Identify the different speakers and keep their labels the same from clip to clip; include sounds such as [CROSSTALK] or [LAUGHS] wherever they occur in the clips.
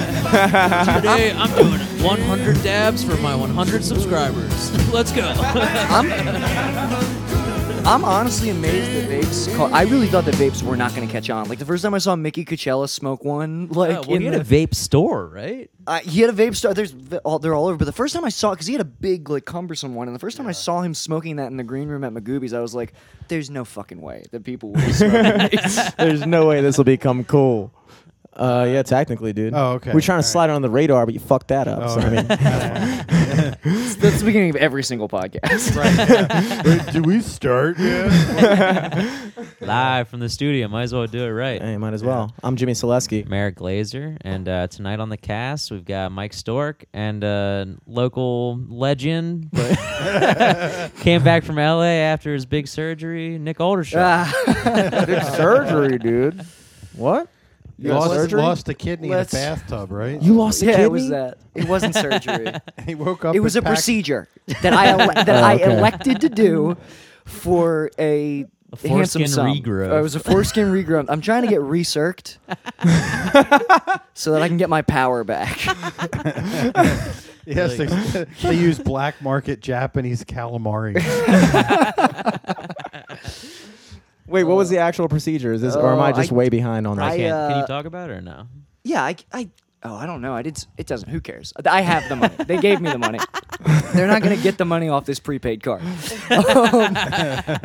Speaker 1: Today I'm doing 100 dabs for my 100 subscribers. Let's
Speaker 2: [LAUGHS]
Speaker 1: go.
Speaker 3: I'm, I'm honestly amazed that vapes. Caught, I really thought that vapes were not going to catch on. Like the first time I saw Mickey Coachella smoke one, like
Speaker 1: Yeah, Oh, well,
Speaker 3: in
Speaker 1: he had
Speaker 3: the,
Speaker 1: a vape store, right?
Speaker 3: uh, he had a vape store. There's v- all, they're all over. But the first time I saw, because he had a big like cumbersome one, and the first time I saw him smoking that in the green room at Magoobies, I was like, "There's no fucking way
Speaker 1: [LAUGHS]
Speaker 3: that people will [LAUGHS] smoke." these."
Speaker 4: [LAUGHS] There's no way this will become cool. Uh, yeah, technically, dude.
Speaker 5: Oh, okay. Oh,
Speaker 4: We're trying to slide it on the radar, but you fucked that up. so, I mean,
Speaker 5: [LAUGHS]
Speaker 3: That's the beginning of every single podcast.
Speaker 5: do we start?
Speaker 2: [LAUGHS] Live from the studio. Might as well do it right.
Speaker 4: [LAUGHS] hey, might as well.
Speaker 5: [LAUGHS]
Speaker 4: I'm Jimmy Selesky.
Speaker 2: Merrick Glazer, and uh, tonight on the cast we've got Mike Stork and uh, local legend, but [LAUGHS] came back from LA after his big surgery. Nick Aldershot.
Speaker 4: Ah. [LAUGHS]
Speaker 2: [LAUGHS]
Speaker 4: surgery, dude. What?
Speaker 5: You lost,
Speaker 4: surgery?
Speaker 5: lost a kidney
Speaker 3: Let's-
Speaker 5: in a bathtub, right?
Speaker 4: You lost a
Speaker 3: yeah,
Speaker 4: kidney?
Speaker 3: it was that. It wasn't surgery.
Speaker 5: [LAUGHS]
Speaker 1: [LAUGHS]
Speaker 5: he woke up.
Speaker 3: it was a
Speaker 5: and packed-
Speaker 3: procedure that I ele- that I
Speaker 4: okay.
Speaker 3: elected to do for a, handsome
Speaker 2: foreskin
Speaker 3: sum.
Speaker 2: regrowth.
Speaker 3: Uh, It was a foreskin regrowth. I'm trying
Speaker 2: [LAUGHS]
Speaker 3: to get recirced so that I can get my power back.
Speaker 5: [LAUGHS]
Speaker 3: [LAUGHS]
Speaker 5: Yes, they, they use black market Japanese calamari.
Speaker 4: Wait, what was the actual procedure? Is this, or am Oh. Uh, I
Speaker 3: Oh,
Speaker 4: just
Speaker 3: I-
Speaker 4: way behind on
Speaker 2: I
Speaker 4: this?
Speaker 3: I,
Speaker 2: can't. can
Speaker 3: uh,
Speaker 2: you talk about it or no?
Speaker 3: Yeah, I, I oh I don't know. I did. s- It doesn't. Who cares? I have the money. They gave me the money. They're not gonna get the money off this prepaid card. Um,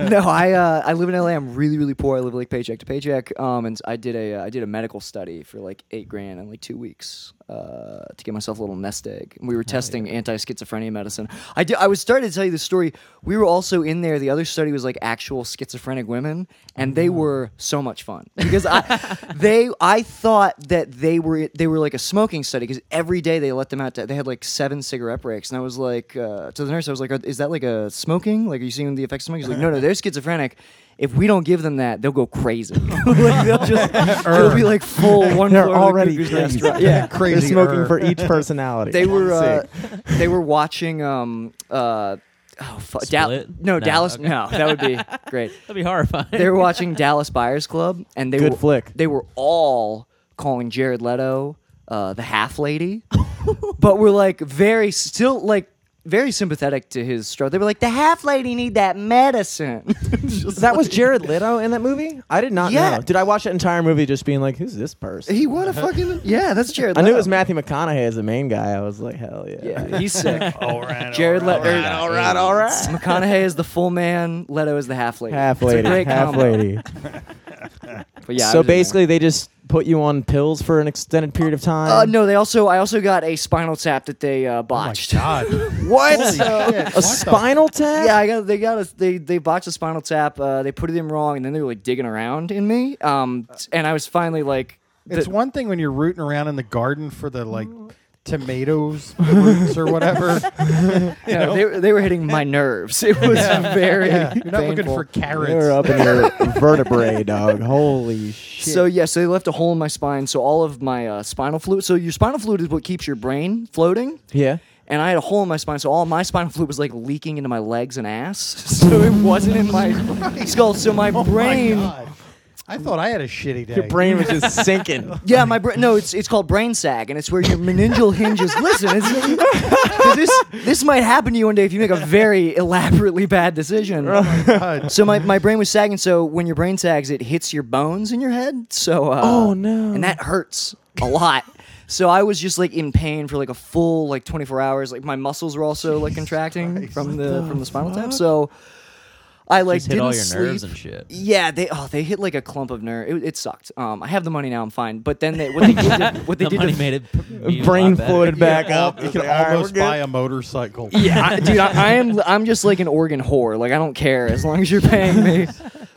Speaker 3: no, I uh, I live in LA. I'm really really poor. I live like paycheck to paycheck. Um, and I did a uh, I did a medical study for like eight grand in like two weeks. Uh, to get myself a little nest egg. And we were testing anti schizophrenia medicine. I did. I was starting to tell you the story. We were also in there. The other study was like actual schizophrenic women, and they were so much fun because I they I thought that they were they were like a smoking study because every day they let them out. To, they had like seven cigarette breaks, and I was like uh, to the nurse, I was like, "Are- "Is that like a smoking? Like, are you seeing the effects of smoking?" She's like, "No, no, they're schizophrenic." If we don't give them that, they'll go crazy. [LAUGHS] like
Speaker 4: [LAUGHS]
Speaker 3: they'll just they'll be like full one.
Speaker 4: They're
Speaker 3: floor of the
Speaker 4: already
Speaker 3: Cuckoo's Nest,
Speaker 4: [LAUGHS] crazy.
Speaker 3: right? Yeah,
Speaker 4: They're
Speaker 5: Crazy.
Speaker 4: smoking for each personality.
Speaker 3: they were uh,
Speaker 4: [LAUGHS] Sick.
Speaker 3: they were watching um uh oh fu- Dal-
Speaker 2: Split?
Speaker 3: no,
Speaker 2: No,
Speaker 3: Dallas
Speaker 2: okay.
Speaker 3: no that would
Speaker 4: [LAUGHS]
Speaker 3: be great
Speaker 2: That'd be horrifying. [LAUGHS]
Speaker 3: they were watching Dallas Buyers Club and they
Speaker 4: Good
Speaker 3: were
Speaker 4: flick.
Speaker 3: they were all calling Jared Leto uh, the half lady [LAUGHS] but were like very still like very sympathetic to his struggle they were like the half lady need that
Speaker 4: [LAUGHS]
Speaker 3: medicine
Speaker 4: That was Jared Leto in that movie? I did not
Speaker 3: Yeah.
Speaker 4: know. Did I watch that entire movie just being like, who's this person?
Speaker 3: he what a fucking yeah that's Jared
Speaker 4: I knew it
Speaker 3: Leto.
Speaker 4: was Matthew McConaughey as the main guy. I was like, hell yeah.
Speaker 3: yeah he's sick
Speaker 4: [LAUGHS]
Speaker 5: all right.
Speaker 3: [LAUGHS] Jared Leto er,
Speaker 2: all right, all right.
Speaker 3: McConaughey is the full man Leto is the half lady
Speaker 4: Half
Speaker 3: It's a
Speaker 4: lady,
Speaker 3: great
Speaker 4: half
Speaker 3: combo.
Speaker 4: lady.
Speaker 3: But yeah I
Speaker 4: so
Speaker 3: was in there.
Speaker 4: basically, they just put you on pills for an extended period of time.
Speaker 3: Uh, no, they also I also got a spinal tap that they
Speaker 4: Oh
Speaker 3: uh, botched. [LAUGHS]
Speaker 5: Oh God.
Speaker 4: What?
Speaker 5: Holy shit.
Speaker 4: a
Speaker 5: What the-
Speaker 4: spinal tap?
Speaker 3: yeah, I got they got a, they they botched a spinal tap. Uh, they put it in wrong, and then they were like digging around in me. Um, t- and I was finally like, the-
Speaker 5: It's one thing when you're rooting around in the garden for the like tomatoes roots or
Speaker 3: [LAUGHS]
Speaker 5: whatever.
Speaker 3: no, they were- they were hitting my nerves. [LAUGHS] It was very
Speaker 5: Yeah, you're not looking
Speaker 3: painful.
Speaker 5: for carrots.
Speaker 4: You're
Speaker 5: [LAUGHS]
Speaker 4: up in your vertebrae, dog. Holy shit.
Speaker 3: So yeah, so they left a hole in my spine. So all of my uh, spinal fluid. So your spinal fluid is what keeps your brain floating.
Speaker 4: yeah.
Speaker 3: and I had a hole in my spine, so all my spinal fluid was like leaking into my legs and ass. [LAUGHS] So it wasn't in
Speaker 5: [LAUGHS]
Speaker 3: my skull. So my
Speaker 5: Oh my
Speaker 3: brain,
Speaker 5: God. I thought I had a shitty day.
Speaker 4: Your brain was just sinking.
Speaker 3: yeah, my brain. No, it's it's called brain sag, and it's where your meningeal hinges. Listen, it's, [LAUGHS] 'cause this this might happen to you one day if you make a very elaborately bad decision.
Speaker 5: God.
Speaker 3: So my, my brain was sagging. So when your brain sags, it hits your bones in your head. So uh,
Speaker 4: Oh, no.
Speaker 3: and that hurts a lot. So I was just like in pain for like a full like 24 hours. Like my muscles were also like contracting from the, from the spinal tap. So I like
Speaker 2: Just hit
Speaker 3: didn't
Speaker 2: all your
Speaker 3: sleep.
Speaker 2: nerves and shit.
Speaker 3: Yeah, they oh they hit like a clump of nerve. It, it sucked. Um, I have the money now. I'm fine. But then they, what they did
Speaker 4: [LAUGHS]
Speaker 3: to, what they
Speaker 2: The
Speaker 3: did
Speaker 2: money
Speaker 3: to,
Speaker 2: made it. be a lot
Speaker 4: Brain
Speaker 2: better.
Speaker 4: floated [LAUGHS] back
Speaker 5: Al-
Speaker 4: up.
Speaker 5: You
Speaker 4: It's
Speaker 5: can
Speaker 4: like, all right,
Speaker 5: almost
Speaker 4: we're good.
Speaker 5: [LAUGHS] buy a motorcycle. [LAUGHS]
Speaker 3: Yeah, I, [LAUGHS] dude, I, I am. I'm just like an organ whore. Like I don't care as long as you're paying
Speaker 4: [LAUGHS]
Speaker 3: me.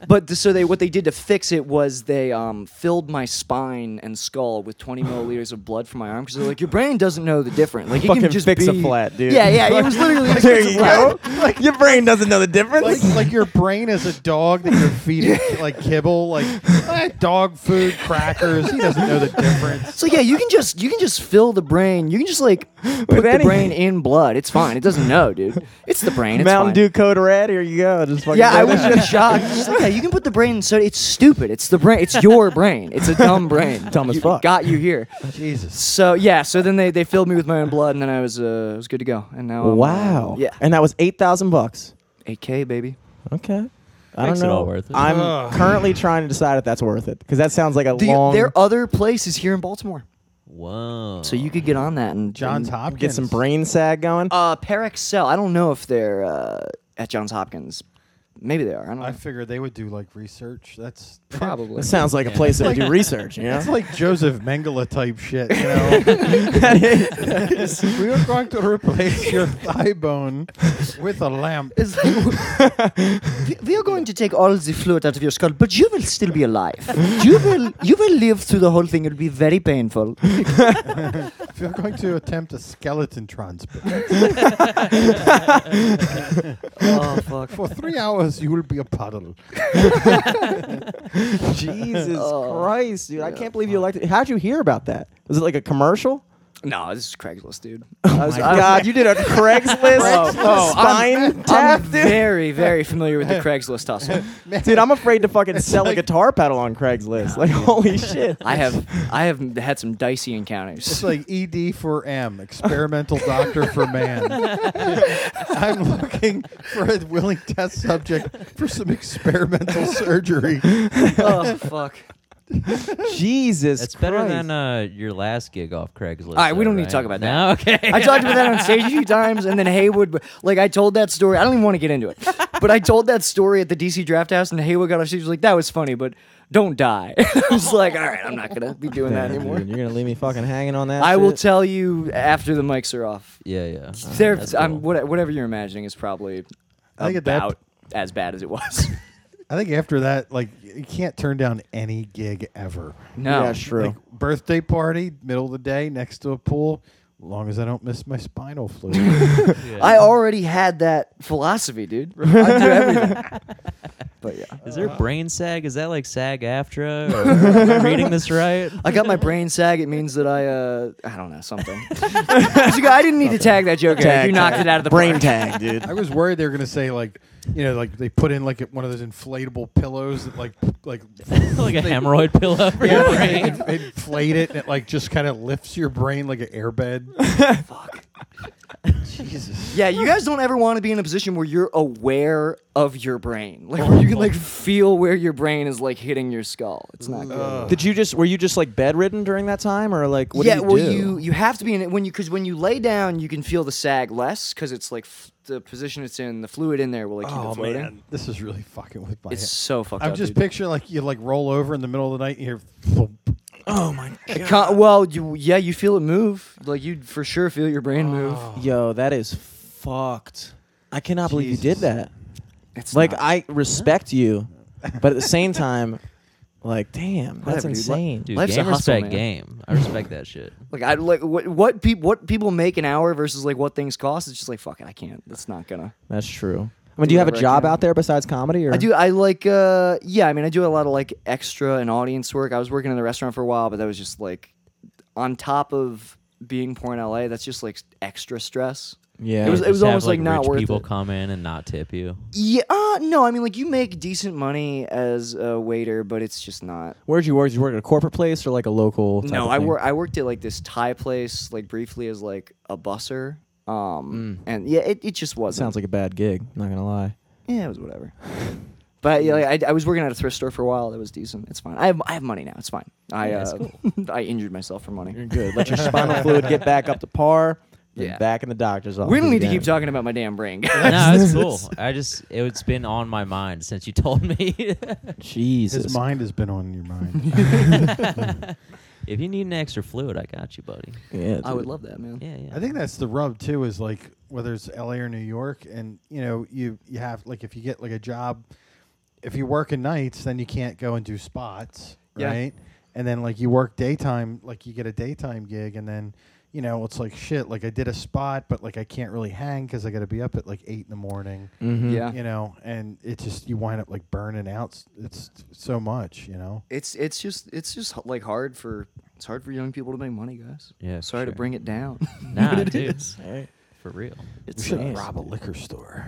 Speaker 3: But th- so they, what they did to fix it was they um, filled my spine and skull with 20 milliliters of blood from my arm because they're like, your brain doesn't know the difference. Like it
Speaker 4: Fucking
Speaker 3: can just
Speaker 4: fix a
Speaker 3: be-
Speaker 4: flat, dude.
Speaker 3: Yeah, yeah, it was literally
Speaker 4: [LAUGHS]
Speaker 3: like
Speaker 4: There
Speaker 3: fix a
Speaker 4: you
Speaker 3: flat.
Speaker 4: go. Like, your brain doesn't know the difference.
Speaker 5: Like, like your brain is a dog that
Speaker 4: [LAUGHS]
Speaker 5: you're feeding like kibble, like eh, dog food, crackers. He doesn't know the difference.
Speaker 3: So yeah, you can just you can just fill the brain. You can just like put the
Speaker 4: anything.
Speaker 3: brain in blood. It's fine. It doesn't know, dude. It's the brain. It's
Speaker 4: Mountain
Speaker 3: fine.
Speaker 4: Dew Code Red. Here you go. Just fucking
Speaker 3: Yeah, I
Speaker 4: throw
Speaker 3: was [LAUGHS]
Speaker 4: that
Speaker 3: just shocked. Just like, yeah, you you can put the brain in soda. It's stupid. It's the brain. It's your brain. It's a [LAUGHS] dumb brain.
Speaker 4: Dumb as
Speaker 3: You-
Speaker 4: fuck.
Speaker 3: Got you here.
Speaker 5: Jesus.
Speaker 3: So yeah. So then they, they filled me with my own blood, and then I was uh, I was good to go. And now I'm, uh,
Speaker 4: [LAUGHS] Wow.
Speaker 3: yeah.
Speaker 4: And that was eight thousand bucks.
Speaker 3: 8K baby.
Speaker 4: Okay. I
Speaker 2: Makes it
Speaker 4: don't know.
Speaker 2: all worth it.
Speaker 4: I'm
Speaker 5: Ugh.
Speaker 4: currently trying to decide if that's worth it because that sounds like a
Speaker 3: Do you-
Speaker 4: long.
Speaker 3: there are other places here in Baltimore, [LAUGHS]
Speaker 2: Whoa.
Speaker 3: so you could get on that and
Speaker 5: Johns
Speaker 3: and-
Speaker 5: Hopkins.
Speaker 4: get some brain sag going.
Speaker 3: Uh, Parexel. I don't know if they're uh, at Johns Hopkins. Maybe they are. I don't.
Speaker 5: I
Speaker 3: know.
Speaker 5: figured they would do like research.
Speaker 4: [LAUGHS]
Speaker 5: That's
Speaker 3: Probably.
Speaker 4: That sounds like a place that would [LAUGHS] do research. You know.
Speaker 5: That's like Joseph Mengele type shit. You
Speaker 4: [LAUGHS]
Speaker 5: know? [LAUGHS] we are going to replace your thigh bone with a lamp.
Speaker 3: It's like, [LAUGHS] we- we are going to take all the fluid out of your skull, but you will still be alive. You will you will live through the whole thing. It'll be very painful.
Speaker 5: [LAUGHS] If you're going to attempt a skeleton transplant
Speaker 3: [LAUGHS] Oh fuck.
Speaker 5: for three hours, you will be a puddle.
Speaker 4: [LAUGHS] Jesus
Speaker 3: Oh.
Speaker 4: Christ, dude! I can't believe you elected. How'd you hear about that? Was it like a commercial?
Speaker 3: No, this is Craigslist, dude.
Speaker 4: Oh my God, you did
Speaker 3: [LAUGHS]
Speaker 4: a Craigslist spine tap,
Speaker 3: Oh, I'm
Speaker 4: dude.
Speaker 3: very very familiar with the Craigslist [LAUGHS] hustle.
Speaker 4: [LAUGHS] Dude, I'm afraid to fucking sell a guitar pedal on Craigslist. [LAUGHS] Like, holy shit!
Speaker 3: I
Speaker 4: [LAUGHS]
Speaker 3: have I have had some dicey encounters.
Speaker 5: [LAUGHS] It's like ED for M, experimental doctor
Speaker 4: [LAUGHS]
Speaker 5: for man. I'm looking for a willing test subject for some experimental surgery.
Speaker 3: oh fuck.
Speaker 4: Jesus,
Speaker 2: That's better
Speaker 4: Christ.
Speaker 2: than uh, your last gig off Craigslist. All
Speaker 3: right, we don't need to talk about that.
Speaker 2: No, okay.
Speaker 3: I talked about that on stage a few times, and then Haywood, like I told that story. I don't even want to get into it, but I told that story at the DC Draft House, and Haywood got off stage was like, "That was funny, but don't die." [LAUGHS] I was like, "All right, I'm not gonna be doing that
Speaker 4: Damn,
Speaker 3: anymore."
Speaker 4: dude, you're gonna leave me fucking hanging on that.
Speaker 3: I will
Speaker 4: shit?
Speaker 3: tell you after the mics are off.
Speaker 2: [LAUGHS] yeah, yeah. Uh,
Speaker 3: There,
Speaker 2: that's
Speaker 3: I'm,
Speaker 2: cool.
Speaker 3: what, whatever you're imagining is probably
Speaker 5: Ah, I think at that
Speaker 3: about as bad as it was. [LAUGHS]
Speaker 5: I think after that, like you can't turn down any gig ever.
Speaker 3: no,
Speaker 4: Yeah, true.
Speaker 5: Like birthday party, middle of the day, next to a pool. As long as I don't miss my spinal fluid.
Speaker 2: [LAUGHS]
Speaker 3: I already had that philosophy,
Speaker 5: [LAUGHS]
Speaker 3: dude. I do everything. but yeah.
Speaker 2: Is there brain sag? Is that like SAG
Speaker 3: [LAUGHS]
Speaker 2: AFTRA? Or am I reading this right? [LAUGHS]
Speaker 3: I
Speaker 4: [LAUGHS]
Speaker 3: got my brain sag. It means that I, uh, I don't know, something. You got- I didn't need to tag that joke. Eric.
Speaker 4: Tag,
Speaker 3: You knocked it out of the
Speaker 4: brain
Speaker 3: park.
Speaker 4: tag, dude.
Speaker 5: I was worried they were gonna say like, you know, like they put in like one of those inflatable pillows that like like
Speaker 2: [LAUGHS] like a hemorrhoid pillow for
Speaker 5: yeah,
Speaker 2: your
Speaker 5: like, they
Speaker 2: brain.
Speaker 5: in- inflate it and it like just kind of lifts your brain like an airbed.
Speaker 3: [LAUGHS] Yeah, you guys don't ever want to be in a position where you're aware of your brain, like where you can
Speaker 4: Oh.
Speaker 3: like feel where your brain is like hitting your skull. It's not good.
Speaker 4: Did you just were you just like bedridden during that time, or like what
Speaker 3: yeah,
Speaker 4: did you
Speaker 3: well,
Speaker 4: do?
Speaker 3: you you have to be in it when you because when you lay down, you can feel the sag less because it's like f- the position it's in, the fluid in there will like keep
Speaker 4: Oh,
Speaker 3: it floating.
Speaker 5: Oh, this is really fucking with my.
Speaker 3: It's
Speaker 5: head.
Speaker 3: so fucked
Speaker 5: I'm
Speaker 3: up.
Speaker 5: just
Speaker 3: dude.
Speaker 5: picturing like you like roll over in the middle of the night and you hear.
Speaker 4: Oh [CLEARS THROAT]
Speaker 3: It can't- well, you, yeah, you feel it move. Like you for sure feel your brain move.
Speaker 4: Yo, that is fucked. I cannot believe you did
Speaker 5: Jesus.
Speaker 4: that.
Speaker 3: It's
Speaker 4: like,
Speaker 3: not-
Speaker 4: I respect you, but at the same time, like, damn,
Speaker 3: Whatever,
Speaker 4: that's
Speaker 3: dude. Let-
Speaker 4: insane.
Speaker 2: Dude,
Speaker 3: Life's a
Speaker 2: game
Speaker 3: hustle,
Speaker 2: respect
Speaker 3: man.
Speaker 2: game. I respect that shit.
Speaker 3: Like I like what what people what people make an hour versus like what things cost. It's just like fuck it, I can't. That's not gonna.
Speaker 4: That's true. I mean, do you have a
Speaker 3: whatever I
Speaker 4: job
Speaker 3: can.
Speaker 4: out there besides comedy? Or
Speaker 3: I do. I like. uh Yeah, I mean, I do a lot of like extra and audience work. I was working in the restaurant for a while, but that was just like on top of being poor in LA. That's just like extra stress.
Speaker 4: Yeah.
Speaker 3: It was-
Speaker 2: Just have,
Speaker 3: almost, like, not
Speaker 2: rich
Speaker 3: worth
Speaker 2: people
Speaker 3: it.
Speaker 2: come in and not tip you.
Speaker 3: Yeah. Uh, no, I mean, like you make decent money as a waiter, but it's just not.
Speaker 4: Where'd you work? Did you work at a corporate place or like a local? type
Speaker 3: No,
Speaker 4: of
Speaker 3: I
Speaker 4: thing?
Speaker 3: wor- I worked at like this Thai place, like briefly as like a busser. Um and yeah, it, it just wasn't.
Speaker 4: Sounds like a bad gig. Not gonna lie.
Speaker 3: Yeah, it was whatever. [LAUGHS] But yeah, like, I, I was working at a thrift store for a while. That was decent. It's fine. I have I have money now. It's fine. I
Speaker 2: Yeah,
Speaker 3: uh,
Speaker 2: it's
Speaker 3: [LAUGHS] I injured myself for money. [LAUGHS]
Speaker 4: You're good. Let your spinal fluid get back up to par. then
Speaker 3: Yeah.
Speaker 4: Back in the doctor's office.
Speaker 3: We don't need to
Speaker 4: again.
Speaker 3: keep talking about my damn [LAUGHS] brain.
Speaker 2: [LAUGHS] no, it's cool.
Speaker 3: [LAUGHS]
Speaker 2: I just it's been on my mind since you told me. [LAUGHS]
Speaker 4: Jesus.
Speaker 5: His mind has been on
Speaker 3: [LAUGHS]
Speaker 5: your mind.
Speaker 2: if you need an extra fluid, I got you, buddy.
Speaker 4: Yeah,
Speaker 3: I would
Speaker 4: dude.
Speaker 3: love that, man.
Speaker 2: Yeah, yeah.
Speaker 5: I think that's the rub too. Is like whether it's L.A. or New York, and you know you you have like if you get like a job, if you work in nights, then you can't go and do spots,
Speaker 3: Yeah.
Speaker 5: right? And then like you work daytime, like you get a daytime gig, and then you know it's like shit. Like I did a spot, but like I can't really hang because I got to be up at like eight in the morning.
Speaker 4: Mhm.
Speaker 3: Mm. Yeah.
Speaker 5: You know, and it just you wind up like burning out. s- It's so much, you know.
Speaker 3: It's it's just it's just h- like hard for it's hard for young people to make money, guys.
Speaker 2: Yeah, for
Speaker 3: Sorry to
Speaker 2: sure.
Speaker 3: bring it down.
Speaker 2: [LAUGHS]
Speaker 3: [LAUGHS]
Speaker 2: nah, dude,
Speaker 4: All right.
Speaker 2: for real.
Speaker 5: We
Speaker 3: It's
Speaker 5: should
Speaker 3: nice.
Speaker 5: rob a liquor store.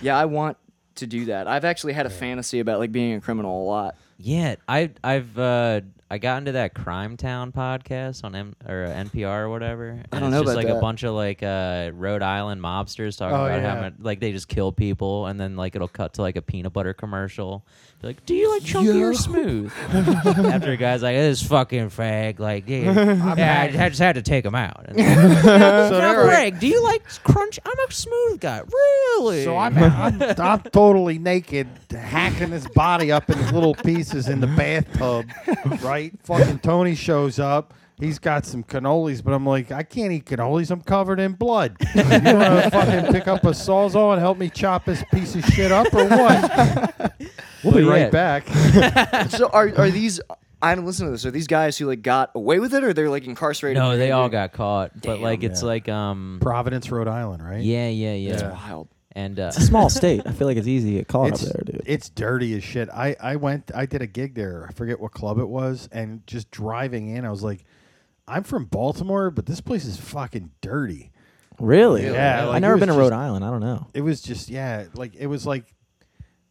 Speaker 3: yeah. I want to do that. I've actually had a fantasy about like being a criminal
Speaker 2: [LAUGHS]
Speaker 3: a lot.
Speaker 2: Yeah, I I've uh, I got into that Crime Town podcast on M or uh, NPR or whatever. And
Speaker 3: don't
Speaker 2: it's
Speaker 3: know
Speaker 2: just
Speaker 3: about
Speaker 2: like
Speaker 3: that.
Speaker 2: a bunch of like uh, Rhode Island mobsters talking
Speaker 5: Oh,
Speaker 2: about how
Speaker 5: yeah.
Speaker 2: much like they just kill people, and then like it'll cut to like a peanut butter commercial. They're like, do you like chunky or
Speaker 5: [LAUGHS]
Speaker 2: smooth? After a guy's like, this fucking fag, like
Speaker 5: [LAUGHS]
Speaker 2: yeah, yeah I, I just had to take him out. And
Speaker 5: so,
Speaker 2: now,
Speaker 5: all right.
Speaker 2: Greg, do you like crunch? I'm a smooth guy, really.
Speaker 5: So I'm, I'm I'm totally naked, hacking his body up into little pieces in the bathtub, right? Fucking Tony shows up. He's got some cannolis, but I'm like, I can't eat cannolis. I'm covered in blood. You want to fucking pick up a sawzall and help me chop this piece of shit up, or what? we'll be
Speaker 2: But yeah.
Speaker 5: right back.
Speaker 3: so are are these? I don't listen to this. Are these guys who like got away with it, or they're like incarcerated?
Speaker 2: no, they all got caught, but like
Speaker 5: Damn.
Speaker 2: it's
Speaker 5: Yeah.
Speaker 2: like um.
Speaker 5: Providence, Rhode Island, right?
Speaker 2: Yeah, yeah, yeah.
Speaker 5: That's
Speaker 3: wild.
Speaker 2: And uh,
Speaker 4: It's a small state.
Speaker 2: [LAUGHS]
Speaker 4: I feel like it's easy to get caught up Oh, there, dude.
Speaker 5: It's dirty as shit. I, I went, I did a gig there. I forget what club it was. And just driving in, I was like, I'm from Baltimore, but this place is fucking dirty.
Speaker 4: really?
Speaker 5: Yeah, like,
Speaker 4: I've
Speaker 5: it
Speaker 4: never
Speaker 5: was
Speaker 4: been to
Speaker 5: just-
Speaker 4: Rhode Island. I don't know.
Speaker 5: It was just, yeah, like, it was like,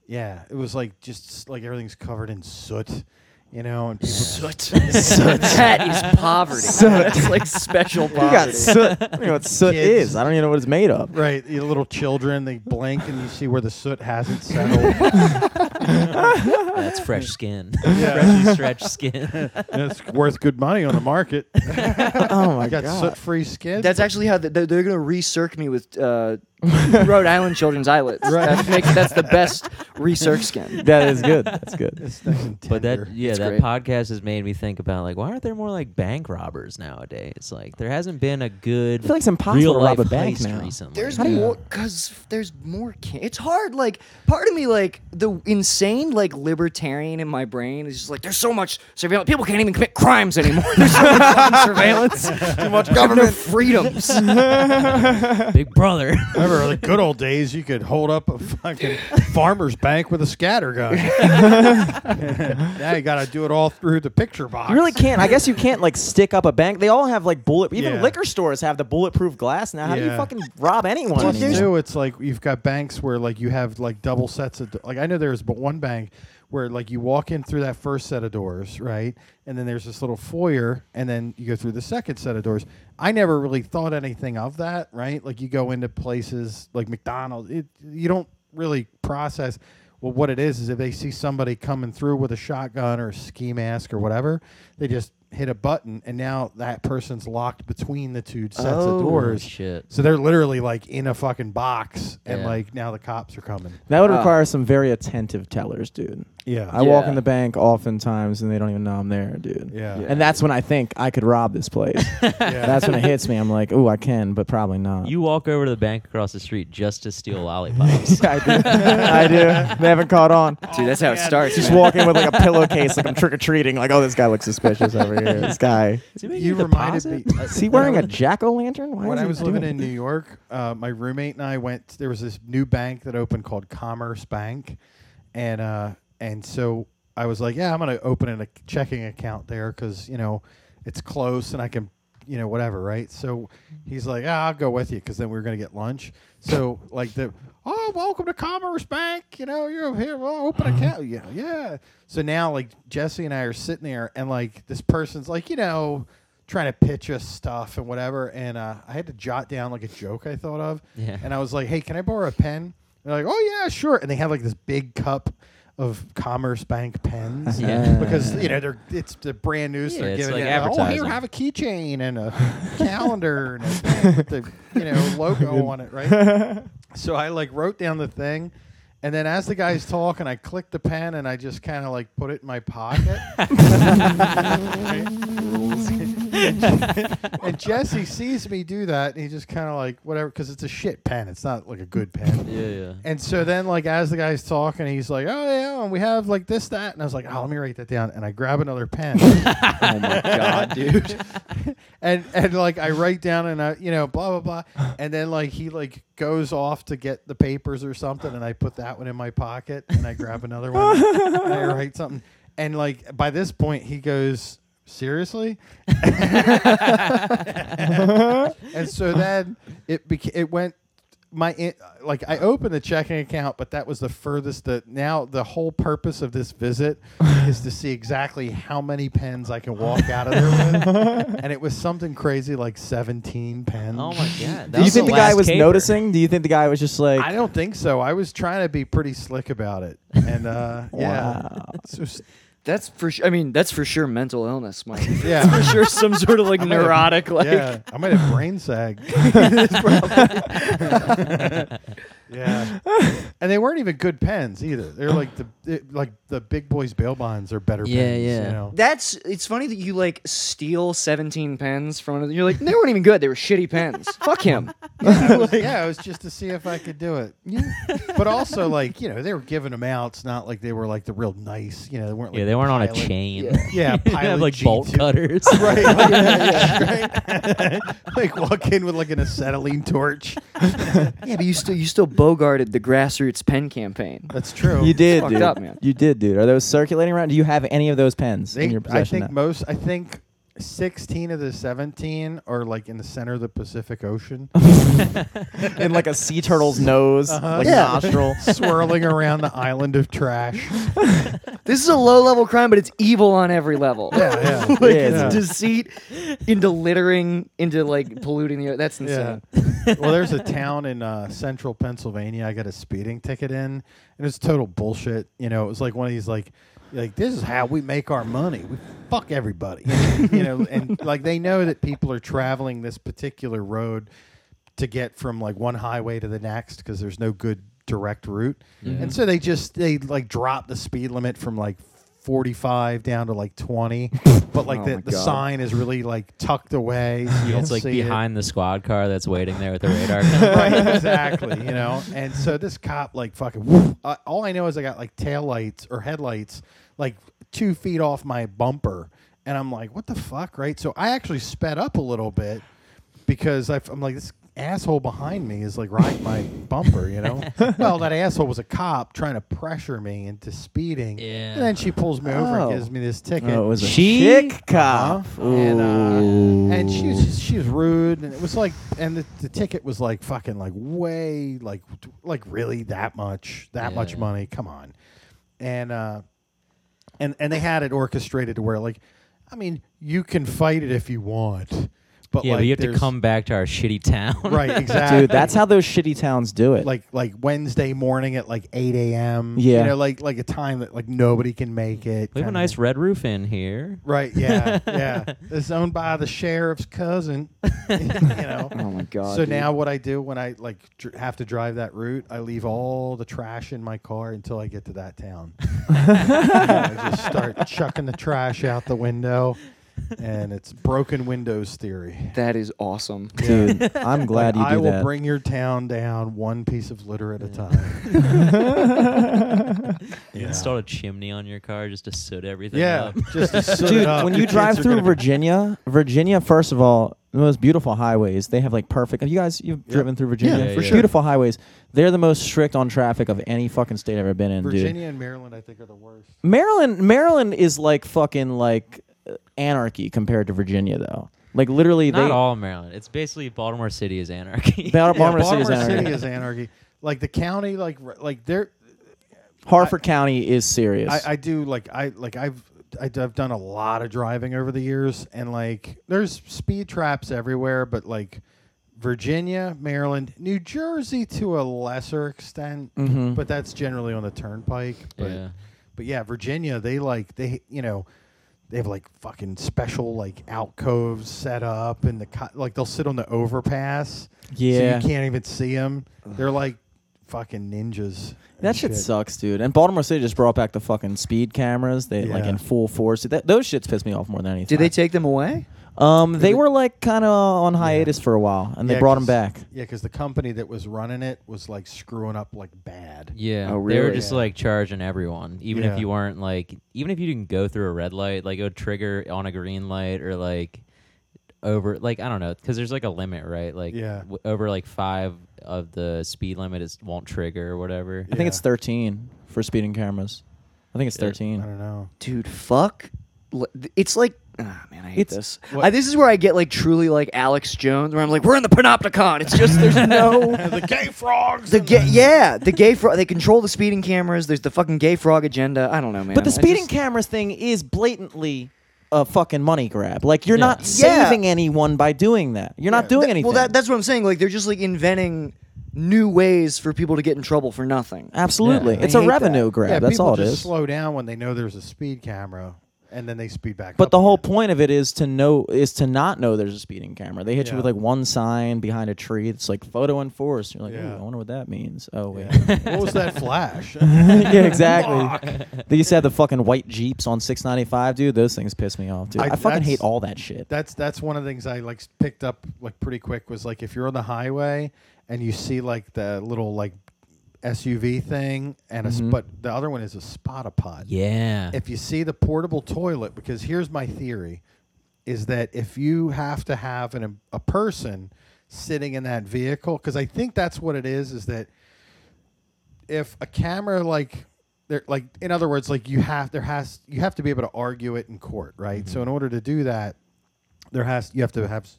Speaker 5: yeah, it was like, just like everything's covered in soot, you know? And
Speaker 3: [LAUGHS]
Speaker 5: people, [LAUGHS]
Speaker 3: That is poverty. It's like special
Speaker 4: [LAUGHS] You got
Speaker 3: poverty.
Speaker 4: soot. I don't know what soot
Speaker 5: Kids.
Speaker 4: is. I don't even know what it's made
Speaker 5: [LAUGHS]
Speaker 4: of.
Speaker 5: right. The little children, they blink and you see where the soot hasn't settled.
Speaker 3: [LAUGHS]
Speaker 4: [LAUGHS]
Speaker 2: That's fresh skin.
Speaker 5: [LAUGHS] Yeah.
Speaker 2: Freshly stretched
Speaker 5: [LAUGHS]
Speaker 2: skin.
Speaker 5: And it's worth good money on the market.
Speaker 4: Oh [LAUGHS] my
Speaker 5: I
Speaker 4: [LAUGHS]
Speaker 5: got
Speaker 4: god.
Speaker 5: soot free skin.
Speaker 3: That's actually how the, they're going to recirc me with
Speaker 4: [LAUGHS]
Speaker 3: uh, Rhode Island children's eyelids. That makes, that's the best recirc skin.
Speaker 4: That is
Speaker 5: [LAUGHS]
Speaker 4: good. That's good.
Speaker 5: It's nice and
Speaker 2: But that
Speaker 5: tender.
Speaker 2: yeah,
Speaker 3: That's
Speaker 2: that
Speaker 3: great.
Speaker 2: podcast has made me think about like why aren't there more like bank robbers nowadays? Like there hasn't been a good
Speaker 4: I feel like it's impossible
Speaker 2: real
Speaker 4: to
Speaker 2: life
Speaker 4: rob a bank
Speaker 2: heist
Speaker 4: now.
Speaker 2: recently.
Speaker 3: There's more because there's more. Can- it's hard. Like part of me, like the insane, like libertarian in my brain is just like there's so much surveillance. People can't even commit crimes anymore. There's so much fucking
Speaker 4: [LAUGHS]
Speaker 3: surveillance. Too much government freedoms.
Speaker 2: [LAUGHS] Big Brother. [LAUGHS]
Speaker 5: [LAUGHS] Remember the good old days? You could hold up a fucking farmer's bank with a scatter gun. [LAUGHS] now you got to do it all through the picture box.
Speaker 4: You really can't. I guess you can't like stick up a bank. They all have like bullet. Even
Speaker 5: Yeah.
Speaker 4: liquor stores have the bulletproof glass now. How do
Speaker 5: Yeah.
Speaker 4: you fucking rob anyone?
Speaker 5: Plus,
Speaker 4: anymore?
Speaker 5: too, it's like you've got banks where like you have like double sets of like I know there's but one bank where like you walk in through that first set of doors, right? And then there's this little foyer, and then you go through the second set of doors. I never really thought anything of that, right? Like you go into places like McDonald's, it, you don't really process. Well, what it is is if they see somebody coming through with a shotgun or a ski mask or whatever, they just hit a button, and now that person's locked between the two sets
Speaker 4: Oh,
Speaker 5: of doors.
Speaker 2: shit.
Speaker 5: So they're literally like in a fucking box, and
Speaker 2: Yeah.
Speaker 5: like now the cops are coming.
Speaker 4: That would require some very attentive tellers, dude.
Speaker 5: Ah. Yeah,
Speaker 4: I walk
Speaker 3: Yeah.
Speaker 4: in the bank oftentimes and they don't even know I'm there, dude.
Speaker 5: Yeah. Yeah.
Speaker 4: And that's when I think I could rob this
Speaker 5: [LAUGHS]
Speaker 4: place. That's when it hits me. I'm like, ooh, I can, but probably not.
Speaker 2: You walk over to the bank across the street just to steal lollipops.
Speaker 4: I do. [LAUGHS] I do. They haven't caught on.
Speaker 3: Dude, that's how it starts.
Speaker 4: Just walk in with like a pillowcase, like I'm trick or treating. Like, oh, this guy looks suspicious over here. This guy.
Speaker 2: Did we
Speaker 5: you
Speaker 2: get a
Speaker 5: reminded
Speaker 2: deposit?
Speaker 5: [LAUGHS] me.
Speaker 4: Is he wearing a jack o' lantern? Why
Speaker 5: when
Speaker 4: is
Speaker 5: I
Speaker 4: he
Speaker 5: was living
Speaker 4: doing
Speaker 5: in New York, uh, my roommate and I went. There was this new bank that opened called Commerce Bank, and uh, and so I was like, yeah, I'm gonna open an, a checking account there because you know it's close and I can, you know, whatever, right? So he's like, ah, I'll go with you because then we were gonna get lunch. So like the oh, welcome to Commerce Bank. You know, you're over here. Well, open account. Yeah, yeah. So now like Jesse and I are sitting there, and like this person's like, you know trying to pitch us stuff and whatever. And uh, I had to jot down like a joke I thought of.
Speaker 2: Yeah.
Speaker 5: And I was like, hey, can I borrow a pen? And they're like, oh, yeah, sure. And they had like this big cup of Commerce Bank
Speaker 2: [LAUGHS]
Speaker 5: pens.
Speaker 2: Yeah.
Speaker 5: Because, you know, they're it's the brand new. so
Speaker 2: Yeah,
Speaker 5: they're
Speaker 2: it's
Speaker 5: giving
Speaker 2: like
Speaker 5: it out. Oh,
Speaker 2: advertising.
Speaker 5: here, have a keychain and a calendar and a thing with the, you know, logo
Speaker 2: [LAUGHS]
Speaker 5: on it, right? So I like wrote down the thing. And then as the guy's talking, I clicked the pen and I just kind of like put it in my pocket. and Jesse sees me do that, and he just kind of like whatever, because it's a shit pen. It's not like a good pen.
Speaker 2: Yeah, yeah.
Speaker 5: And so then, like as the guy's talking, he's like, "Oh yeah, and we have like this, that," and I was like, "Oh, let me write that down." And I grab another pen,
Speaker 3: Oh my god, [LAUGHS] dude.
Speaker 5: [LAUGHS] and and like I write down, and I you know blah blah blah, and then like he like goes off to get the papers or something, and I put that one in my pocket, and I grab another one, and I write something, and like by this point, he goes, "Seriously?" [LAUGHS] and so then it beca- it went my in- like I opened the checking account, but that was the furthest that now the whole purpose of this
Speaker 4: [LAUGHS]
Speaker 5: visit is to see exactly how many pens I can walk out of there
Speaker 4: [LAUGHS]
Speaker 5: with. and it was something crazy like 17 pens.
Speaker 2: Oh my
Speaker 5: [LAUGHS]
Speaker 2: god!
Speaker 4: Do you think the, guy was noticing? Do you think the guy was just like,
Speaker 5: I don't think so. I was trying to be pretty slick about it. And uh
Speaker 4: [LAUGHS]
Speaker 5: yeah.
Speaker 4: Wow.
Speaker 5: So s-
Speaker 3: That's for sure. I mean, that's for sure mental illness, [LAUGHS] Mike.
Speaker 5: Yeah.
Speaker 3: That's for sure some sort [LAUGHS] of like
Speaker 5: might have-
Speaker 3: neurotic, like.
Speaker 5: yeah, I might have
Speaker 3: [LAUGHS]
Speaker 5: brain sag. [LAUGHS] yeah, and they weren't even good pens either. They're like the it- like the big boys bail bonds are better.
Speaker 1: Yeah,
Speaker 5: pens,
Speaker 1: yeah.
Speaker 5: You know? [LAUGHS]
Speaker 3: That's it's funny that you like steal 17 pens from another. You're like, they weren't even good. They were shitty [LAUGHS] pens. Fuck him.
Speaker 5: yeah, it was, yeah, it was just to see if I could do it. but also like you know they were giving them out. It's not like they were like the real nice. You know they weren't. Like
Speaker 2: Yeah, they weren't on a
Speaker 5: Pilot-
Speaker 2: chain.
Speaker 3: Yeah.
Speaker 5: Yeah,
Speaker 2: [LAUGHS] They have
Speaker 5: Pilot
Speaker 2: like bolt
Speaker 5: G2.
Speaker 2: cutters. [LAUGHS]
Speaker 5: [LAUGHS] Right, yeah, yeah, [LAUGHS] right. like walk in with like an acetylene torch.
Speaker 3: Yeah, but you still you still bogarted the grassroots pen campaign.
Speaker 5: That's true.
Speaker 4: you did,
Speaker 3: fucked
Speaker 4: dude.
Speaker 3: up, man.
Speaker 4: You did, dude. Are those circulating around? Do you have any of those pens
Speaker 5: They-
Speaker 4: in your
Speaker 5: I
Speaker 4: possession?
Speaker 5: think
Speaker 4: now?
Speaker 5: most. I think sixteen of the seventeen are like in the center of the
Speaker 4: [LAUGHS]
Speaker 5: Pacific Ocean,
Speaker 4: Uh-huh. in like a sea turtle's nose,
Speaker 5: Uh-huh.
Speaker 4: like
Speaker 3: Yeah.
Speaker 4: nostril.
Speaker 5: [LAUGHS] swirling around the island of trash.
Speaker 3: [LAUGHS] This is a low level crime, but it's evil on every level.
Speaker 5: Yeah, yeah.
Speaker 3: [LAUGHS] like it's
Speaker 4: Yeah.
Speaker 3: deceit into littering into like polluting the. That's
Speaker 5: Yeah.
Speaker 3: insane.
Speaker 5: [LAUGHS] well, there's a town in uh, central Pennsylvania. I got a speeding ticket in, and it was total bullshit. You know, it was like one of these like, like this is how we make our money. We fuck everybody. you know, and like they know that people are traveling this particular road to get from like one highway to the next because there's no good direct route, and so they just they like drop the speed limit from like. 45 down to like 20 but like
Speaker 3: Oh
Speaker 5: the,
Speaker 3: my
Speaker 5: the
Speaker 3: God.
Speaker 5: sign is really like tucked away so you
Speaker 2: It's
Speaker 5: don't
Speaker 2: like
Speaker 5: see it
Speaker 2: behind the squad car that's waiting there with the
Speaker 5: [LAUGHS]
Speaker 2: radar. gun.
Speaker 5: right, exactly. You know, and so this cop like fucking. Woof, uh, all I know is I got like taillights or headlights like two feet off my bumper, and I'm like, what the fuck, right? So I actually sped up a little bit because I, am like this. Asshole behind me is like riding my bumper, you know. well, that asshole was a cop trying to pressure me into speeding.
Speaker 1: Yeah.
Speaker 5: And then she pulls me over
Speaker 4: Oh.
Speaker 5: and gives me this ticket.
Speaker 4: Oh, it was a
Speaker 2: She-
Speaker 4: chick cop.
Speaker 5: Uh-huh. And, uh, and she was
Speaker 4: Ooh.
Speaker 5: just, she was rude, and it was like, and the, the ticket was like fucking like way like t- like really that much that much
Speaker 1: Yeah.
Speaker 5: money. Come on, and uh, and and they had it orchestrated to where like, I mean, you can fight it if you want, but
Speaker 2: yeah,
Speaker 5: like,
Speaker 2: but you have to
Speaker 5: there's-
Speaker 2: come back to our shitty town.
Speaker 5: [LAUGHS]
Speaker 2: [LAUGHS]
Speaker 5: right exactly.
Speaker 4: Dude, that's how those shitty towns do it.
Speaker 5: like like Wednesday morning at like eight a.m.
Speaker 4: Yeah.
Speaker 5: you know, like like a time that like nobody can make it.
Speaker 2: We have a
Speaker 5: kinda.
Speaker 2: nice red roof in here. [LAUGHS]
Speaker 5: Right, [LAUGHS] yeah, yeah. It's owned by the sheriff's cousin. you know.
Speaker 2: [LAUGHS]
Speaker 3: Oh my god.
Speaker 5: so
Speaker 3: dude.
Speaker 5: now what I do when I like dr- have to drive that route, I leave all the trash in my car until I get to that [LAUGHS] town. I
Speaker 2: [LAUGHS]
Speaker 5: just start chucking the trash out the window, and it's broken windows theory.
Speaker 3: that is awesome.
Speaker 4: dude, I'm glad
Speaker 5: Like,
Speaker 4: you
Speaker 5: I
Speaker 4: do
Speaker 5: will
Speaker 4: that. [LAUGHS]
Speaker 5: bring your town down one piece of litter at a [LAUGHS] time.
Speaker 2: You
Speaker 5: Yeah.
Speaker 2: installed a chimney on your car just to soot everything
Speaker 5: Yeah,
Speaker 2: up.
Speaker 5: just to soot
Speaker 4: [LAUGHS]
Speaker 5: it
Speaker 4: Dude,
Speaker 5: up.
Speaker 4: when
Speaker 5: Your
Speaker 4: you
Speaker 5: kids
Speaker 4: drive
Speaker 5: are
Speaker 4: through
Speaker 5: gonna be-
Speaker 4: Virginia, Virginia, first of all, the most beautiful highways. They have like perfect. Have you guys you've driven through Virginia?
Speaker 2: Yeah, for sure.
Speaker 4: Beautiful highways. They're the most strict on traffic of any fucking state I've ever been in, dude.
Speaker 5: Virginia and Maryland, I think, are the worst.
Speaker 4: Maryland, Maryland is like fucking like uh, anarchy compared to Virginia, though. Like
Speaker 2: [LAUGHS]
Speaker 4: literally,
Speaker 2: Not
Speaker 4: they
Speaker 2: all Maryland. It's basically Baltimore City is anarchy.
Speaker 4: Bar-
Speaker 5: Yeah,
Speaker 2: [LAUGHS]
Speaker 4: Baltimore City is anarchy.
Speaker 5: City is anarchy. Like the county, like r- like there,
Speaker 4: Harford County is serious.
Speaker 5: I, I do like I like I've I d- I've done a lot of driving over the years, and like there's speed traps everywhere, but like Virginia, Maryland, New Jersey to a lesser extent,
Speaker 4: Mhm.
Speaker 5: but that's generally on the turnpike. But
Speaker 2: Yeah.
Speaker 5: but yeah, Virginia, they like they you know. They have like fucking special like alcoves set up, and the co- like they'll sit on the overpass,
Speaker 4: Yeah.
Speaker 5: so you can't even see them. They're like fucking ninjas. and
Speaker 4: That shit, sucks, dude. And Baltimore City just brought back the fucking speed cameras. They like
Speaker 5: Yeah.
Speaker 4: in full force. That, those shits piss me off more than anything.
Speaker 3: Did they take them away?
Speaker 4: um, they were like kind of on hiatus for a while, and they
Speaker 5: Yeah,
Speaker 4: brought them
Speaker 5: 'cause-
Speaker 4: back.
Speaker 5: Yeah, because the company that was running it was like screwing up like bad.
Speaker 2: Yeah,
Speaker 3: Oh,
Speaker 2: they were
Speaker 3: really?
Speaker 2: just
Speaker 5: Yeah.
Speaker 2: like charging everyone, even
Speaker 5: Yeah.
Speaker 2: if you weren't like, even if you didn't go through a red light, like it would trigger on a green light or like over, like I don't know, because there's like a limit, right? Like
Speaker 5: Yeah.
Speaker 2: w- over like five of the speed limit, it won't trigger or whatever.
Speaker 4: I think it's
Speaker 5: Yeah.
Speaker 4: 13 for speeding cameras. I think it's
Speaker 2: Yeah, I
Speaker 4: 13.
Speaker 5: I don't know.
Speaker 3: Dude, fuck. L- It's like Ah, man, I hate
Speaker 4: It's-
Speaker 3: this.
Speaker 5: what-
Speaker 3: I, this is where I get like truly like Alex Jones, where I'm like, we're in the panopticon. It's just
Speaker 4: [LAUGHS]
Speaker 3: there's no
Speaker 5: [LAUGHS] the gay frogs.
Speaker 3: the gay, yeah, the gay frog. They control the speeding cameras. There's the fucking gay frog agenda. I don't know, man.
Speaker 4: But the
Speaker 3: I
Speaker 4: speeding
Speaker 3: just-
Speaker 4: cameras thing is blatantly a fucking money grab. Like you're not
Speaker 3: Yeah.
Speaker 4: saving anyone by doing that. You're not doing
Speaker 3: Th-
Speaker 4: anything.
Speaker 3: Well, that, that's what I'm saying. Like they're just like inventing new ways for people to get in trouble for nothing.
Speaker 4: absolutely.
Speaker 3: Yeah, I
Speaker 4: it's a
Speaker 3: hate that.
Speaker 4: revenue grab.
Speaker 5: yeah,
Speaker 4: that's
Speaker 5: people
Speaker 4: all it
Speaker 5: just
Speaker 4: is.
Speaker 5: Slow down when they know there's a speed camera, and then they speed back.
Speaker 4: But
Speaker 5: up
Speaker 4: the whole
Speaker 5: again.
Speaker 4: point of it is to know is to not know there's a speeding camera. They hit you
Speaker 5: Yeah.
Speaker 4: with like one sign behind a tree that's like photo enforced. You're like,
Speaker 5: Yeah.
Speaker 4: Ooh, I wonder what that means. Oh wait.
Speaker 3: [LAUGHS]
Speaker 5: Yeah. what
Speaker 4: [LAUGHS]
Speaker 5: was that flash?
Speaker 4: Yeah, exactly. they used to have the fucking white jeeps on 695, dude. Those things piss me off, dude.
Speaker 5: I-
Speaker 4: I, fucking
Speaker 5: that's-
Speaker 4: hate all that shit.
Speaker 5: that's that's one of the things I like s- picked up like pretty quick was like if you're on the highway and you see like the little like SUV thing and a
Speaker 3: Mm-hmm.
Speaker 5: s- but the other one is a spot a pot.
Speaker 2: Yeah.
Speaker 5: If you see the portable toilet, because here's my theory, is that if you have to have an, a person sitting in that vehicle, because I think that's what it is, is that if a camera like there like in other words like you have there has you have to be able to argue it in court right so in order to do that there has you have to have s-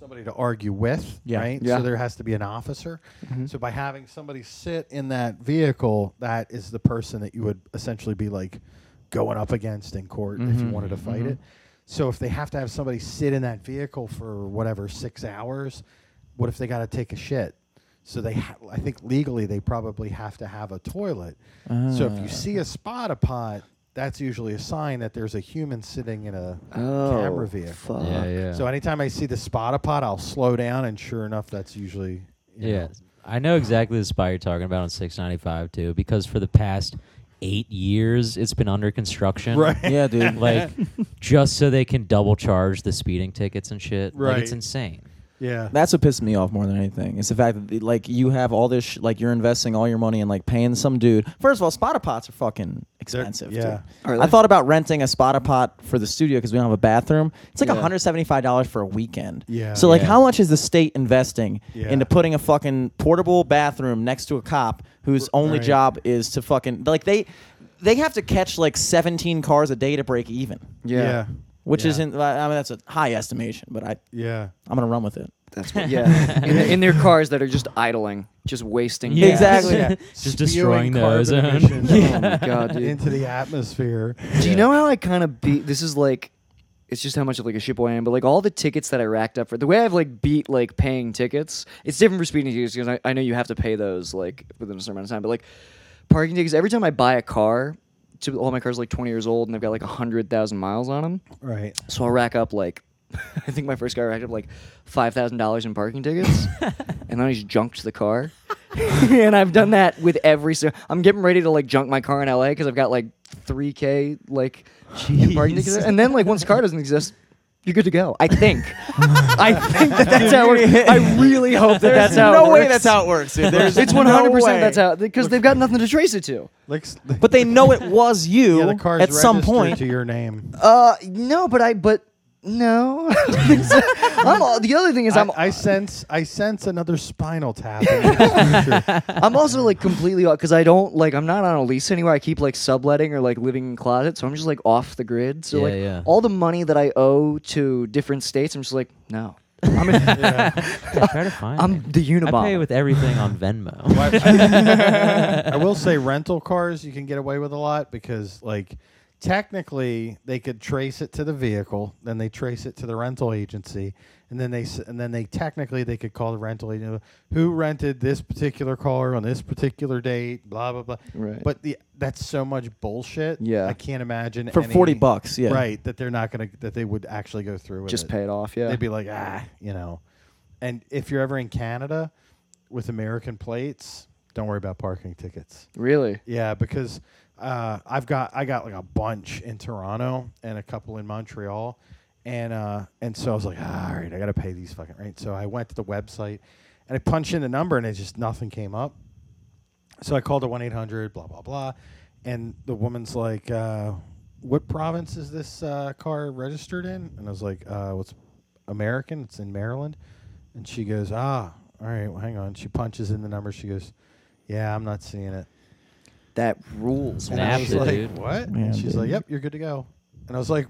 Speaker 5: somebody to argue with
Speaker 4: Yeah.
Speaker 5: right
Speaker 3: Yeah.
Speaker 5: so there has to be an officer so by having somebody sit in that vehicle that is the person that you would essentially be like going up against in court if you wanted to fight it so if they have to have somebody sit in that vehicle for whatever 6 hours what if they got to take a shit so they, ha- I think legally they probably have to have a toilet. so if you see a spot a pot, that's usually a sign that there's a human sitting in a
Speaker 3: Oh,
Speaker 5: camera vehicle.
Speaker 3: fuck.
Speaker 2: yeah, yeah.
Speaker 5: So anytime I see the spot a pot, I'll slow down, and sure enough, that's usually you
Speaker 2: Yeah.
Speaker 5: know.
Speaker 2: I know exactly the spot you're talking about on 695 too, because for the past eight years it's been under construction.
Speaker 5: [LAUGHS] Right.
Speaker 4: yeah, dude.
Speaker 2: Like [LAUGHS] just so they can double charge the speeding tickets and shit. Like it's
Speaker 5: Right.
Speaker 2: insane.
Speaker 5: Yeah.
Speaker 4: That's what pisses me off more than anything. It's the fact that the- like you have all this, sh- like you're investing all your money in like paying some dude. First of all, spotter pots are fucking expensive.
Speaker 5: yeah.
Speaker 4: dude.
Speaker 3: All right,
Speaker 4: I
Speaker 3: let's-
Speaker 4: thought about renting a spotter pot for the studio because we don't have a bathroom. It's like
Speaker 3: Yeah.
Speaker 4: 175 dollars for a weekend.
Speaker 5: Yeah.
Speaker 4: So like,
Speaker 2: Yeah.
Speaker 4: how much is the state investing
Speaker 5: Yeah.
Speaker 4: into putting a fucking portable bathroom next to a cop whose only
Speaker 5: right.
Speaker 4: job is to fucking like they they have to catch like 17 cars a day to break even,
Speaker 3: Yeah.
Speaker 4: which
Speaker 5: Yeah.
Speaker 4: isn't. I mean, that's a high estimation, but I
Speaker 5: Yeah.
Speaker 4: I'm gonna run with it.
Speaker 3: That's what, yeah. in, the, in their cars that are just idling, just wasting.
Speaker 2: Yeah.
Speaker 4: Exactly.
Speaker 3: [LAUGHS]
Speaker 5: Yeah.
Speaker 2: Just destroying
Speaker 5: Spewing
Speaker 2: the
Speaker 5: carbon
Speaker 2: [LAUGHS] ozone.
Speaker 5: emissions
Speaker 3: Yeah. Oh my God, dude.
Speaker 5: into the atmosphere.
Speaker 3: Do you know how I kind of beat? This is like, it's just how much of like a shitboy I am. But like all the tickets that I racked up for, the way I've like beat like paying tickets, it's different for speeding tickets because I, I know you have to pay those like within a certain amount of time. But like parking tickets, every time I buy a car, to all my cars are like twenty years old and they've got like hundred thousand miles on them.
Speaker 5: Right.
Speaker 3: So I'll rack up like, [LAUGHS] I think my first guy racked up like five thousand dollars in parking [LAUGHS] tickets, and then he's junked the car. [LAUGHS] and I've done that with every. So I'm getting ready to like junk my car in LA because I've got like three k like in parking tickets, and then like once the car doesn't exist. You're good to go. I [LAUGHS] think. I think that that's how it works. I really hope that that's how.
Speaker 4: no
Speaker 3: it
Speaker 4: way
Speaker 3: works.
Speaker 4: that's how it works. Dude. [LAUGHS] There's
Speaker 3: It's
Speaker 4: no
Speaker 3: 100
Speaker 4: way.
Speaker 3: percent that's how because they've got nothing to trace it to.
Speaker 5: [LAUGHS] Let's.
Speaker 4: But they know it [LAUGHS] was you
Speaker 5: yeah, the car's
Speaker 4: at some
Speaker 5: registered
Speaker 4: point.
Speaker 5: to your name.
Speaker 3: Uh, no, but I but no. [LAUGHS] I'm, the other thing is I'm
Speaker 5: I, I sense. I sense another spinal
Speaker 3: [LAUGHS]
Speaker 5: tap. in this picture.
Speaker 3: I'm also like completely off because I don't like I'm not on a lease anywhere. I keep like subletting or like living in closets, so I'm just like off the grid. So
Speaker 2: Yeah,
Speaker 3: like
Speaker 2: yeah.
Speaker 3: all the money that I owe to different states, I'm just like no. I'm,
Speaker 5: [LAUGHS]
Speaker 2: Yeah, try to find
Speaker 3: I'm
Speaker 2: it.
Speaker 3: the Unabomber.
Speaker 2: I pay with everything on
Speaker 5: [LAUGHS]
Speaker 2: Venmo. [LAUGHS]
Speaker 3: [LAUGHS]
Speaker 5: Well, I, I will say rental cars you can get away with a lot because like technically they could trace it to the vehicle, then they trace it to the rental agency, and then they s- and then they technically they could call the rental agency who rented this particular car on this particular date, blah blah blah.
Speaker 3: Right.
Speaker 5: But the that's so much bullshit.
Speaker 3: Yeah.
Speaker 5: I can't imagine
Speaker 4: For
Speaker 5: any-
Speaker 4: 40 bucks, yeah.
Speaker 5: Right, that they're not gonna that they would actually go through with
Speaker 3: just
Speaker 5: it
Speaker 3: pay it off. Yeah.
Speaker 5: they'd be like, ah, you know. And if you're ever in Canada with American plates, don't worry about parking tickets.
Speaker 3: really?
Speaker 5: Yeah, because uh, I've got I got like a bunch in Toronto and a couple in Montreal, and uh, and so I was like, ah, all right, I got to pay these fucking right. So I went to the website and I punched in the number and it just nothing came up. So I called the one eight hundred blah blah blah, and the woman's like, uh, "What province is this uh, car registered in?" And I was like, uh, "What's American? It's in Maryland." And she goes, "Ah, all right, well, hang on." She punches in the number. She goes, "Yeah, I'm not seeing it."
Speaker 3: That rules.
Speaker 5: And
Speaker 2: Snap
Speaker 5: I was
Speaker 2: it,
Speaker 5: like,
Speaker 2: dude.
Speaker 5: "What?"
Speaker 4: Yeah,
Speaker 5: and she's
Speaker 4: dude.
Speaker 5: like, [LAUGHS] "Yep, you're good to go." And I was like,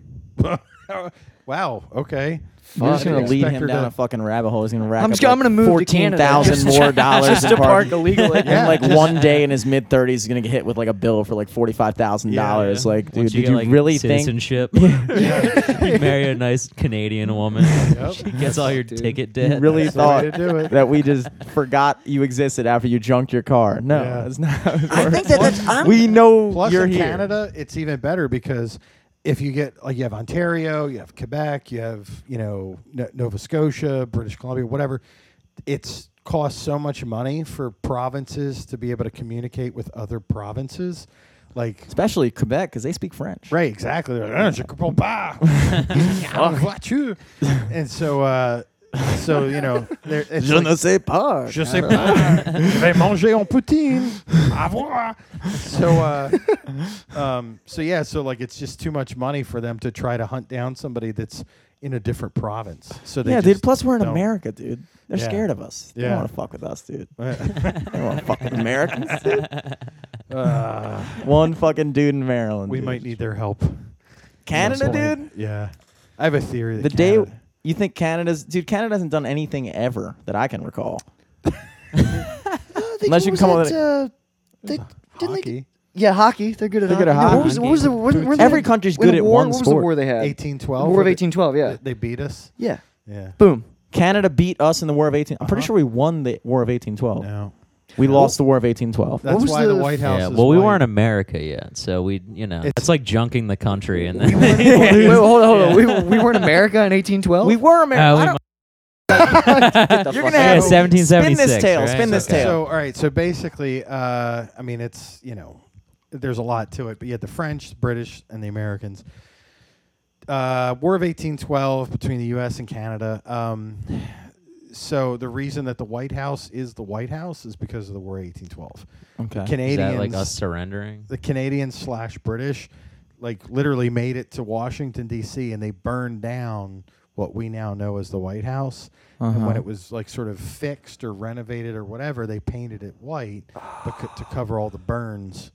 Speaker 5: wow. Okay.
Speaker 4: I'm just
Speaker 5: Fucking
Speaker 4: gonna lead
Speaker 5: expect
Speaker 4: him
Speaker 5: her
Speaker 4: down
Speaker 5: to-
Speaker 4: a
Speaker 5: [LAUGHS]
Speaker 4: fucking rabbit hole. He's gonna rack
Speaker 3: I'm
Speaker 4: up
Speaker 3: just- I'm
Speaker 4: like
Speaker 3: gonna move to
Speaker 4: fourteen
Speaker 3: Canada
Speaker 4: thousand
Speaker 3: just-
Speaker 4: more dollars
Speaker 3: just
Speaker 4: in
Speaker 3: to
Speaker 4: park.
Speaker 3: park illegally.
Speaker 4: And
Speaker 5: Yeah,
Speaker 4: like
Speaker 5: just-
Speaker 4: one day [LAUGHS] in his mid thirties, he's gonna get hit with like a bill for like forty five thousand dollars. Like, dude,
Speaker 2: Once
Speaker 4: did
Speaker 2: get,
Speaker 4: you
Speaker 2: like,
Speaker 4: [LAUGHS] really think?
Speaker 2: [LAUGHS] citizenship? you marry a nice Canadian woman. She gets all your ticket debt.
Speaker 4: You really
Speaker 5: That's the way
Speaker 4: thought
Speaker 5: to do it.
Speaker 4: that we just forgot you existed after you junked your car? No,
Speaker 5: Yeah.
Speaker 4: that's not. How it
Speaker 3: I think
Speaker 4: works.
Speaker 3: that that's. I'm,
Speaker 4: we know
Speaker 5: [LAUGHS] Plus,
Speaker 4: you're
Speaker 5: in
Speaker 4: here.
Speaker 5: Canada, it's even better because if you get like you have Ontario, you have Quebec, you have you know N- Nova Scotia, British Columbia, whatever. It's costs so much money for provinces to be able to communicate with other provinces, like.
Speaker 4: especially Quebec, because they speak French.
Speaker 5: Right, exactly. They're like, "Ah, je comprends [LAUGHS] pas." Ah, vois-tu? and so, uh, so you know, there- it's
Speaker 4: Je
Speaker 5: like-
Speaker 4: ne sais pas.
Speaker 5: Je sais pas. [LAUGHS] Je vais manger en poutine. À voir. So, uh, um, so yeah, so like it's just too much money for them to try to hunt down somebody that's in a different province. So they
Speaker 4: yeah, dude.
Speaker 5: just
Speaker 4: Plus, we're in
Speaker 5: don't.
Speaker 4: America, dude. They're
Speaker 5: Yeah.
Speaker 4: scared of us. They
Speaker 5: Yeah.
Speaker 4: don't want to fuck with
Speaker 3: [LAUGHS]
Speaker 4: us, dude. they want to fuck with Americans. Dude.
Speaker 5: [LAUGHS] Uh,
Speaker 4: [LAUGHS] One fucking dude in Maryland.
Speaker 5: we
Speaker 4: dude.
Speaker 5: might need their help.
Speaker 4: Canada,
Speaker 5: At this
Speaker 4: dude.
Speaker 5: point. Yeah, I have a theory. That
Speaker 4: The day
Speaker 5: Canada-
Speaker 4: you think Canada's dude, Canada hasn't done anything ever that I can recall. Unless you can come up with
Speaker 3: uh, they, didn't they,
Speaker 5: hockey,
Speaker 3: Yeah, hockey. They're good at
Speaker 4: They're
Speaker 3: hockey.
Speaker 4: good at
Speaker 3: No,
Speaker 4: hockey.
Speaker 3: What was, what was the, what,
Speaker 5: Boots-
Speaker 3: weren't they-
Speaker 4: Every country's
Speaker 3: in
Speaker 4: good
Speaker 3: the
Speaker 4: at
Speaker 3: war,
Speaker 4: one
Speaker 3: What was the
Speaker 4: sport.
Speaker 3: war they had?
Speaker 5: eighteen twelve.
Speaker 3: War of 1812, yeah.
Speaker 5: They beat us.
Speaker 3: Yeah.
Speaker 5: Yeah.
Speaker 3: Boom.
Speaker 4: Canada beat us in the War of 18. I'm pretty sure we won the War of 1812.
Speaker 5: Uh-huh. No.
Speaker 4: We lost the War of 1812.
Speaker 5: That's
Speaker 3: was
Speaker 5: why the,
Speaker 3: the-
Speaker 5: White House.
Speaker 2: Yeah,
Speaker 5: is
Speaker 2: well, we
Speaker 5: white.
Speaker 2: weren't America yet, so we, you know,
Speaker 5: It's-
Speaker 2: it's like junking the country and then
Speaker 3: Wait, wait, hold on, hold
Speaker 2: [LAUGHS]
Speaker 3: on. We, we were in America in 1812?
Speaker 4: We were
Speaker 2: Uh, we
Speaker 4: America. [LAUGHS]
Speaker 2: might-
Speaker 4: You're
Speaker 3: fuck
Speaker 4: gonna
Speaker 2: [LAUGHS]
Speaker 3: out.
Speaker 2: yeah,
Speaker 4: have
Speaker 3: so-
Speaker 2: seventeen seventy
Speaker 4: spin
Speaker 2: six.
Speaker 4: this tale. Spin this
Speaker 2: okay.
Speaker 4: tale.
Speaker 5: So, all right. So basically, uh, I mean, it's you know, there's a lot to it, but you had the French, the British, and the Americans. Uh, War of 1812 between the U.S. and Canada. Um, so the reason that the White House is the White House is because of the War of 1812.
Speaker 4: okay.
Speaker 2: Is
Speaker 5: Canadians,
Speaker 2: that like us surrendering?
Speaker 5: the Canadians slash British, like literally made it to Washington D.C. and they burned down what we now know as the White House. And when it was like sort of fixed or renovated or whatever, they painted it white but co- to cover all the burns,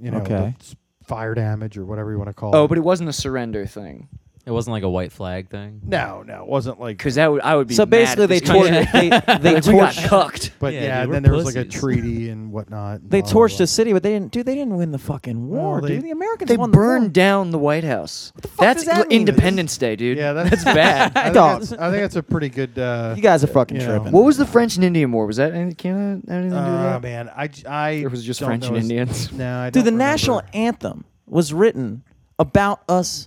Speaker 5: you know, the
Speaker 4: Okay.
Speaker 5: s- fire damage or whatever you want to call it.
Speaker 3: Oh, but it wasn't a surrender thing.
Speaker 2: It wasn't like a white flag thing.
Speaker 5: no, no, it wasn't like.
Speaker 3: Because that would, I would be
Speaker 4: So
Speaker 3: mad at
Speaker 4: basically, they
Speaker 3: this country.
Speaker 4: tortured. They, they
Speaker 3: Like, we got
Speaker 4: torched.
Speaker 3: cucked.
Speaker 5: But
Speaker 2: Yeah,
Speaker 5: yeah,
Speaker 2: dude, we're
Speaker 5: then there was like a
Speaker 2: pussies.
Speaker 5: treaty and whatnot. and
Speaker 4: They
Speaker 5: blah, blah,
Speaker 4: torched
Speaker 5: blah.
Speaker 4: a city, but they didn't. Dude, they didn't win the fucking war,
Speaker 5: Well, they-
Speaker 4: dude. The Americans
Speaker 3: They
Speaker 4: won the war.
Speaker 3: burned down the White House.
Speaker 4: fuck
Speaker 3: That's
Speaker 4: does that mean?
Speaker 3: Independence Day, dude. [LAUGHS]
Speaker 5: Yeah, [LAUGHS] that's,
Speaker 3: bad.
Speaker 5: I think
Speaker 4: Dog.
Speaker 5: that's, I think that's a pretty good. Uh,
Speaker 4: You guys are fucking
Speaker 5: You know.
Speaker 4: tripping.
Speaker 3: What was the French and Indian War? Was that any, Canada have anything to do with
Speaker 5: uh,
Speaker 3: that?
Speaker 5: man, I, j- I
Speaker 3: Or was it just
Speaker 5: don't
Speaker 3: French
Speaker 5: know
Speaker 3: and
Speaker 5: as-
Speaker 3: Indians?
Speaker 5: [LAUGHS] No, I
Speaker 4: Dude,
Speaker 5: don't
Speaker 4: the
Speaker 5: remember.
Speaker 4: national anthem was written about us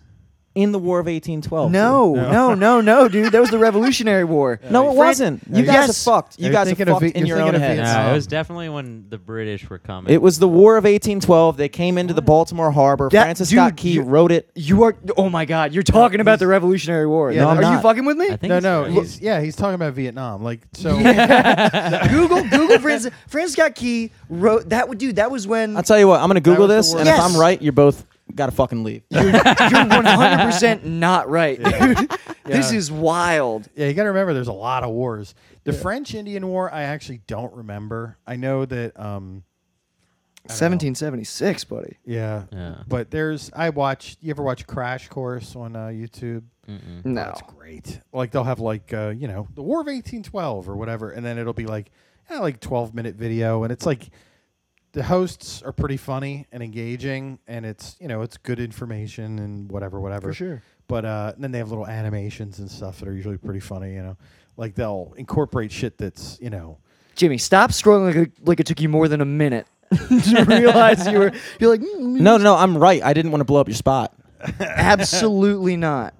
Speaker 4: in the War of 1812.
Speaker 3: No, no, no, no, dude. That was the Revolutionary War.
Speaker 4: dude. No, it
Speaker 3: Fran-
Speaker 4: wasn't. You
Speaker 3: Yes.
Speaker 4: guys are fucked. You
Speaker 5: You're
Speaker 4: guys are
Speaker 5: thinking of
Speaker 4: fucked
Speaker 5: Vi-
Speaker 4: in
Speaker 5: you're
Speaker 4: your own
Speaker 5: thinking of
Speaker 4: heads.
Speaker 5: Vietnam.
Speaker 2: Nah,
Speaker 5: Um,
Speaker 2: it was definitely when the British were coming.
Speaker 4: It was the War of 1812. They came into the Baltimore Harbor.
Speaker 3: That-
Speaker 4: Francis
Speaker 3: dude,
Speaker 4: Scott Key
Speaker 3: you-
Speaker 4: wrote it.
Speaker 3: You are. Oh my God. You're talking about the Revolutionary War.
Speaker 5: Yeah,
Speaker 4: No, I'm
Speaker 3: are
Speaker 4: not.
Speaker 3: you fucking with me?
Speaker 2: I think
Speaker 5: No,
Speaker 2: it's
Speaker 5: no,
Speaker 2: right.
Speaker 5: he's, yeah, he's talking about Vietnam. Like, so
Speaker 4: [LAUGHS]
Speaker 3: Google Google Francis Francis Scott Key wrote that. Would dude. That was when
Speaker 4: I'll tell you what. I'm gonna Google
Speaker 5: was the
Speaker 4: this,
Speaker 5: war.
Speaker 4: and if
Speaker 3: Yes.
Speaker 4: I'm right, you're both gotta fucking leave.
Speaker 3: [LAUGHS] you're 100 percent not right, dude. This is wild.
Speaker 5: yeah, you got to remember there's a lot of wars. The French Indian War, I actually don't remember. I know that, um,
Speaker 3: 1776, buddy.
Speaker 5: yeah,
Speaker 2: Yeah.
Speaker 5: but there's, I watch, you ever watch Crash Course on uh, YouTube?
Speaker 3: No.
Speaker 5: Mm.
Speaker 2: Oh.
Speaker 5: That's great. Like, they'll have, like, uh, you know, the War of 1812 or whatever, and then it'll be like, yeah, like 12 minute video, and it's like, the hosts are pretty funny and engaging, and it's you know it's good information and whatever, whatever. For
Speaker 3: sure.
Speaker 5: But uh, and then they have little animations and stuff that are usually pretty funny. You know, like they'll incorporate shit that's you know
Speaker 3: Jimmy, stop scrolling like, like it took you more than a minute [LAUGHS]
Speaker 4: [LAUGHS]
Speaker 3: to realize you were. You're like, mm,
Speaker 4: No, no, I'm right. I didn't want to blow up your spot.
Speaker 3: absolutely not.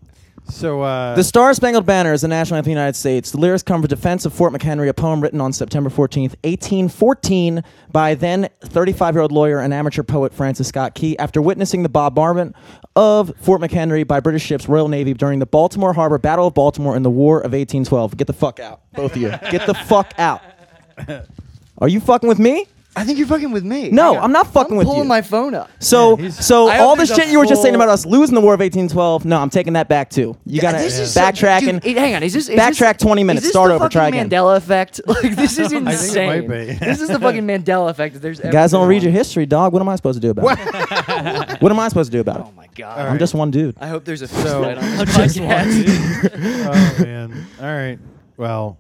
Speaker 5: So uh,
Speaker 2: [LAUGHS]
Speaker 4: The Star Spangled Banner is the national anthem of the United States. The lyrics come from Defense of Fort McHenry, a poem written on September 14th, 1814, by then 35 year old lawyer and amateur poet Francis Scott Key after witnessing the bombardment of Fort McHenry by British ships, Royal Navy, during the Baltimore Harbor Battle of Baltimore in the War of 1812. Get the fuck out, both of you. [LAUGHS] Get the fuck out. Are you fucking with me?
Speaker 3: I think you're fucking with me.
Speaker 4: No,
Speaker 3: Hang on.
Speaker 4: I'm not fucking
Speaker 3: I'm
Speaker 4: with
Speaker 3: Pulling
Speaker 4: you.
Speaker 3: my phone up.
Speaker 4: So,
Speaker 5: Yeah, he's-
Speaker 4: so
Speaker 3: I
Speaker 4: all
Speaker 3: hope
Speaker 4: the
Speaker 3: there's a
Speaker 4: shit you were just saying
Speaker 3: full-
Speaker 4: about us losing the War of 1812. No, I'm taking that back too. You gotta
Speaker 3: This is so-
Speaker 4: backtrack and
Speaker 3: dude, hang on, is this is
Speaker 4: backtrack
Speaker 3: this,
Speaker 4: 20
Speaker 3: is
Speaker 4: minutes,
Speaker 3: this
Speaker 4: start
Speaker 3: the
Speaker 4: over, try
Speaker 3: fucking
Speaker 4: again.
Speaker 3: Mandela effect. [LAUGHS] Like this
Speaker 5: [LAUGHS]
Speaker 3: is insane.
Speaker 5: think it might be.
Speaker 3: this is the
Speaker 5: [LAUGHS]
Speaker 3: fucking Mandela effect. that There's
Speaker 4: You guys
Speaker 3: ever
Speaker 4: don't
Speaker 3: been
Speaker 4: read your
Speaker 3: on.
Speaker 4: [LAUGHS] history, dog. What am I supposed to do about it? what am I supposed to do about it?
Speaker 3: Oh my god.
Speaker 4: I'm just one dude.
Speaker 3: I hope there's a fist
Speaker 5: So-
Speaker 3: fight on [LAUGHS] this
Speaker 1: Just
Speaker 3: podcast.
Speaker 5: oh man. All right. Well,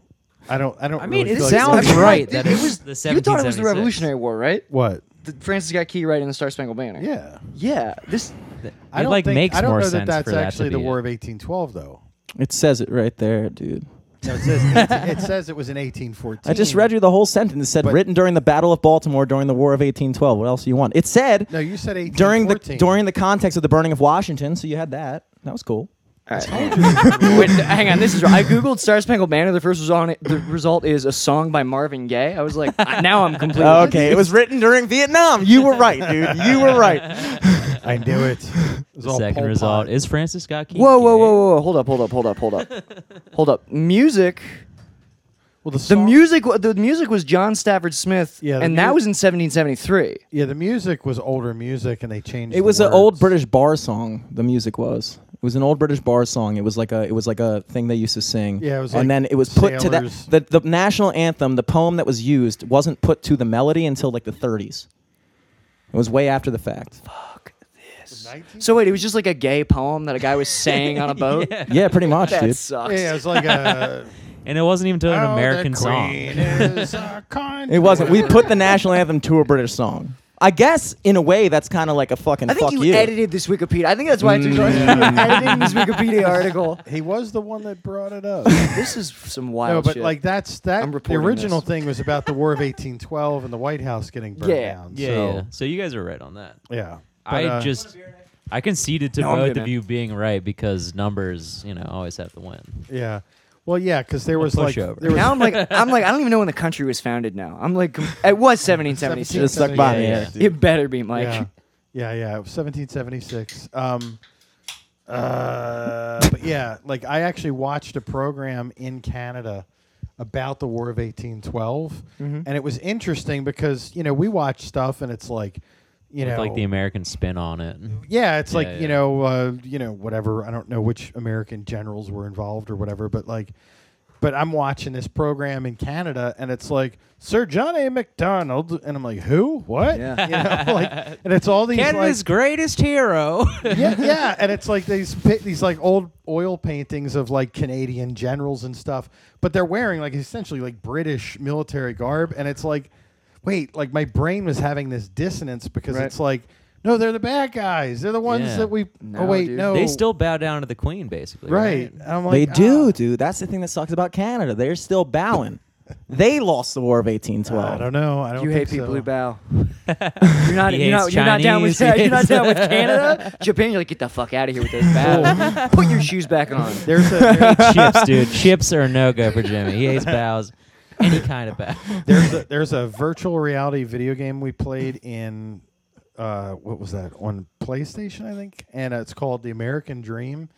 Speaker 5: I don't. I don't.
Speaker 2: I mean,
Speaker 5: really
Speaker 2: it
Speaker 5: feel like
Speaker 2: sounds
Speaker 5: it's-
Speaker 2: right. That
Speaker 3: It
Speaker 2: it
Speaker 3: was-
Speaker 2: was the 1776.
Speaker 3: You thought it was the Revolutionary War, right?
Speaker 5: What?
Speaker 3: The, Francis got key right in the Star Spangled Banner.
Speaker 5: Yeah.
Speaker 3: Yeah. This
Speaker 5: I
Speaker 2: It,
Speaker 5: don't
Speaker 2: like,
Speaker 5: think,
Speaker 2: makes
Speaker 5: I don't
Speaker 2: more
Speaker 5: know that
Speaker 2: sense
Speaker 5: that's
Speaker 2: for that to
Speaker 5: actually the
Speaker 2: be
Speaker 5: War
Speaker 2: it.
Speaker 5: of 1812, though.
Speaker 4: It says it right there, dude.
Speaker 5: No, it says it says it was in 1814.
Speaker 4: I just read you the whole sentence. It said
Speaker 5: But-
Speaker 4: written during the Battle of Baltimore during the War of 1812. What else do you want? It said
Speaker 5: No, you said 1814.
Speaker 4: during the during the context of the burning of Washington. So you had that. That was cool.
Speaker 3: [LAUGHS] Wait, th- hang on, this is I googled Star Spangled Banner. The first result, the result is a song by Marvin Gaye. I was like, I- now I'm [LAUGHS] completely
Speaker 4: Okay, it was written during Vietnam. You were right, dude. You were right.
Speaker 5: I knew it. It was all
Speaker 2: Second
Speaker 5: Pol
Speaker 2: result
Speaker 5: Pot.
Speaker 2: is Francis Scott Key.
Speaker 3: Whoa, whoa, whoa, whoa, whoa! Hold up, hold up, hold up, hold up, hold up. Music.
Speaker 5: well, the,
Speaker 3: The
Speaker 5: song-
Speaker 3: music. wa- The music was John Stafford Smith,
Speaker 5: Yeah, the
Speaker 3: and
Speaker 5: mu-
Speaker 3: that was in 1773.
Speaker 5: Yeah, the music was older music, and they changed.
Speaker 4: It
Speaker 5: the
Speaker 4: was an old
Speaker 5: words.
Speaker 4: British bar song. The music was. It was an old British bar song. It was like a. It was like a thing they used to sing.
Speaker 5: Yeah, it was
Speaker 4: and
Speaker 5: like
Speaker 4: then it was put to
Speaker 5: sailors.
Speaker 4: that. The, the national anthem, the poem that was used, wasn't put to the melody until like the 30s. It was way after the fact.
Speaker 3: So wait, it was just like a gay poem that a [LAUGHS] guy was saying on a boat.
Speaker 4: Yeah, pretty much,
Speaker 3: That
Speaker 4: dude.
Speaker 3: sucks.
Speaker 5: Yeah, it was
Speaker 2: [LAUGHS]
Speaker 5: like a
Speaker 2: And it wasn't even to an
Speaker 5: Oh, the
Speaker 2: American song. [LAUGHS]
Speaker 5: Queen is our
Speaker 4: [LAUGHS]
Speaker 5: country.
Speaker 4: It wasn't. We
Speaker 5: [LAUGHS]
Speaker 4: put the national anthem to a British song. I guess in a way that's kind of like a fucking
Speaker 3: I think
Speaker 4: fuck
Speaker 3: you,
Speaker 4: you.
Speaker 3: edited this Wikipedia. I think that's why I
Speaker 5: Mm,
Speaker 3: took so much time [LAUGHS]
Speaker 5: [LAUGHS]
Speaker 3: editing this Wikipedia [LAUGHS] article.
Speaker 5: He was the one that brought it [LAUGHS] up.
Speaker 3: This is some wild
Speaker 5: no, but
Speaker 3: shit.
Speaker 5: like that's that.
Speaker 3: I'm
Speaker 5: The
Speaker 3: reporting
Speaker 5: original
Speaker 3: this.
Speaker 5: thing was about the War of 1812 and the White House getting burned
Speaker 3: Yeah.
Speaker 5: down.
Speaker 2: Yeah,
Speaker 5: so,
Speaker 2: yeah. So you guys are right on that.
Speaker 5: yeah. But,
Speaker 2: I
Speaker 5: uh,
Speaker 2: just I conceded to
Speaker 3: No, I'm
Speaker 2: both
Speaker 3: good,
Speaker 2: of
Speaker 3: man.
Speaker 2: you being right because numbers, you know, always have to win.
Speaker 5: yeah. Well, yeah, because there was like
Speaker 2: pushover.
Speaker 5: there was
Speaker 3: now I'm
Speaker 5: [LAUGHS]
Speaker 3: like I'm like I don't even know when the country was founded. Now I'm like it was 1776.
Speaker 4: Just suck by me, Eric, dude.
Speaker 3: It better be Mike.
Speaker 5: yeah, yeah, yeah. 1776. Um, uh, but yeah, like I actually watched a program in Canada about the War of 1812,
Speaker 2: Mm-hmm.
Speaker 5: and it was interesting because you know we watch stuff and it's like, you
Speaker 2: With,
Speaker 5: know,
Speaker 2: like the American spin on it.
Speaker 5: yeah, it's like
Speaker 2: Yeah, yeah.
Speaker 5: you know, uh, you know, whatever. I don't know which American generals were involved or whatever, but like, but I'm watching this program in Canada, and it's like Sir John A. MacDonald, and I'm like, who? What?
Speaker 3: Yeah.
Speaker 5: You know, like, and it's all these
Speaker 2: Canada's
Speaker 5: like,
Speaker 2: greatest hero.
Speaker 3: [LAUGHS]
Speaker 5: yeah, yeah, and it's like these pi- these like old oil paintings of like Canadian generals and stuff, but they're wearing like essentially like British military garb, and it's like, wait, like my brain was having this dissonance because
Speaker 3: Right.
Speaker 5: it's like, no, they're the bad guys. They're the ones
Speaker 2: Yeah.
Speaker 5: that we.
Speaker 3: No,
Speaker 5: oh wait,
Speaker 3: dude.
Speaker 5: no,
Speaker 2: they still bow down to the queen, basically.
Speaker 5: right.
Speaker 2: Right.
Speaker 5: And I'm
Speaker 4: They
Speaker 5: like,
Speaker 4: do,
Speaker 3: uh,
Speaker 5: ah.
Speaker 4: dude. That's the thing that sucks about Canada. They're
Speaker 3: [LAUGHS]
Speaker 4: still bowing. they lost the War of
Speaker 5: I
Speaker 4: 1812.
Speaker 5: don't know. I don't.
Speaker 3: You hate
Speaker 5: think
Speaker 3: people
Speaker 5: so.
Speaker 3: who
Speaker 4: [LAUGHS]
Speaker 3: bow. You're not,
Speaker 2: He
Speaker 3: you're not,
Speaker 2: hates
Speaker 3: you're not down with
Speaker 2: Chinese, he
Speaker 3: you're not
Speaker 2: hates-
Speaker 3: down with
Speaker 4: [LAUGHS]
Speaker 3: Canada, Japan. You're like, get the fuck out of here with those
Speaker 4: [LAUGHS]
Speaker 3: bows. Put your shoes back
Speaker 5: [LAUGHS]
Speaker 3: on.
Speaker 5: There's a
Speaker 2: Chips,
Speaker 5: [LAUGHS]
Speaker 2: dude. Chips are no go for Jimmy. He hates bows. Any kind of bow.
Speaker 5: there's a, there's a virtual reality video game we played in uh, what was that on PlayStation I think, and it's called The American Dream,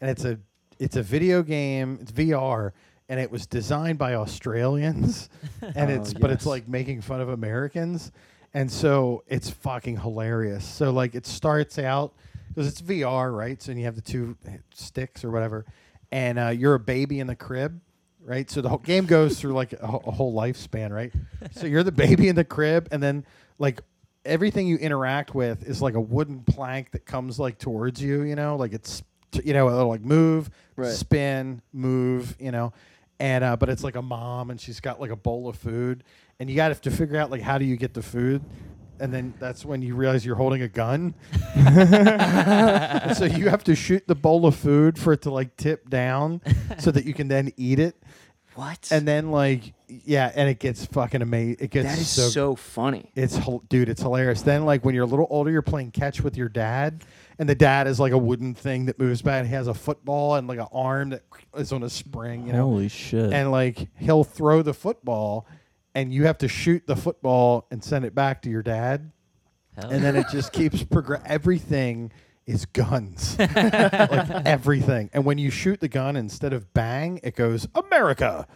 Speaker 5: and it's a it's a video game. It's VR, and it was designed by Australians, [LAUGHS] and it's but it's
Speaker 3: yes.
Speaker 5: like making fun of Americans, and so it's fucking hilarious. So like it starts out because it's VR, right? So you have the two sticks or whatever, and uh, you're a baby in the crib right? So the whole game goes through like a, wh- a whole lifespan, right? so you're the baby in the crib, and then like everything you interact with is like a wooden plank that comes like towards you, you know, like it's t- you know it'll like move,
Speaker 3: Right.
Speaker 5: spin, move, you know, and uh, but it's like a mom, and she's got like a bowl of food, and you got to have to figure out like how do you get the food. And then that's when you realize you're holding a gun. [LAUGHS] And so you have to shoot the bowl of food for it to like tip down so that you can then eat it
Speaker 3: What?
Speaker 5: and then like yeah and it gets fucking amazing it gets
Speaker 3: that is
Speaker 5: so,
Speaker 3: so, funny.
Speaker 5: it's hil- dude it's hilarious then like when you're a little older you're playing catch with your dad and the dad is like a wooden thing that moves back he has a football and like an arm that is on a spring you know
Speaker 4: Holy shit.
Speaker 5: and like he'll throw the football and you have to shoot the football and send it back to your dad
Speaker 2: Hell
Speaker 5: and then it just keeps progress. Everything is guns, like everything. And when you shoot the gun, instead of bang, it goes America.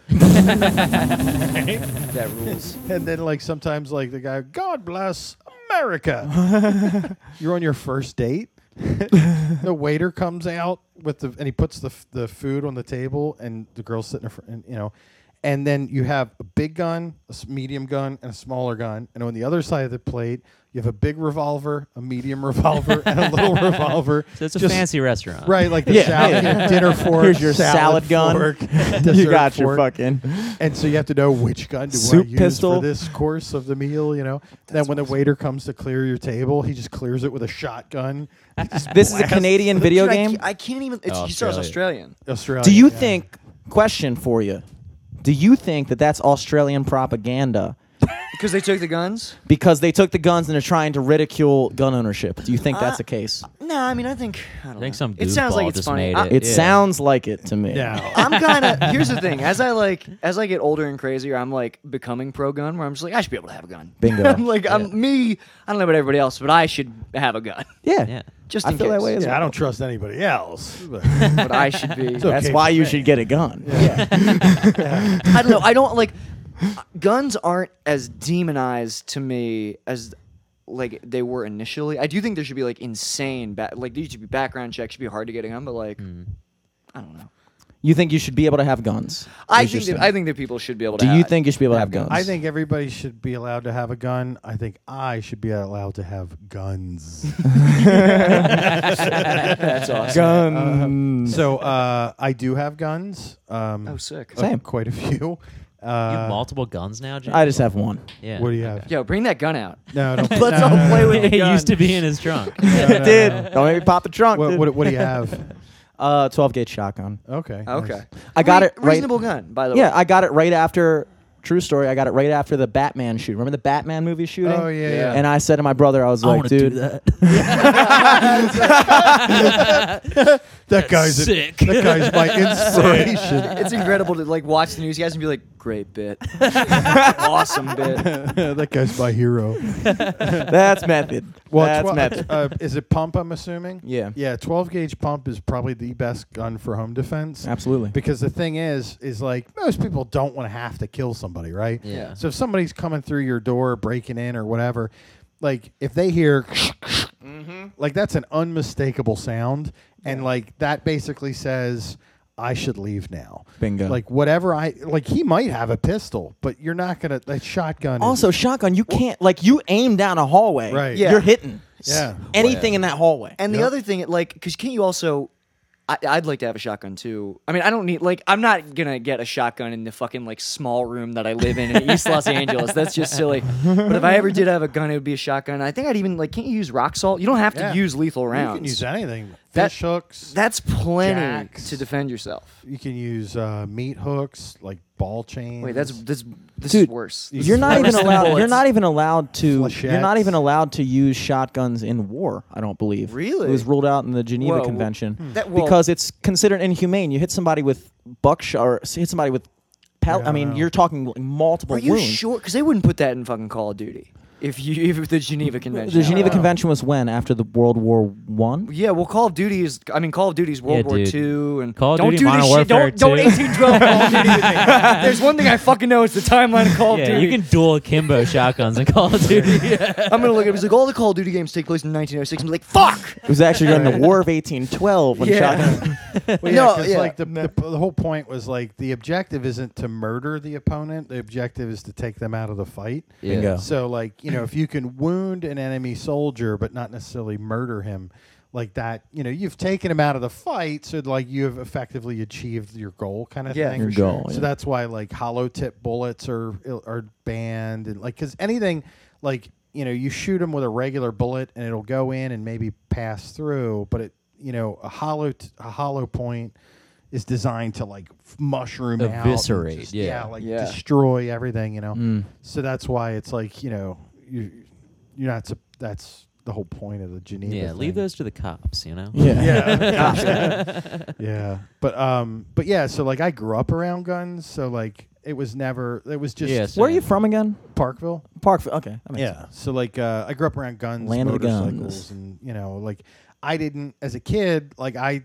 Speaker 3: That rules.
Speaker 5: And then like sometimes like the guy, God bless America.
Speaker 4: [LAUGHS]
Speaker 5: You're on your first date. the waiter comes out with the and he puts the f- the food on the table and the girl's sitting in front, and, you know, and then you have a big gun, a s- medium gun, and a smaller gun. And on the other side of the plate, you have a big revolver, a medium
Speaker 4: [LAUGHS]
Speaker 5: revolver, and a little revolver.
Speaker 2: So it's a
Speaker 5: Just-
Speaker 2: fancy restaurant.
Speaker 5: Right, like the
Speaker 4: Yeah.
Speaker 5: salad, your dinner
Speaker 4: [LAUGHS]
Speaker 5: fork.
Speaker 4: Here's your salad gun. [LAUGHS]
Speaker 5: fork,
Speaker 4: you
Speaker 5: dessert
Speaker 4: got your
Speaker 5: fork.
Speaker 4: fucking. [LAUGHS]
Speaker 5: And so you have to know which gun do
Speaker 4: Soup
Speaker 5: I use
Speaker 4: pistol.
Speaker 5: for this course of the meal, you know. then when the waiter comes to clear your table, he just clears it with a shotgun.
Speaker 4: [LAUGHS] This is a Canadian video
Speaker 3: Dude, I
Speaker 4: game.
Speaker 3: ca- I, can't even. It's,
Speaker 2: Oh,
Speaker 3: you said I was Australian.
Speaker 5: Australia.
Speaker 4: Do you
Speaker 5: yeah.
Speaker 4: think? Question for you. Do you think that that's Australian propaganda?
Speaker 3: Because they took the guns?
Speaker 4: Because they took the guns and they're trying to ridicule gun ownership. Do you think
Speaker 3: Uh,
Speaker 4: that's the case?
Speaker 3: No, I mean, I think. I don't
Speaker 2: I think
Speaker 3: know.
Speaker 2: some
Speaker 3: It sounds like
Speaker 2: goofball
Speaker 3: it's
Speaker 2: just
Speaker 3: funny.
Speaker 2: made
Speaker 3: I-
Speaker 2: it.
Speaker 4: It
Speaker 2: Yeah.
Speaker 4: sounds like it to me.
Speaker 5: No.
Speaker 4: [LAUGHS]
Speaker 3: I'm kind of. Here's the thing. As I like, as I get older and crazier, I'm like becoming pro gun. Where I'm just like, I should be able to have a gun.
Speaker 4: Bingo.
Speaker 3: [LAUGHS] I'm like, I'm me. I don't know about everybody else, but I should have a gun. [LAUGHS]
Speaker 4: Yeah.
Speaker 5: [LAUGHS]
Speaker 2: Yeah.
Speaker 3: Just
Speaker 4: I
Speaker 3: in
Speaker 4: feel that
Speaker 3: case.
Speaker 4: way as
Speaker 5: [LAUGHS] Yeah,
Speaker 4: well.
Speaker 5: I don't trust anybody
Speaker 4: [LAUGHS]
Speaker 5: else. but-
Speaker 3: [LAUGHS] But I should be.
Speaker 5: okay.
Speaker 4: That's why you should get a gun.
Speaker 3: I don't know. I don't like. Guns aren't as demonized to me as like they were initially. I do think there should be like insane, ba- like there should be background checks. Should be hard to get a gun, but like,
Speaker 2: Hmm.
Speaker 3: I don't know.
Speaker 4: You think you should be able to have guns?
Speaker 3: I
Speaker 4: Is your
Speaker 3: think that,
Speaker 4: saying.
Speaker 3: I think that people should be able to.
Speaker 4: Do you
Speaker 3: have-
Speaker 4: think you should be able to have guns?
Speaker 5: I [LAUGHS] think everybody should be allowed to have a gun. I think I should be allowed to have
Speaker 4: [LAUGHS]
Speaker 5: guns.
Speaker 3: that's awesome?
Speaker 4: guns.
Speaker 5: [LAUGHS] so uh, I do have guns. Um,
Speaker 3: Oh, sick.
Speaker 5: uh,
Speaker 4: Same.
Speaker 5: Quite a
Speaker 2: You
Speaker 5: few.
Speaker 2: have
Speaker 5: Uh,
Speaker 2: multiple guns now, Jim?
Speaker 4: I just have one.
Speaker 2: yeah.
Speaker 5: what do you have?
Speaker 3: Yo, bring that gun out.
Speaker 4: [LAUGHS]
Speaker 5: No, don't,
Speaker 3: Let's
Speaker 5: no,
Speaker 3: all
Speaker 5: no, no,
Speaker 3: play
Speaker 5: no,
Speaker 3: with
Speaker 2: it
Speaker 3: the gun.
Speaker 2: used to be in his trunk.
Speaker 5: no, no, no,
Speaker 4: Dude,
Speaker 5: no.
Speaker 4: don't make me pop the trunk.
Speaker 5: What,
Speaker 4: dude.
Speaker 5: what,
Speaker 4: [LAUGHS]
Speaker 5: what do you have?
Speaker 4: Uh, 12 gauge shotgun.
Speaker 5: Okay.
Speaker 3: Ah, Okay.
Speaker 5: nice.
Speaker 4: I got
Speaker 3: Re-
Speaker 4: it right-
Speaker 3: Reasonable gun, by the
Speaker 4: Yeah,
Speaker 3: way.
Speaker 4: I got it right after. True story. I got it right after the Batman shoot. Remember the Batman movie shooting?
Speaker 5: Oh yeah, yeah.
Speaker 4: And I said to my brother, I was
Speaker 2: I
Speaker 4: like,
Speaker 2: wanna do
Speaker 4: dude,
Speaker 5: [LAUGHS] that guy's
Speaker 2: sick.
Speaker 5: that guy's
Speaker 4: [LAUGHS]
Speaker 5: my
Speaker 3: [LAUGHS]
Speaker 5: inspiration.
Speaker 3: It's incredible to like watch the news guys and be like, great
Speaker 4: [LAUGHS]
Speaker 3: bit, awesome bit.
Speaker 5: [LAUGHS] that guy's
Speaker 4: [LAUGHS]
Speaker 5: my
Speaker 4: [LAUGHS]
Speaker 5: hero.
Speaker 4: that's method.
Speaker 5: [LAUGHS] Well,
Speaker 4: that's
Speaker 5: twe-
Speaker 4: method.
Speaker 5: uh, is it pump? I'm assuming.
Speaker 4: Yeah.
Speaker 5: Yeah. 12 gauge pump is probably the best gun for home defense.
Speaker 4: Absolutely.
Speaker 5: Because the thing is, is like most people don't want to have to kill somebody, right?
Speaker 2: Yeah.
Speaker 5: So if somebody's coming through your door, breaking in or whatever, like if they hear, like that's an unmistakable sound, and like that basically says. I should leave now.
Speaker 4: Bingo.
Speaker 5: Like whatever I like, he might have a pistol, but you're not gonna that shotgun. is-
Speaker 4: Also, shotgun, you can't like you aim down a hallway.
Speaker 5: Right.
Speaker 3: Yeah.
Speaker 4: You're hitting.
Speaker 5: Yeah.
Speaker 4: Anything in that hallway.
Speaker 3: And the
Speaker 5: Yep.
Speaker 3: other thing, it, like, because can't you also? I, I'd like to have a shotgun too. I mean, I don't need like I'm not gonna get a shotgun in the fucking like small room that I live in in East Los Angeles. That's just silly. But if I ever did have a gun, it would be a shotgun. I think I'd even like can't you use rock salt? You don't have to
Speaker 5: Yeah.
Speaker 3: use lethal
Speaker 5: you
Speaker 3: rounds.
Speaker 5: can use anything.
Speaker 3: That-
Speaker 5: Fish hooks.
Speaker 3: That's plenty
Speaker 5: Jacks.
Speaker 3: to defend yourself.
Speaker 5: You can use uh, meat hooks, like ball chains.
Speaker 3: Wait, that's this. This is
Speaker 4: Dude,
Speaker 3: worse. This
Speaker 4: You're
Speaker 3: is
Speaker 4: not
Speaker 3: worse
Speaker 4: even
Speaker 3: than
Speaker 4: allowed. You're
Speaker 3: bullets.
Speaker 4: not even allowed to. You're not
Speaker 5: Flechettes.
Speaker 4: even allowed to use shotguns in war. I don't believe.
Speaker 3: Really?
Speaker 4: it was ruled out in the Geneva
Speaker 3: Whoa, wh-
Speaker 4: Convention
Speaker 5: Hmm.
Speaker 2: Hmm.
Speaker 3: That- well-
Speaker 4: because it's considered inhumane. You hit somebody with buckshot or s- hit somebody with. Pal- I mean, you're talking like, multiple
Speaker 3: Are you
Speaker 4: wounds.
Speaker 3: sure? Because they wouldn't put that in fucking Call of Duty if you [LAUGHS] if the Geneva Convention.
Speaker 4: The Geneva
Speaker 3: Oh.
Speaker 4: Convention was when after the World War One.
Speaker 3: Yeah, well, Call of Duty is. I mean, Call of Duty's World
Speaker 2: Yeah,
Speaker 3: War
Speaker 2: dude.
Speaker 3: II and
Speaker 2: Call of
Speaker 3: don't
Speaker 2: Duty,
Speaker 3: do
Speaker 2: Modern
Speaker 3: this shit. Don't, don't
Speaker 2: Warfare 2.
Speaker 3: 1812 Call of Duty.
Speaker 2: [LAUGHS]
Speaker 3: with me. There's one thing I fucking know. It's the timeline of Call of
Speaker 2: Yeah,
Speaker 3: Duty.
Speaker 2: you can dual Kimbo shotguns in Call of Duty.
Speaker 3: I'm gonna look at it. It's like all the Call of Duty games take place in 1906. I'm like, fuck.
Speaker 4: It was actually
Speaker 3: [LAUGHS]
Speaker 4: during the War of 1812 when
Speaker 3: Yeah.
Speaker 5: [LAUGHS]
Speaker 4: shotguns.
Speaker 5: Well, yeah,
Speaker 3: No,
Speaker 5: 'cause,
Speaker 3: yeah.
Speaker 5: like the, the, the whole point was like the objective isn't to murder the opponent. The objective is to take them out of the fight.
Speaker 4: Bingo.
Speaker 5: So like you know, if you can wound an enemy soldier but not necessarily murder him, like that, you know, you've taken him out of the fight. So like you have effectively achieved your goal, kind of
Speaker 3: Yeah,
Speaker 5: thing.
Speaker 3: Your
Speaker 4: goal,
Speaker 5: So
Speaker 4: yeah.
Speaker 5: that's why like hollow tip bullets are are banned and like because anything like you know you shoot them with a regular bullet and it'll go in and maybe pass through, but it you know a hollow t- a hollow point is designed to like f- mushroom out and
Speaker 2: Eviscerate,
Speaker 5: just-
Speaker 2: yeah.
Speaker 5: like
Speaker 3: Yeah.
Speaker 5: destroy everything you know
Speaker 4: Mm.
Speaker 5: so that's why it's like you know you you're not sup- that's the whole point of the geneva
Speaker 2: Yeah,
Speaker 5: thing.
Speaker 2: leave those to the cops, you know?
Speaker 4: Yeah. [LAUGHS]
Speaker 5: [LAUGHS] yeah but um but yeah so like i grew up around guns so like it was never it was just
Speaker 2: Yes.
Speaker 4: Where are you from again?
Speaker 5: parkville
Speaker 4: Parkville. Okay. that makes sense.
Speaker 5: yeah so like uh, i grew up around guns
Speaker 4: Land of the
Speaker 5: motorcycles
Speaker 4: guns.
Speaker 5: and you know like i didn't as a kid like i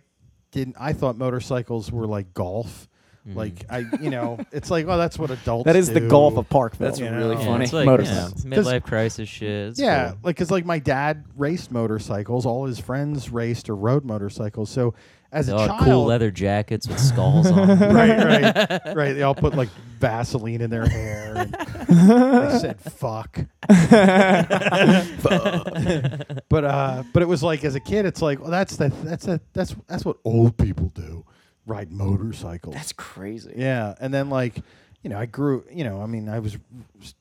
Speaker 5: didn't i thought motorcycles were like golf
Speaker 4: Mm.
Speaker 5: Like I, you know, it's like, oh, that's what adults.
Speaker 4: That is the
Speaker 5: do.
Speaker 4: Gulf of Parkville.
Speaker 3: That's
Speaker 5: You
Speaker 3: really
Speaker 5: know.
Speaker 2: Yeah,
Speaker 3: funny.
Speaker 2: It's like,
Speaker 4: Motorcycles.
Speaker 2: you know, midlife crisis shit. It's
Speaker 5: yeah,
Speaker 2: cool.
Speaker 5: like because like my dad raced motorcycles. All his friends raced or rode motorcycles. So as
Speaker 2: They
Speaker 5: a
Speaker 2: all had
Speaker 5: child,
Speaker 2: oh, cool leather [LAUGHS] jackets with skulls on. them.
Speaker 5: [LAUGHS] right, right, right. They all put like Vaseline in their hair. And
Speaker 2: [LAUGHS]
Speaker 5: they said "fuck." but uh, but it was like as a kid, it's like, well, that's the that's a that's that's what old people do, ride motorcycles.
Speaker 3: That's crazy.
Speaker 5: yeah, and then like. You know, I grew. You know, I mean, I was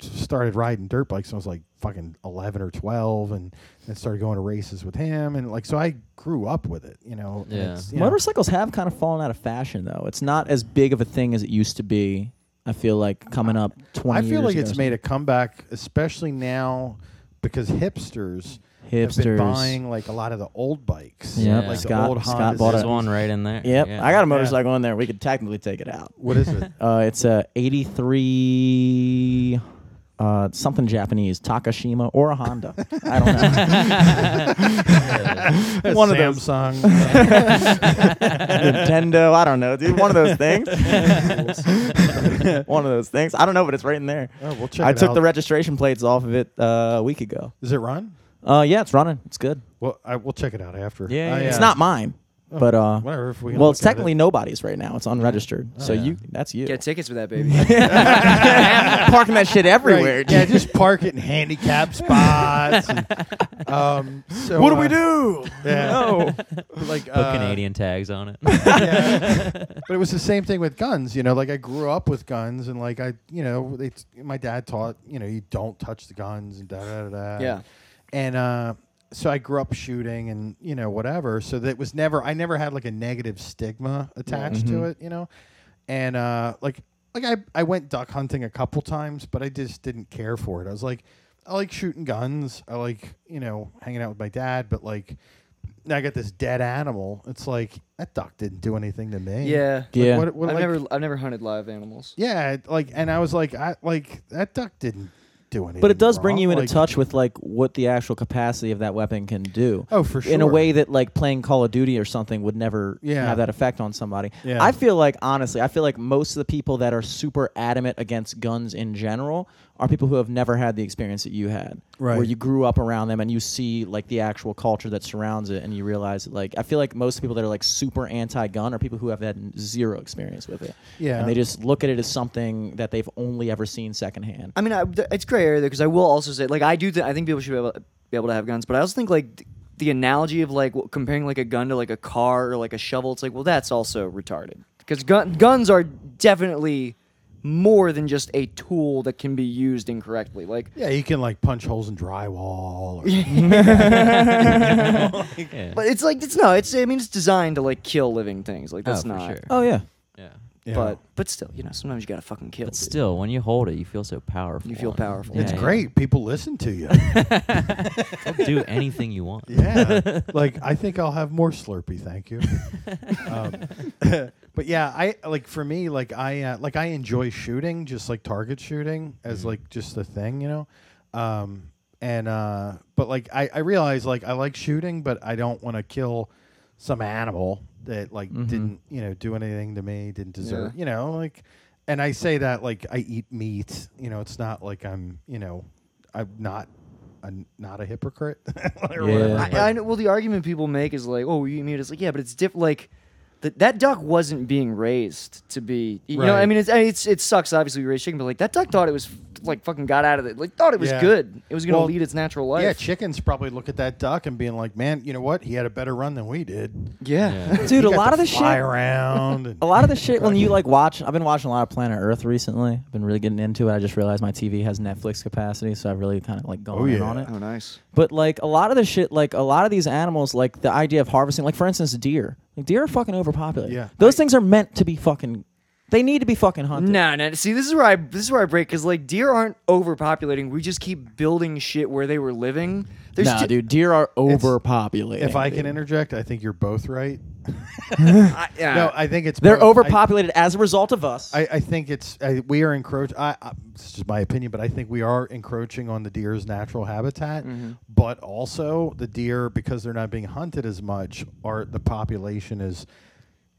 Speaker 5: started riding dirt bikes. When I was like fucking eleven or twelve, and then started going to races with him, and like so I grew up with it. You know, and
Speaker 2: Yeah.
Speaker 5: it's, you know-
Speaker 4: Motorcycles have kind of fallen out of fashion, though. It's not as big of a thing as it used to be. I feel like coming up twenty.
Speaker 5: I feel
Speaker 4: years
Speaker 5: like
Speaker 4: ago
Speaker 5: it's
Speaker 4: or
Speaker 5: made a comeback, especially now because hipsters, have
Speaker 4: Hipsters.
Speaker 5: been buying like a lot of the old bikes.
Speaker 4: Yep,
Speaker 5: like
Speaker 4: Scott-
Speaker 5: the old
Speaker 4: Scott
Speaker 5: Hondas.
Speaker 4: bought
Speaker 2: There's
Speaker 4: it.
Speaker 2: one right in there.
Speaker 4: something. Yep,
Speaker 2: Yeah.
Speaker 4: I got a motorcycle in there. We could technically take it out.
Speaker 5: What is
Speaker 4: [LAUGHS]
Speaker 5: it?
Speaker 4: Uh, it's a '83 uh, something Japanese Takashima or a Honda. I don't
Speaker 5: [LAUGHS]
Speaker 4: know. One of those. [LAUGHS]
Speaker 5: Samsung. [LAUGHS] uh,
Speaker 4: Nintendo. I don't know, dude. One of those things. [LAUGHS] one of those things. I don't know, but it's right in there.
Speaker 5: oh, we'll check
Speaker 4: I
Speaker 5: it
Speaker 4: took
Speaker 5: out.
Speaker 4: the registration plates off of it uh, a week ago.
Speaker 5: Does it run?
Speaker 4: Uh, yeah, it's running. It's good.
Speaker 5: Well, I, we'll check it out after.
Speaker 2: Yeah, yeah,
Speaker 5: I,
Speaker 2: yeah.
Speaker 4: It's
Speaker 5: uh,
Speaker 4: not
Speaker 5: [LAUGHS]
Speaker 4: mine, but uh,
Speaker 5: Whatever. If we can
Speaker 4: well,
Speaker 5: look
Speaker 4: it's
Speaker 5: at it. Oh,
Speaker 4: technically nobody's right now. It's unregistered, so
Speaker 5: Yeah.
Speaker 4: you that's you.
Speaker 3: Get tickets for that
Speaker 2: [LAUGHS]
Speaker 3: baby. [LAUGHS]
Speaker 4: Parking that shit
Speaker 5: Right,
Speaker 4: everywhere.
Speaker 5: Yeah, just park it
Speaker 4: [LAUGHS]
Speaker 5: in handicap spots. and, um, so,
Speaker 4: what do we
Speaker 5: uh,
Speaker 4: do?
Speaker 5: Yeah.
Speaker 4: No.
Speaker 5: Like
Speaker 2: Put
Speaker 5: uh,
Speaker 2: Canadian tags
Speaker 5: [LAUGHS]
Speaker 2: on it.
Speaker 5: yeah. but it was the same thing with guns. You know, like I grew up with guns, and like I, you know, they, my dad taught, you know, you don't touch the guns, and da da da da.
Speaker 3: Yeah.
Speaker 5: And uh, so I grew up shooting, and you know, whatever. So that was never, I never had like a negative stigma attached to it. You know, and uh, like, like I, I went duck hunting a couple times, but I just didn't care for it. I was like, I like shooting guns. I like, you know, hanging out with my dad, but like. Now I got this dead animal. It's like that duck didn't do anything to me.
Speaker 3: Yeah.
Speaker 5: Like,
Speaker 4: Yeah.
Speaker 5: What, what,
Speaker 3: I've
Speaker 5: like-
Speaker 3: never I've never hunted live animals.
Speaker 5: Yeah, it- like, and I was like, I like that duck didn't do anything.
Speaker 4: But it does bring
Speaker 5: wrong.
Speaker 4: you into
Speaker 5: Like,
Speaker 4: touch with like what the actual capacity of that weapon can do.
Speaker 5: Oh, for
Speaker 4: In a
Speaker 5: sure.
Speaker 4: way that like playing Call of Duty or something would never
Speaker 5: Yeah.
Speaker 4: have that effect on somebody.
Speaker 5: Yeah.
Speaker 4: I feel like honestly, I feel like most of the people that are super adamant against guns in general are people who have never had the experience that you had.
Speaker 5: Right.
Speaker 4: Where you grew up around them and you see like the actual culture that surrounds it and you realize that, like I feel like most people that are like super anti gun are people who have had zero experience with it.
Speaker 5: Yeah.
Speaker 4: And they just look at it as something that they've only ever seen secondhand.
Speaker 3: I mean, I, th- it's gray area there because I will also say, like, I do. Th- I think people should be able, be able to have guns, but I also think like th- the analogy of like w- comparing like a gun to like a car or like a shovel. It's like, well, that's also retarded because gun- guns are definitely more than just a tool that can be used incorrectly. Like,
Speaker 5: Yeah, you can like punch holes
Speaker 4: [LAUGHS]
Speaker 5: in drywall. Or, Oh
Speaker 2: yeah.
Speaker 3: but it's like it's no. It's I mean, it's designed to like kill living things. Like that's
Speaker 2: for
Speaker 3: not.
Speaker 2: sure.
Speaker 4: Oh yeah.
Speaker 2: yeah.
Speaker 5: you know.
Speaker 3: But but still, you know, sometimes you gotta fucking kill.
Speaker 2: But
Speaker 3: dude.
Speaker 2: still, when you hold it, you feel so powerful.
Speaker 3: You feel
Speaker 2: and-
Speaker 3: powerful.
Speaker 2: Yeah,
Speaker 5: it's
Speaker 2: yeah.
Speaker 5: great. People listen
Speaker 4: [LAUGHS]
Speaker 5: to you.
Speaker 2: You'll do anything you want.
Speaker 5: yeah, like I think I'll have more Slurpee. Thank you. um, [LAUGHS] but yeah, I like for me, like I uh, like I enjoy shooting, just like target shooting as like just the thing, you know. Um, and uh, but like I, I realize like I like shooting, but I don't want to kill some animal that like didn't you know do anything to me, didn't deserve
Speaker 3: Yeah.
Speaker 5: you know like. And I say that like I eat meat, you know. It's not like I'm you know I'm not. A, not a hypocrite [LAUGHS] or whatever.
Speaker 4: Yeah.
Speaker 5: but-
Speaker 3: I, I know, well, the argument people make is like, oh, you mean it's like, yeah, but it's different. Like, th- that duck wasn't being raised to be. You know, I
Speaker 5: Right.
Speaker 3: mean, it's, I- it's it sucks. Obviously, we raised chicken, but like that duck thought it was like fucking got out of it. Like thought it was
Speaker 5: Yeah.
Speaker 3: good. It was gonna
Speaker 5: Well,
Speaker 3: lead its natural life.
Speaker 5: Yeah, chickens probably look at that duck and being like, "Man, you know what? He had a better run than we did."
Speaker 3: yeah.
Speaker 2: Yeah.
Speaker 4: Dude,
Speaker 5: He
Speaker 4: a
Speaker 5: got
Speaker 4: lot
Speaker 5: to
Speaker 4: of the
Speaker 5: fly
Speaker 4: shit
Speaker 5: around. And
Speaker 4: [LAUGHS] a lot
Speaker 5: [LAUGHS]
Speaker 4: of the shit when you like watch i've been watching a lot of planet earth recently i've been really getting into it i just realized my tv has netflix capacity so i've really kind of like gone
Speaker 5: Oh,
Speaker 4: in
Speaker 5: yeah.
Speaker 4: on it
Speaker 3: [LAUGHS] Oh, nice.
Speaker 4: but like a lot of the shit like a lot of these animals like the idea of harvesting like for instance deer like deer are fucking overpopulated
Speaker 5: Yeah.
Speaker 4: those things are meant to be fucking they need to be fucking hunted
Speaker 3: No, no. See, this is where I this is where I break because like deer aren't overpopulating. We just keep building shit where they were living. There's
Speaker 4: Nah,
Speaker 3: ju-
Speaker 4: dude deer are overpopulated
Speaker 5: if I can interject, I think you're both right.
Speaker 3: I, yeah.
Speaker 5: No, I think it's
Speaker 4: they're
Speaker 5: both. I-
Speaker 4: overpopulated as a result of us
Speaker 5: I, I think it's I, we are encroach. I, I this is my opinion, but I think we are encroaching on the deer's natural habitat. But also, the deer because they're not being hunted as much, are the population is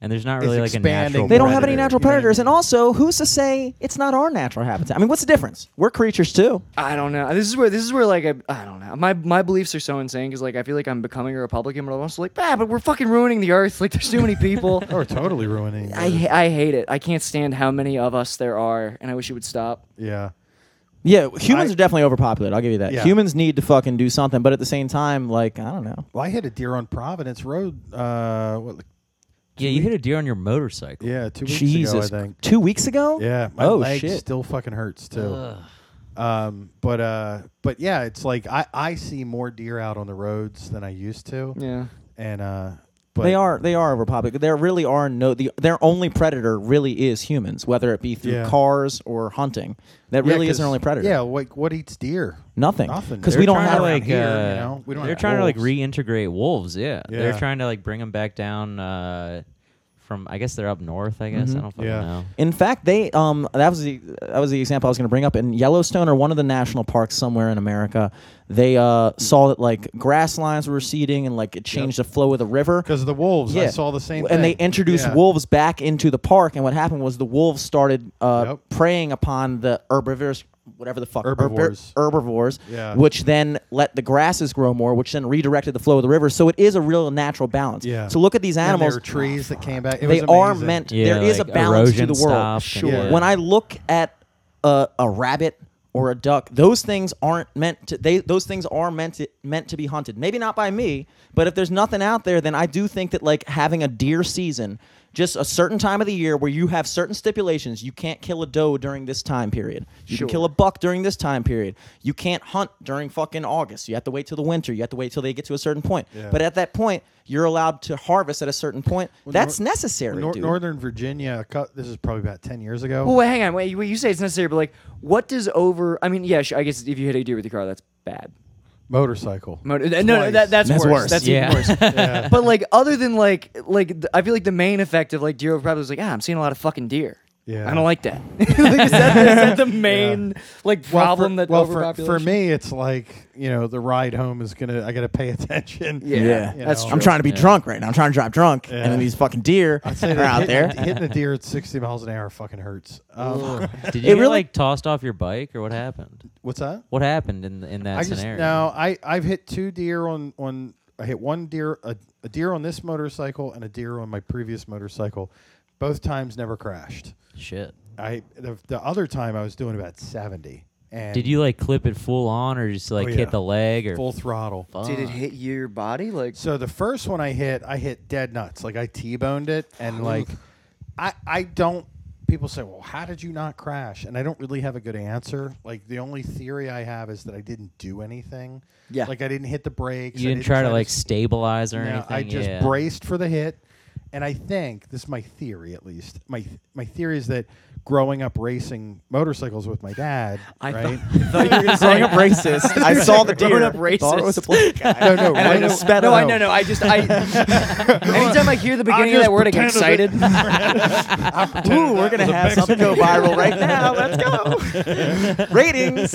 Speaker 2: and there's not
Speaker 5: It's
Speaker 2: really like a
Speaker 5: expanding
Speaker 2: natural.
Speaker 4: They don't have any
Speaker 5: Predator,
Speaker 4: natural
Speaker 5: you know what I
Speaker 4: predators. And
Speaker 5: mean?
Speaker 4: also, who's to say it's not our natural habitat? I mean, what's the difference? We're creatures too.
Speaker 3: I don't know. This is where this is where like I, I don't know. My my beliefs are so insane because like I feel like I'm becoming a Republican, but I'm also like, bah, but we're fucking ruining the earth. Like there's too many people.
Speaker 5: Oh, we're
Speaker 4: [LAUGHS]
Speaker 5: totally ruining.
Speaker 3: I
Speaker 5: it.
Speaker 3: ha- I hate it. I can't stand how many of us there are, and I wish it would stop.
Speaker 5: yeah.
Speaker 4: Yeah, humans
Speaker 5: I-
Speaker 4: are definitely overpopulated. I'll give you that.
Speaker 5: Yeah.
Speaker 4: Humans need to fucking do something, but at the same time, like I don't know.
Speaker 5: Well, I hit a deer on Providence Road. Uh, what, like,
Speaker 2: Yeah, you hit a deer on your motorcycle.
Speaker 5: yeah, two weeks
Speaker 4: Jesus,
Speaker 5: ago, I think.
Speaker 4: two weeks ago?
Speaker 5: Yeah, my
Speaker 4: oh
Speaker 5: leg
Speaker 4: shit.
Speaker 5: still fucking hurts too.
Speaker 2: Ugh.
Speaker 5: Um, but uh, but yeah, it's like I I see more deer out on the roads than I used to.
Speaker 3: Yeah.
Speaker 5: and uh, but
Speaker 4: they are they are overpopulated. There really are no the their only predator really is humans, whether it be through
Speaker 5: Yeah.
Speaker 4: cars or hunting. That
Speaker 5: Yeah,
Speaker 4: really is their
Speaker 5: 'cause-
Speaker 4: only predator.
Speaker 5: Yeah, like what eats deer?
Speaker 4: nothing.
Speaker 5: Nothing.
Speaker 4: Because
Speaker 5: They're
Speaker 4: we don't
Speaker 5: trying
Speaker 4: have
Speaker 5: to,
Speaker 4: like
Speaker 5: like- here,
Speaker 2: uh,
Speaker 5: you know? We don't
Speaker 2: they're
Speaker 5: have
Speaker 2: trying to like
Speaker 5: wolves.
Speaker 2: reintegrate wolves. Yeah.
Speaker 5: Yeah.
Speaker 2: they're trying to like bring them back down uh, from. I guess they're up north. I guess I don't fucking
Speaker 5: Mm-hmm. Yeah.
Speaker 2: know.
Speaker 4: In fact, they um that was the that was the example I was going to bring up in Yellowstone or one of the national parks somewhere in America. They uh saw that like grass lines were receding and like it changed the flow of the river.
Speaker 5: Because the wolves, I saw the same.
Speaker 4: And they
Speaker 5: thing.
Speaker 4: introduced
Speaker 5: Yeah.
Speaker 4: wolves back into the park, and what happened was the wolves started uh,
Speaker 5: Yep.
Speaker 4: preying upon the herbivores, whatever the fuck, herbi-
Speaker 5: Herbivores.
Speaker 4: herbivores,
Speaker 5: Yeah.
Speaker 4: which then let the grasses grow more, which then redirected the flow of the river. So it is a real natural balance.
Speaker 5: Yeah.
Speaker 4: So look at these
Speaker 5: And
Speaker 4: animals.
Speaker 5: There were trees that came back. It
Speaker 4: they
Speaker 5: was
Speaker 4: are
Speaker 5: amazing.
Speaker 4: meant.
Speaker 2: Yeah,
Speaker 4: there is
Speaker 2: like
Speaker 4: a balance to
Speaker 2: erosion
Speaker 4: the world.
Speaker 2: stopped.
Speaker 4: Sure.
Speaker 5: Yeah.
Speaker 4: When I look at a, a rabbit or a duck, those things aren't meant to. They those things are meant to meant to be hunted. Maybe not by me, but if there's nothing out there, then I do think that like having a deer season, just a certain time of the year where you have certain stipulations. You can't kill a doe during this time period. You
Speaker 3: Sure.
Speaker 4: can kill a buck during this time period. You can't hunt during fucking August. You have to wait till the winter. You have to wait till they get to a certain point.
Speaker 5: Yeah.
Speaker 4: But at that point, you're allowed to harvest at a certain point. That's
Speaker 5: Nor-
Speaker 4: necessary,
Speaker 5: Nor-
Speaker 4: dude.
Speaker 5: Northern Virginia. a cou- This is probably about ten years ago.
Speaker 3: Well, wait, hang on. Wait, wait, you say it's necessary, but like, what does over? I mean, yeah, sure, I guess if you hit a deer with your car, that's bad.
Speaker 5: Motorcycle.
Speaker 4: [LAUGHS]
Speaker 3: Motor, no, no,
Speaker 5: Twice.
Speaker 3: that, that's,
Speaker 4: That's
Speaker 3: worse.
Speaker 4: worse,
Speaker 3: That's
Speaker 2: yeah.
Speaker 3: even worse.
Speaker 5: Yeah.
Speaker 3: But like, other than like, like th- I feel like the main effect of like deer overpopulation is like, ah, I'm seeing a lot of fucking deer.
Speaker 5: Yeah.
Speaker 3: I don't like
Speaker 5: [LAUGHS]
Speaker 3: that. like, is, that is that the main like
Speaker 5: Well, for-
Speaker 3: problem that
Speaker 5: well, for,
Speaker 3: overpopulation?
Speaker 5: for me, it's like you know the ride home is gonna. I gotta pay [LAUGHS] attention.
Speaker 3: yeah,
Speaker 4: Yeah.
Speaker 5: You
Speaker 3: that's
Speaker 5: know.
Speaker 3: true.
Speaker 4: I'm trying to be
Speaker 2: Yeah.
Speaker 4: drunk right now. I'm trying to drive drunk,
Speaker 5: Yeah.
Speaker 4: and then these fucking deer
Speaker 5: I'd
Speaker 4: are
Speaker 5: say that
Speaker 4: out
Speaker 5: hitting,
Speaker 4: there.
Speaker 5: hitting a deer at 60 miles an hour fucking hurts. [LAUGHS] Um,
Speaker 2: Did you get,
Speaker 4: really-
Speaker 2: like tossed off your bike or what happened?
Speaker 5: what's that?
Speaker 2: What happened in in that
Speaker 5: I just
Speaker 2: scenario?
Speaker 5: no. I I've hit two deer on on. I hit one deer a, a deer on this motorcycle and a deer on my previous motorcycle. Both times never crashed.
Speaker 2: Shit.
Speaker 5: I the, the other time I was doing about 70. And
Speaker 2: Did you like clip it full on or just like
Speaker 5: Oh, yeah.
Speaker 2: hit the leg or
Speaker 5: full throttle?
Speaker 3: Did it hit your body? Like,
Speaker 5: So the first one I hit, I hit dead nuts. Like I T-boned it, and like I I don't. People say, well, how did you not crash? And I don't really have a good answer. Like the only theory I have is that I didn't do anything.
Speaker 3: Yeah.
Speaker 5: Like I didn't hit the brakes.
Speaker 2: you
Speaker 5: I
Speaker 2: didn't try to like
Speaker 5: s-
Speaker 2: stabilize or
Speaker 5: No,
Speaker 2: anything?
Speaker 5: I just
Speaker 2: yeah.
Speaker 5: braced for the hit. And I think this is my theory, at least. My my theory is that growing up racing motorcycles with my dad,
Speaker 3: I
Speaker 5: right?
Speaker 4: [LAUGHS] growing up racist,
Speaker 3: [LAUGHS]
Speaker 5: [LAUGHS]
Speaker 4: I saw the deer.
Speaker 3: Growing up
Speaker 4: Thought it was a
Speaker 3: racist.
Speaker 4: black guy.
Speaker 5: no, no,
Speaker 4: And I
Speaker 5: right-
Speaker 4: just sped
Speaker 3: no, I
Speaker 4: up.
Speaker 3: no, no. I just I.
Speaker 5: [LAUGHS]
Speaker 3: anytime I hear the beginning of
Speaker 5: just
Speaker 3: that word, I get
Speaker 5: pretended
Speaker 3: excited.
Speaker 5: [LAUGHS]
Speaker 4: Ooh, we're gonna have something [LAUGHS] go viral right
Speaker 5: [LAUGHS]
Speaker 4: now. Let's go.
Speaker 3: [LAUGHS]
Speaker 4: Ratings.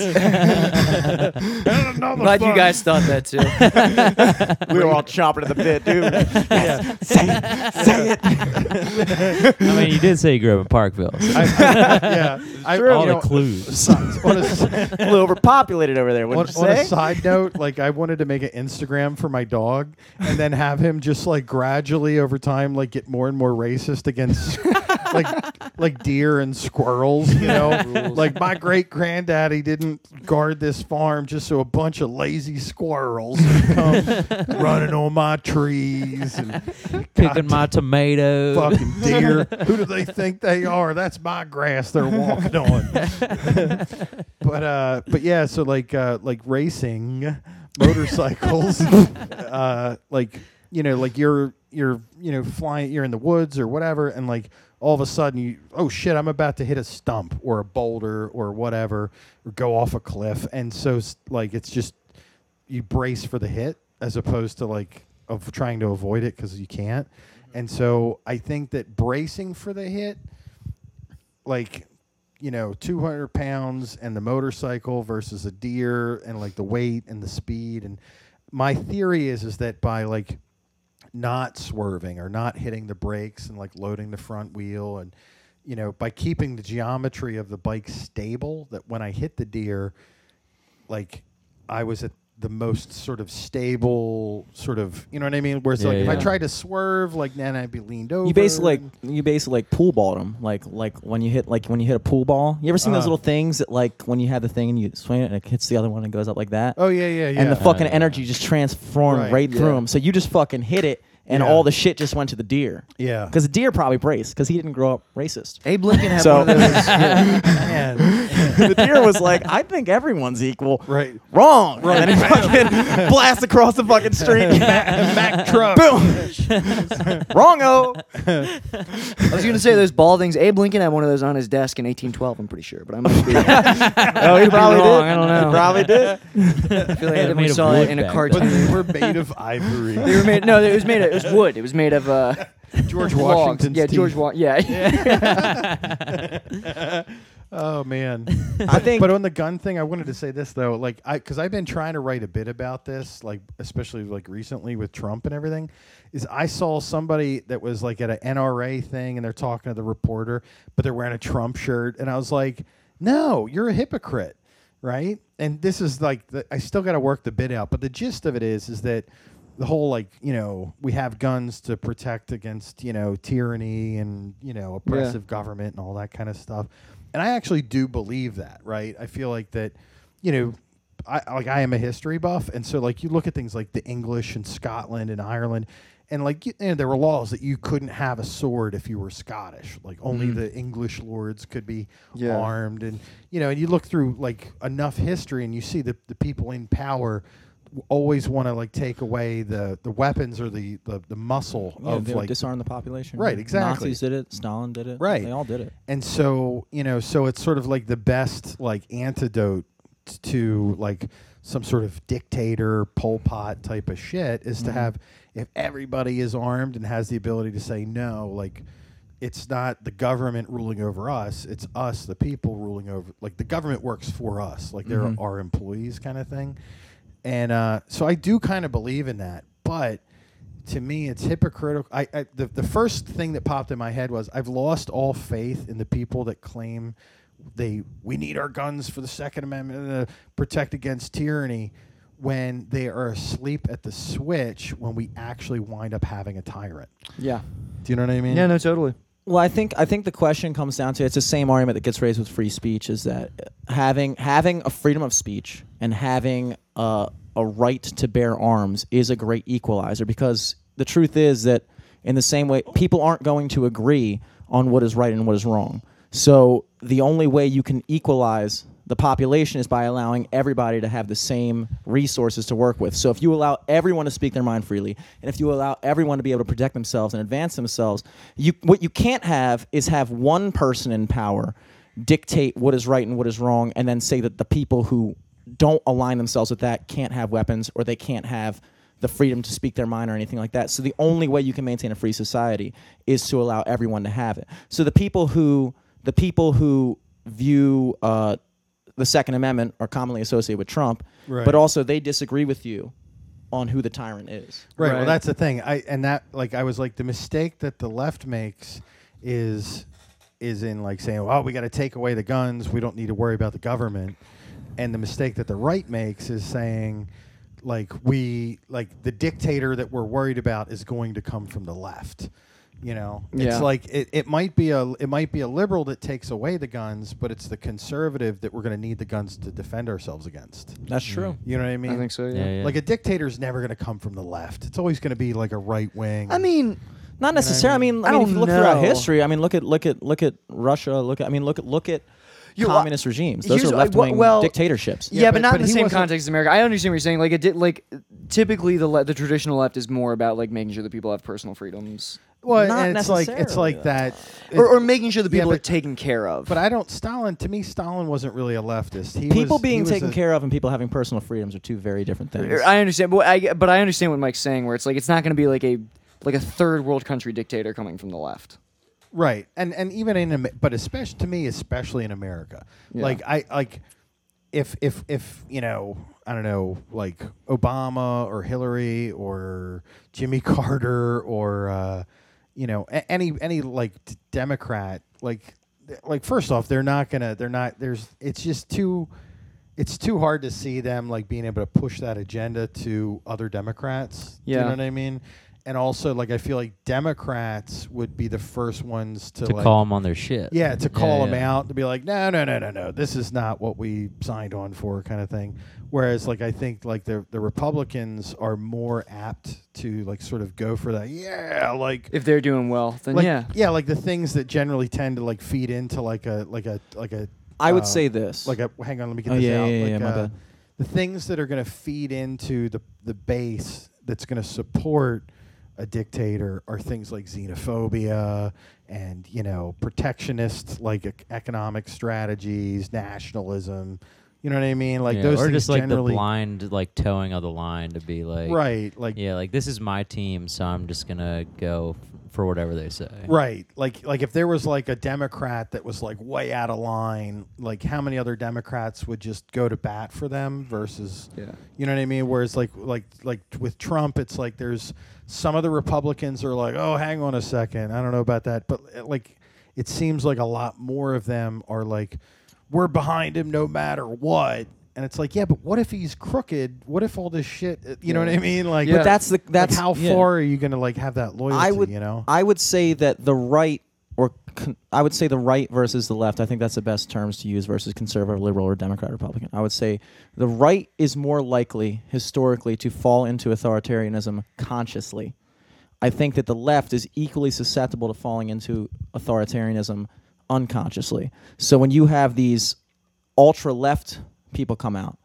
Speaker 3: Glad you guys thought that
Speaker 4: [LAUGHS]
Speaker 3: too.
Speaker 4: we were all chomping at the bit, dude.
Speaker 5: [LAUGHS]
Speaker 4: Yes, Say it. Say it.
Speaker 2: I mean, you did say you grew up in Parkville. so
Speaker 5: yeah, I,
Speaker 4: True.
Speaker 5: you
Speaker 2: all the
Speaker 5: know,
Speaker 2: clues.
Speaker 5: on
Speaker 3: [LAUGHS]
Speaker 5: a s-
Speaker 4: A little overpopulated over there.
Speaker 5: on,
Speaker 4: Wouldn't
Speaker 5: on
Speaker 4: you
Speaker 5: a
Speaker 4: say? [LAUGHS]
Speaker 5: side note, like I wanted to make an Instagram for my dog, and then have him just like gradually over time, like get more and more
Speaker 4: [LAUGHS]
Speaker 5: racist against like like deer and squirrels. You know, like my great granddaddy didn't guard this farm just so a bunch of lazy squirrels
Speaker 4: [LAUGHS]
Speaker 5: would come running on my trees and
Speaker 2: Picking my tomatoes. [LAUGHS]
Speaker 5: fucking
Speaker 4: [LAUGHS]
Speaker 5: deer. Who do they think they are? That's my grass they're walking on. but uh, but yeah, so like uh, like racing motorcycles, uh, like you know, like you're you're you know flying, you're in the woods or whatever, and like all of a sudden you oh shit, I'm about to hit a stump or a boulder or whatever, or go off a cliff, and so s- like it's just you brace for the hit as opposed to like of trying to avoid it because you can't. And so I think that bracing for the hit, like you know, 200 pounds and the motorcycle versus a deer and like the weight and the speed and my theory is is that by like not swerving or not hitting the brakes and like loading the front wheel and you know by keeping the geometry of the bike stable that when I hit the deer like I was at the most sort of stable sort of you know what I mean whereas like
Speaker 2: Yeah,
Speaker 5: if I
Speaker 2: yeah.
Speaker 5: tried to swerve like then I'd be leaned over
Speaker 4: You basically like you basically like pool balled them like like when you hit like when you hit a pool ball. You ever seen those little things that like when you have the thing and you swing it and it hits the other one and goes up like that?
Speaker 5: oh yeah yeah yeah
Speaker 4: And the fucking
Speaker 2: Uh,
Speaker 4: energy just transformed right,
Speaker 5: Right,
Speaker 4: through
Speaker 5: yeah.
Speaker 4: him. So you just fucking hit it and
Speaker 5: Yeah.
Speaker 4: all the shit just went to the deer.
Speaker 5: yeah
Speaker 4: Because the deer probably braced because he didn't grow up racist.
Speaker 3: Abe Lincoln had
Speaker 4: So-
Speaker 3: one of those. [LAUGHS]
Speaker 5: Man.
Speaker 4: [LAUGHS] the deer was [LAUGHS] like, I think everyone's equal.
Speaker 5: right
Speaker 4: Wrong. And [LAUGHS] then he fucking blast across the fucking [LAUGHS] street.
Speaker 5: Mack truck
Speaker 4: Boom. [LAUGHS] Wrongo.
Speaker 3: I was gonna say those ball things. Abe Lincoln had one of those on his desk in 1812. I'm pretty sure, but I
Speaker 2: [LAUGHS]
Speaker 3: might be. oh, he probably
Speaker 4: wrong,
Speaker 3: did. I don't know.
Speaker 4: Probably
Speaker 3: [LAUGHS]
Speaker 4: did.
Speaker 3: I feel like I
Speaker 2: They're made
Speaker 3: definitely
Speaker 2: of
Speaker 3: saw it
Speaker 2: wood
Speaker 3: in a
Speaker 2: back
Speaker 5: but
Speaker 3: cartoon.
Speaker 5: they were made of ivory
Speaker 3: They were made. No, it was made. Of, it was wood. It was made of uh, logs.
Speaker 5: George Washington's
Speaker 3: Yeah, George
Speaker 5: teeth.
Speaker 3: Wa- Yeah.
Speaker 4: [LAUGHS]
Speaker 5: Oh man,
Speaker 4: I think-
Speaker 5: But on the gun thing, I wanted to say this though, like I, because I've been trying to write a bit about this, like especially like recently with Trump and everything, is I saw somebody that was like at an NRA thing and they're talking to the reporter, but they're wearing a Trump shirt, and I was like, no, you're a hypocrite, right? And this is like the, I still got to work the bit out, but the gist of it is, is that the whole like you know we have guns to protect against you know tyranny and you know oppressive government and all that kind of stuff and i actually do believe that right i feel like that you know i like i am a history buff and so like you look at things like the english and scotland and ireland and like you, you know, there were laws that you couldn't have a sword if you were scottish like only the english lords could be
Speaker 3: Yeah.
Speaker 5: armed and you know and you look through like enough history and you see the, the people in power w- always want to like take away the the weapons or the the, the muscle of like
Speaker 4: disarm the population.
Speaker 5: Right, exactly.
Speaker 4: Nazis did it. Stalin did it.
Speaker 5: Right.
Speaker 4: They all did it.
Speaker 5: and so you know so it's sort of like the best like antidote t- to like some sort of dictator pol pot type of shit is to have if everybody is armed and has the ability to say no like it's not the government ruling over us it's us the people ruling over like the government works for us like they're our employees kind of thing and uh, so i do kind of believe in that but to me it's hypocritical I, I the, the first thing that popped in my head was i've lost all faith in the people that claim they we need our guns for the second amendment to protect against tyranny when they are asleep at the switch when we actually wind up having a tyrant
Speaker 3: yeah.
Speaker 5: do you know what i mean
Speaker 3: No. Totally.
Speaker 4: Well, I think I think the question comes down to it's the same argument that gets raised with free speech is that uh, having having a freedom of speech and having a, a right to bear arms is a great equalizer because the truth is that in the same way people aren't going to agree on what is right and what is wrong. So the only way you can equalize the population is by allowing everybody to have the same resources to work with. So if you allow everyone to speak their mind freely, and if you allow everyone to be able to protect themselves and advance themselves, you what you can't have is have one person in power dictate what is right and what is wrong, and then say that the people who don't align themselves with that can't have weapons or they can't have the freedom to speak their mind or anything like that. So the only way you can maintain a free society is to allow everyone to have it. So the people who the people who view uh, the Second Amendment are commonly associated with Trump, but also they disagree with you on who the tyrant is.
Speaker 5: Right.
Speaker 3: Right.
Speaker 5: Well, that's the thing. I and that like I was like the mistake that the left makes is is in like saying, "Well, we got to take away the guns. We don't need to worry about the government." And the mistake that the right makes is saying like we like the dictator that we're worried about is going to come from the left. You know,
Speaker 3: Yeah.
Speaker 5: it's like it, it might be a it might be a liberal that takes away the guns, but it's the conservative that we're going to need the guns to defend ourselves against.
Speaker 4: That's true.
Speaker 5: You know what I mean?
Speaker 3: I think so. Yeah.
Speaker 2: Yeah, yeah.
Speaker 5: Like a dictator's never going to come from the left. It's always going to be like a right wing.
Speaker 3: I mean,
Speaker 4: Not necessarily. I mean, I
Speaker 3: I
Speaker 4: mean, if
Speaker 3: don't
Speaker 4: you look throughout
Speaker 3: know.
Speaker 4: history, I mean, look at look at look at Russia. Look at I mean, look at look at
Speaker 3: You're-
Speaker 4: communist regimes. Those
Speaker 3: here's-
Speaker 4: are left wing
Speaker 3: well-
Speaker 4: dictatorships.
Speaker 3: Yeah, but,
Speaker 5: but-
Speaker 3: not
Speaker 5: but
Speaker 3: in the
Speaker 5: he
Speaker 3: same
Speaker 5: wasn't-
Speaker 3: context as America. I understand what you're saying. Like it did. Like typically, the le- the traditional left is more about like making sure that people have personal freedoms,
Speaker 5: well,
Speaker 4: Not
Speaker 5: and it's like it's
Speaker 4: necessarily,
Speaker 5: like that.
Speaker 3: or, or
Speaker 5: it-
Speaker 3: making sure that
Speaker 5: Yeah,
Speaker 3: people are
Speaker 5: but-
Speaker 3: taken care of.
Speaker 5: but I don't. Stalin to me, Stalin wasn't really a leftist. He
Speaker 4: People
Speaker 5: was- he
Speaker 4: being
Speaker 5: was
Speaker 4: taken
Speaker 5: a-
Speaker 4: care of and people having personal freedoms are two very different things.
Speaker 3: I understand, but I but I understand what Mike's saying, where it's like it's not going to be like a like a third world country dictator coming from the left.
Speaker 5: right? And and even in Am- but especially to me, especially in America, like I like if if if you know I don't know like Obama or Hillary or Jimmy [LAUGHS] Carter or uh, you know a- any any like d- Democrat like th- like first off they're not gonna they're not there's it's just too it's too hard to see them like being able to push that agenda to other Democrats. Do you
Speaker 3: Yeah.
Speaker 5: know what I mean? And also like I feel like Democrats would be the first ones to,
Speaker 2: to
Speaker 5: like,
Speaker 2: call them on their shit.
Speaker 5: yeah, to call them
Speaker 2: yeah.
Speaker 5: out to be like, no, no, no, no, no, this is not what we signed on for, kind of thing. Whereas, like, I think like the the Republicans are more apt to like sort of go for that. Yeah, like.
Speaker 3: If they're doing well, then
Speaker 5: like,
Speaker 3: yeah.
Speaker 5: yeah, like the things that generally tend to like feed into like a like a like a.
Speaker 4: I would
Speaker 5: uh,
Speaker 4: say this.
Speaker 5: like a hang on, let me get
Speaker 4: Oh,
Speaker 5: this
Speaker 4: yeah,
Speaker 5: out.
Speaker 4: yeah,
Speaker 5: like,
Speaker 4: yeah, my
Speaker 5: uh,
Speaker 4: bad.
Speaker 5: The things that are going to feed into the the base that's going to support a dictator are things like xenophobia and you know protectionist like ec- economic strategies, nationalism. You know what I mean? Like
Speaker 2: Yeah,
Speaker 5: those
Speaker 2: or
Speaker 5: things
Speaker 2: just like the
Speaker 5: generally,
Speaker 2: blind like towing of the line to be like
Speaker 5: right? Like
Speaker 2: yeah like this is my team so I'm just gonna go f- for whatever they say
Speaker 5: Right. Like like if there was like a Democrat that was like way out of line, like how many other Democrats would just go to bat for them versus
Speaker 3: Yeah.
Speaker 5: you know what I mean? Whereas like like like with Trump it's like there's some of the Republicans are like, Oh, hang on a second, I don't know about that. But uh, like it seems like a lot more of them are like, We're behind him no matter what and it's like, yeah, but what if he's crooked? What if all this shit? uh, You know what I mean? Like,
Speaker 3: But
Speaker 4: that's the-
Speaker 5: like,
Speaker 4: that's-
Speaker 5: how
Speaker 4: yeah.
Speaker 5: far are you going to like have that loyalty?
Speaker 4: I would,
Speaker 5: you know,
Speaker 4: I would say that the right, or con- I would say the right versus the left. I think that's the best terms to use versus conservative, liberal, or Democrat, Republican. I would say the right is more likely historically to fall into authoritarianism consciously. I think that the left is equally susceptible to falling into authoritarianism unconsciously. So when you have these ultra left people come out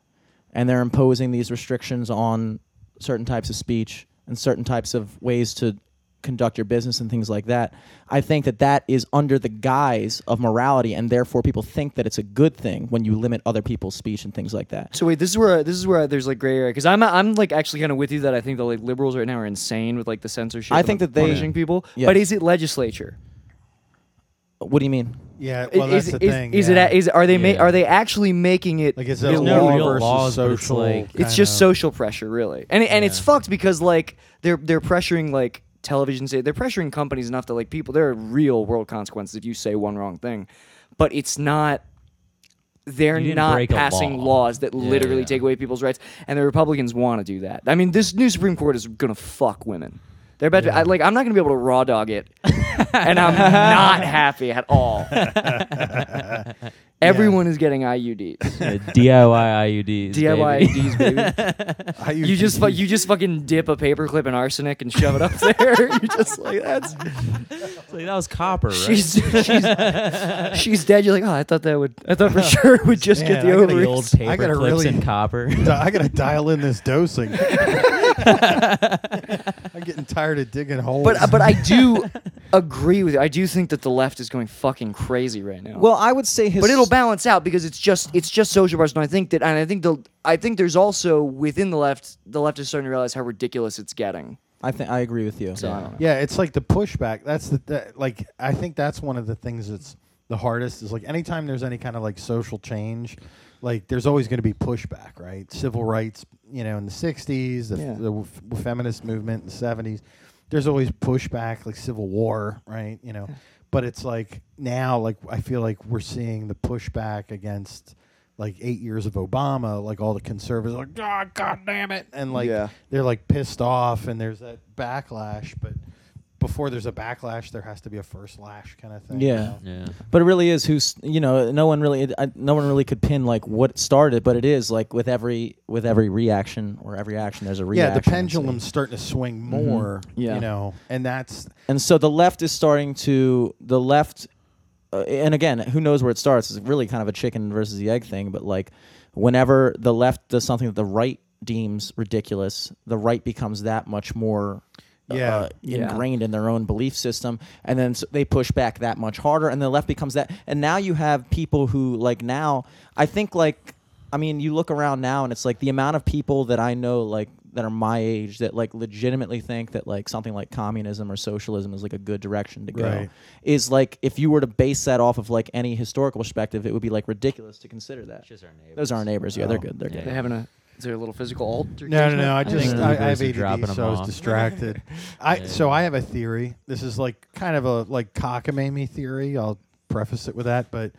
Speaker 4: and they're imposing these restrictions on certain types of speech and certain types of ways to conduct your business and things like that. I think that that is under the guise of morality and therefore people think that it's a good thing when you limit other people's speech and things like that.
Speaker 3: So wait, this is where this is where there's like gray area because I'm I'm like actually kind of with you that I think the like liberals right now are insane with like the censorship.
Speaker 4: I
Speaker 3: and,
Speaker 4: think
Speaker 3: like,
Speaker 4: that they-
Speaker 3: punishing people.
Speaker 4: Yeah.
Speaker 3: But is it legislature?
Speaker 4: What do you mean?
Speaker 5: Yeah,
Speaker 3: I-
Speaker 5: well,
Speaker 3: is,
Speaker 5: that's the
Speaker 3: is,
Speaker 5: thing.
Speaker 3: is
Speaker 5: yeah.
Speaker 3: it a- is are they ma-
Speaker 2: Yeah.
Speaker 3: are they actually making it?
Speaker 5: like it's
Speaker 3: illegal?
Speaker 5: a
Speaker 2: There's no
Speaker 5: law
Speaker 2: real
Speaker 5: versus
Speaker 2: laws, but it's
Speaker 5: social?
Speaker 2: like-
Speaker 3: it's
Speaker 5: kind
Speaker 3: just
Speaker 5: of-
Speaker 3: social pressure really and and it's
Speaker 2: Yeah.
Speaker 3: fucked because like they're they're pressuring like television sta- they're pressuring companies enough that like people there are real world consequences if you say one wrong thing but it's not they're
Speaker 2: You didn't
Speaker 3: not
Speaker 2: break a
Speaker 3: passing
Speaker 2: law.
Speaker 3: laws that
Speaker 2: Yeah,
Speaker 3: literally
Speaker 2: yeah.
Speaker 3: take away people's rights and the republicans want to do that i mean this new supreme court is gonna fuck women they're about to, I, like i'm not gonna be able to raw dog it and i'm
Speaker 2: [LAUGHS]
Speaker 3: not happy at all everyone is getting iuds
Speaker 2: [LAUGHS] Yeah, DIY IUDs
Speaker 3: DIY
Speaker 2: baby.
Speaker 3: IUDs, baby.
Speaker 5: How
Speaker 3: You just fu- you just fucking dip a paperclip in arsenic and shove it up there. [LAUGHS] You're just like that's
Speaker 2: It's [LAUGHS] like, that was copper right? [LAUGHS]
Speaker 3: she's she's she's dead. You're like oh I thought that would I thought for [LAUGHS] sure it would just get
Speaker 5: Man,
Speaker 3: the
Speaker 5: I gotta
Speaker 2: the
Speaker 3: ovaries.
Speaker 2: [LAUGHS] old paper
Speaker 5: I gotta
Speaker 2: clips
Speaker 5: really-
Speaker 2: and
Speaker 5: [LAUGHS]
Speaker 2: copper
Speaker 5: I gotta dial in this
Speaker 2: [LAUGHS]
Speaker 5: dosing. I'm getting tired of digging holes.
Speaker 3: But uh, but
Speaker 5: [LAUGHS]
Speaker 3: I do agree with you. I do think that the left is going fucking crazy right now.
Speaker 4: Well, I would say his
Speaker 3: but it'll balance out because it's just it's just social pressure. And I think that and I think the I think there's also within the left the left is starting to realize how ridiculous it's getting.
Speaker 4: I think I agree with you.
Speaker 3: So I don't know.
Speaker 5: yeah, it's like the pushback. That's the that, like I think that's one of the things that's the hardest is like anytime there's any kind of like social change, like there's always going to be pushback, right? Civil rights, you know, in the '60s, the,
Speaker 3: Yeah.
Speaker 5: the f- feminist movement in the '70s. There's always pushback, like civil war, right? You know, but it's like now, like I feel like we're seeing the pushback against like eight years of Obama, like all the conservatives, are like God, God damn it, and like
Speaker 3: Yeah.
Speaker 5: they're like pissed off, and there's that backlash. But before there's a backlash, there has to be a first lash kind of thing. you
Speaker 4: Yeah.
Speaker 5: know?
Speaker 2: yeah
Speaker 4: But it really is who's you know no one really I, no one really could pin like what started, but it is like with every with every reaction or every action there's a
Speaker 5: yeah,
Speaker 4: reaction.
Speaker 5: the pendulum's starting to swing more.
Speaker 3: Mm-hmm. Yeah.
Speaker 5: you know, and that's
Speaker 4: and so the left is starting to the left uh, and again who knows where it starts it's really kind of a chicken versus the egg thing but like whenever the left does something that the right deems ridiculous the right becomes that much more
Speaker 5: Yeah.
Speaker 4: uh, ingrained in their own belief system and then s they push back that much harder and the left becomes that and now you have people who like now i think like i mean you look around now and it's like the amount of people that i know like that are my age that like legitimately think that like something like communism or socialism is like a good direction to go
Speaker 5: Right.
Speaker 4: is like if you were to base that off of like any historical perspective, it would be like ridiculous to consider that.
Speaker 2: Just our neighbors.
Speaker 4: Those are our neighbors. Yeah, they're
Speaker 5: Oh.
Speaker 4: good. They're
Speaker 2: Yeah.
Speaker 3: They're having
Speaker 4: good.
Speaker 3: a is there a little physical altercation?
Speaker 5: No, no, no. I
Speaker 2: I think
Speaker 5: just I, I have
Speaker 2: Ubers are dropping
Speaker 5: ADD, so I
Speaker 2: them
Speaker 5: was
Speaker 2: off. [LAUGHS]
Speaker 5: distracted. I
Speaker 2: Yeah.
Speaker 5: so I have a theory. This is like kind of a like cockamamie theory. I'll preface it with that. But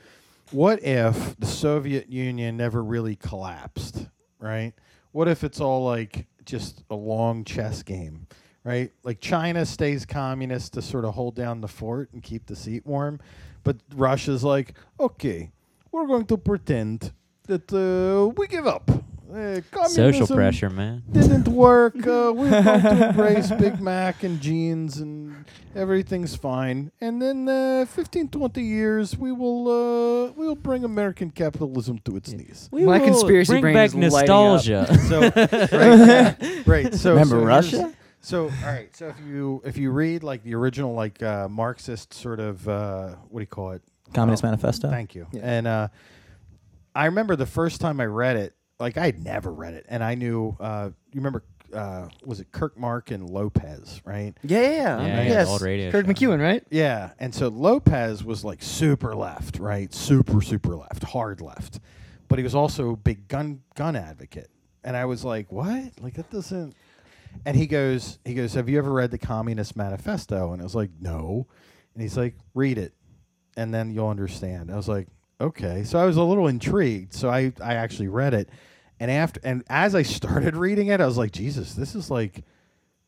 Speaker 5: what if the Soviet Union never really collapsed? Right? What if it's all like just a long chess game? Right? Like China stays communist to sort of hold down the fort and keep the seat warm, but Russia's like, okay, we're going to pretend that uh, we give up. Uh,
Speaker 2: Social
Speaker 5: communism-
Speaker 2: pressure, man.
Speaker 5: didn't work. Uh, we're going to embrace Big Mac and jeans, and everything's fine. And then uh, 15, 20 years, we will uh, we'll bring American capitalism to its knees.
Speaker 3: My conspiracy
Speaker 2: bring
Speaker 3: brain
Speaker 2: back
Speaker 3: is lighting up. [LAUGHS]
Speaker 2: nostalgia.
Speaker 5: [LAUGHS] So right, yeah, right. So
Speaker 4: Remember
Speaker 5: so
Speaker 4: Russia?
Speaker 5: here's- So all right. So if you if you read like the original like uh, Marxist sort of uh, what do you call it
Speaker 4: Communist
Speaker 5: Oh,
Speaker 4: Manifesto.
Speaker 5: Thank you.
Speaker 3: Yeah.
Speaker 5: And uh, I remember the first time I read it, like I had never read it, and I knew. Uh, you remember? Uh, was it Kirkmark and Lopez? Right.
Speaker 3: Yeah, yeah, yeah.
Speaker 2: Yeah, yeah,
Speaker 3: yes.
Speaker 2: old radio
Speaker 3: Kirk
Speaker 2: show.
Speaker 3: McEwen, right?
Speaker 5: Yeah, and so Lopez was like super left, right? Super super left, hard left. But he was also a big gun gun advocate. And I was like, "What? Like that doesn't And he goes he goes, "Have you ever read the Communist Manifesto?" And I was like, "No." And he's like, "Read it and then you'll understand." I was like, "Okay." So I was a little intrigued. So I I actually read it. And after and as I started [LAUGHS] reading it, I was like, "Jesus, this is like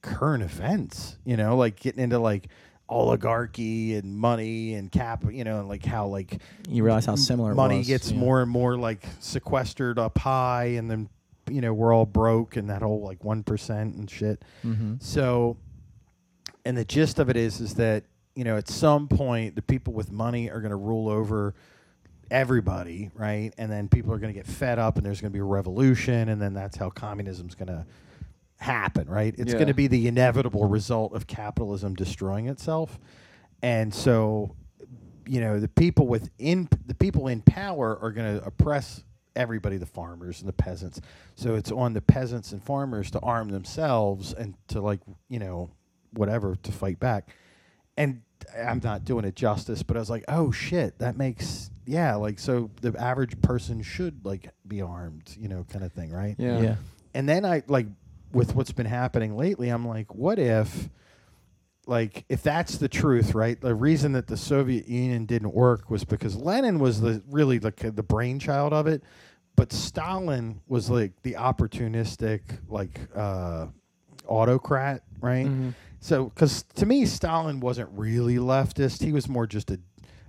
Speaker 5: current events, you know, like getting into like oligarchy and money and cap, you know, and like how like
Speaker 4: You realize how similar it
Speaker 5: money
Speaker 4: was.
Speaker 5: gets
Speaker 4: Yeah.
Speaker 5: more and more like sequestered up high and then you know, we're all broke and that whole like 1% and shit.
Speaker 4: Mm-hmm.
Speaker 5: So and the gist of it is is that, you know, at some point the people with money are going to rule over everybody, right? And then people are going to get fed up and there's going to be a revolution and then that's how communism's going to happen, right? It's
Speaker 3: Yeah.
Speaker 5: going to be the inevitable result of capitalism destroying itself. And so, you know, the people within the people in power are going to oppress everybody, the farmers and the peasants. So it's on the peasants and farmers to arm themselves and to like, you know, whatever to fight back. And I'm not doing it justice, but I was like, oh shit, that makes yeah, like so the average person should like be armed, you know, kind of thing, right?
Speaker 3: Yeah.
Speaker 4: Yeah.
Speaker 5: and then I like with what's been happening lately, I'm like, what if like if that's the truth, right? The reason that the Soviet Union didn't work was because Lenin was the really like the brainchild of it, but Stalin was like the opportunistic like uh autocrat, right? So cuz to me Stalin wasn't really leftist. He was more just a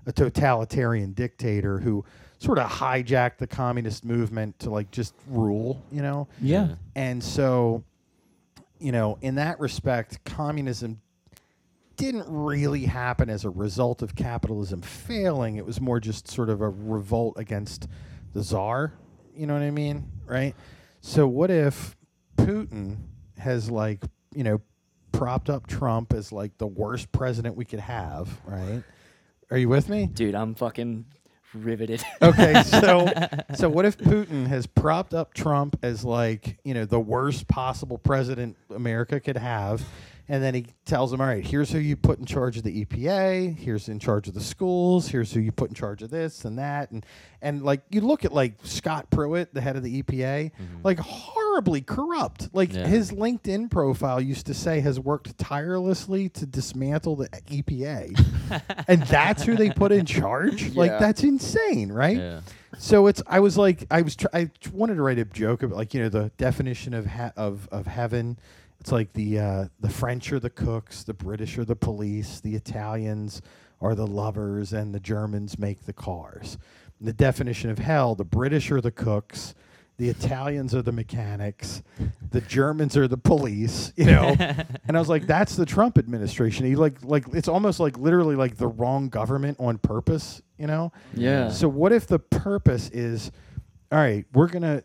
Speaker 5: a totalitarian dictator who sort of hijacked the communist movement to like just rule, you know?
Speaker 4: Yeah.
Speaker 5: And so, you know, in that respect, communism didn't really happen as a result of capitalism failing. It was more just sort of a revolt against the czar. You know what I mean? Right? So, what if Putin has, like, you know, propped up Trump as, like, the worst president we could have? Right? Are you with me?
Speaker 3: Dude, I'm fucking riveted. [LAUGHS]
Speaker 5: Okay, so so what if Putin has propped up Trump as like you know the worst possible president America could have, and then he tells him, all right, here's who you put in charge of the EPA, here's in charge of the schools, here's who you put in charge of this and that, and and like you look at like Scott Pruitt, the head of the EPA, like horribly corrupt. Like
Speaker 2: Yeah.
Speaker 5: his LinkedIn profile used to say has worked tirelessly to dismantle the EPA, and that's who they put in charge. Like
Speaker 3: Yeah.
Speaker 5: that's insane, right?
Speaker 2: Yeah.
Speaker 5: So it's I was like I was tr- I t- wanted to write a joke about like you know the definition of ha- of of heaven. It's like the uh, the French are the cooks, the British are the police, the Italians are the lovers, and the Germans make the cars. The definition of hell: the British are the cooks, the Italians are the mechanics, the Germans are the police. [LAUGHS] You know, and I was like, that's the Trump administration. He like like it's almost like literally like the wrong government on purpose. You know,
Speaker 3: yeah.
Speaker 5: so what if the purpose is, all right, we're gonna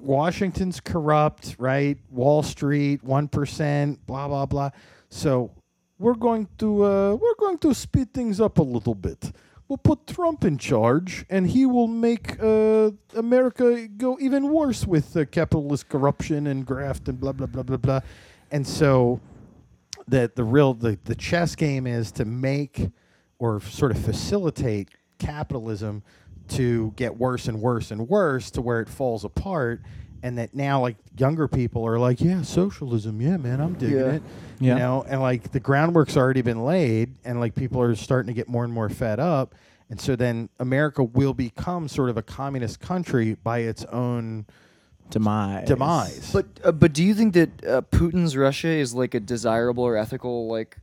Speaker 5: Washington's corrupt, right? Wall Street, one percent, blah blah blah. So we're going to uh, we're going to speed things up a little bit. we'll put Trump in charge, and he will make uh, America go even worse with uh, capitalist corruption and graft and blah blah blah blah blah. And so, that the real the, the chess game is to make or sort of facilitate capitalism to get worse and worse and worse to where it falls apart and that now like younger people are like yeah socialism yeah man i'm digging
Speaker 3: Yeah.
Speaker 5: it
Speaker 4: Yeah.
Speaker 5: you know and like the groundwork's already been laid and like people are starting to get more and more fed up and so then america will become sort of a communist country by its own
Speaker 4: Demise.
Speaker 5: demise
Speaker 3: But uh, but do you think that uh, Putin's Russia is like a desirable or ethical like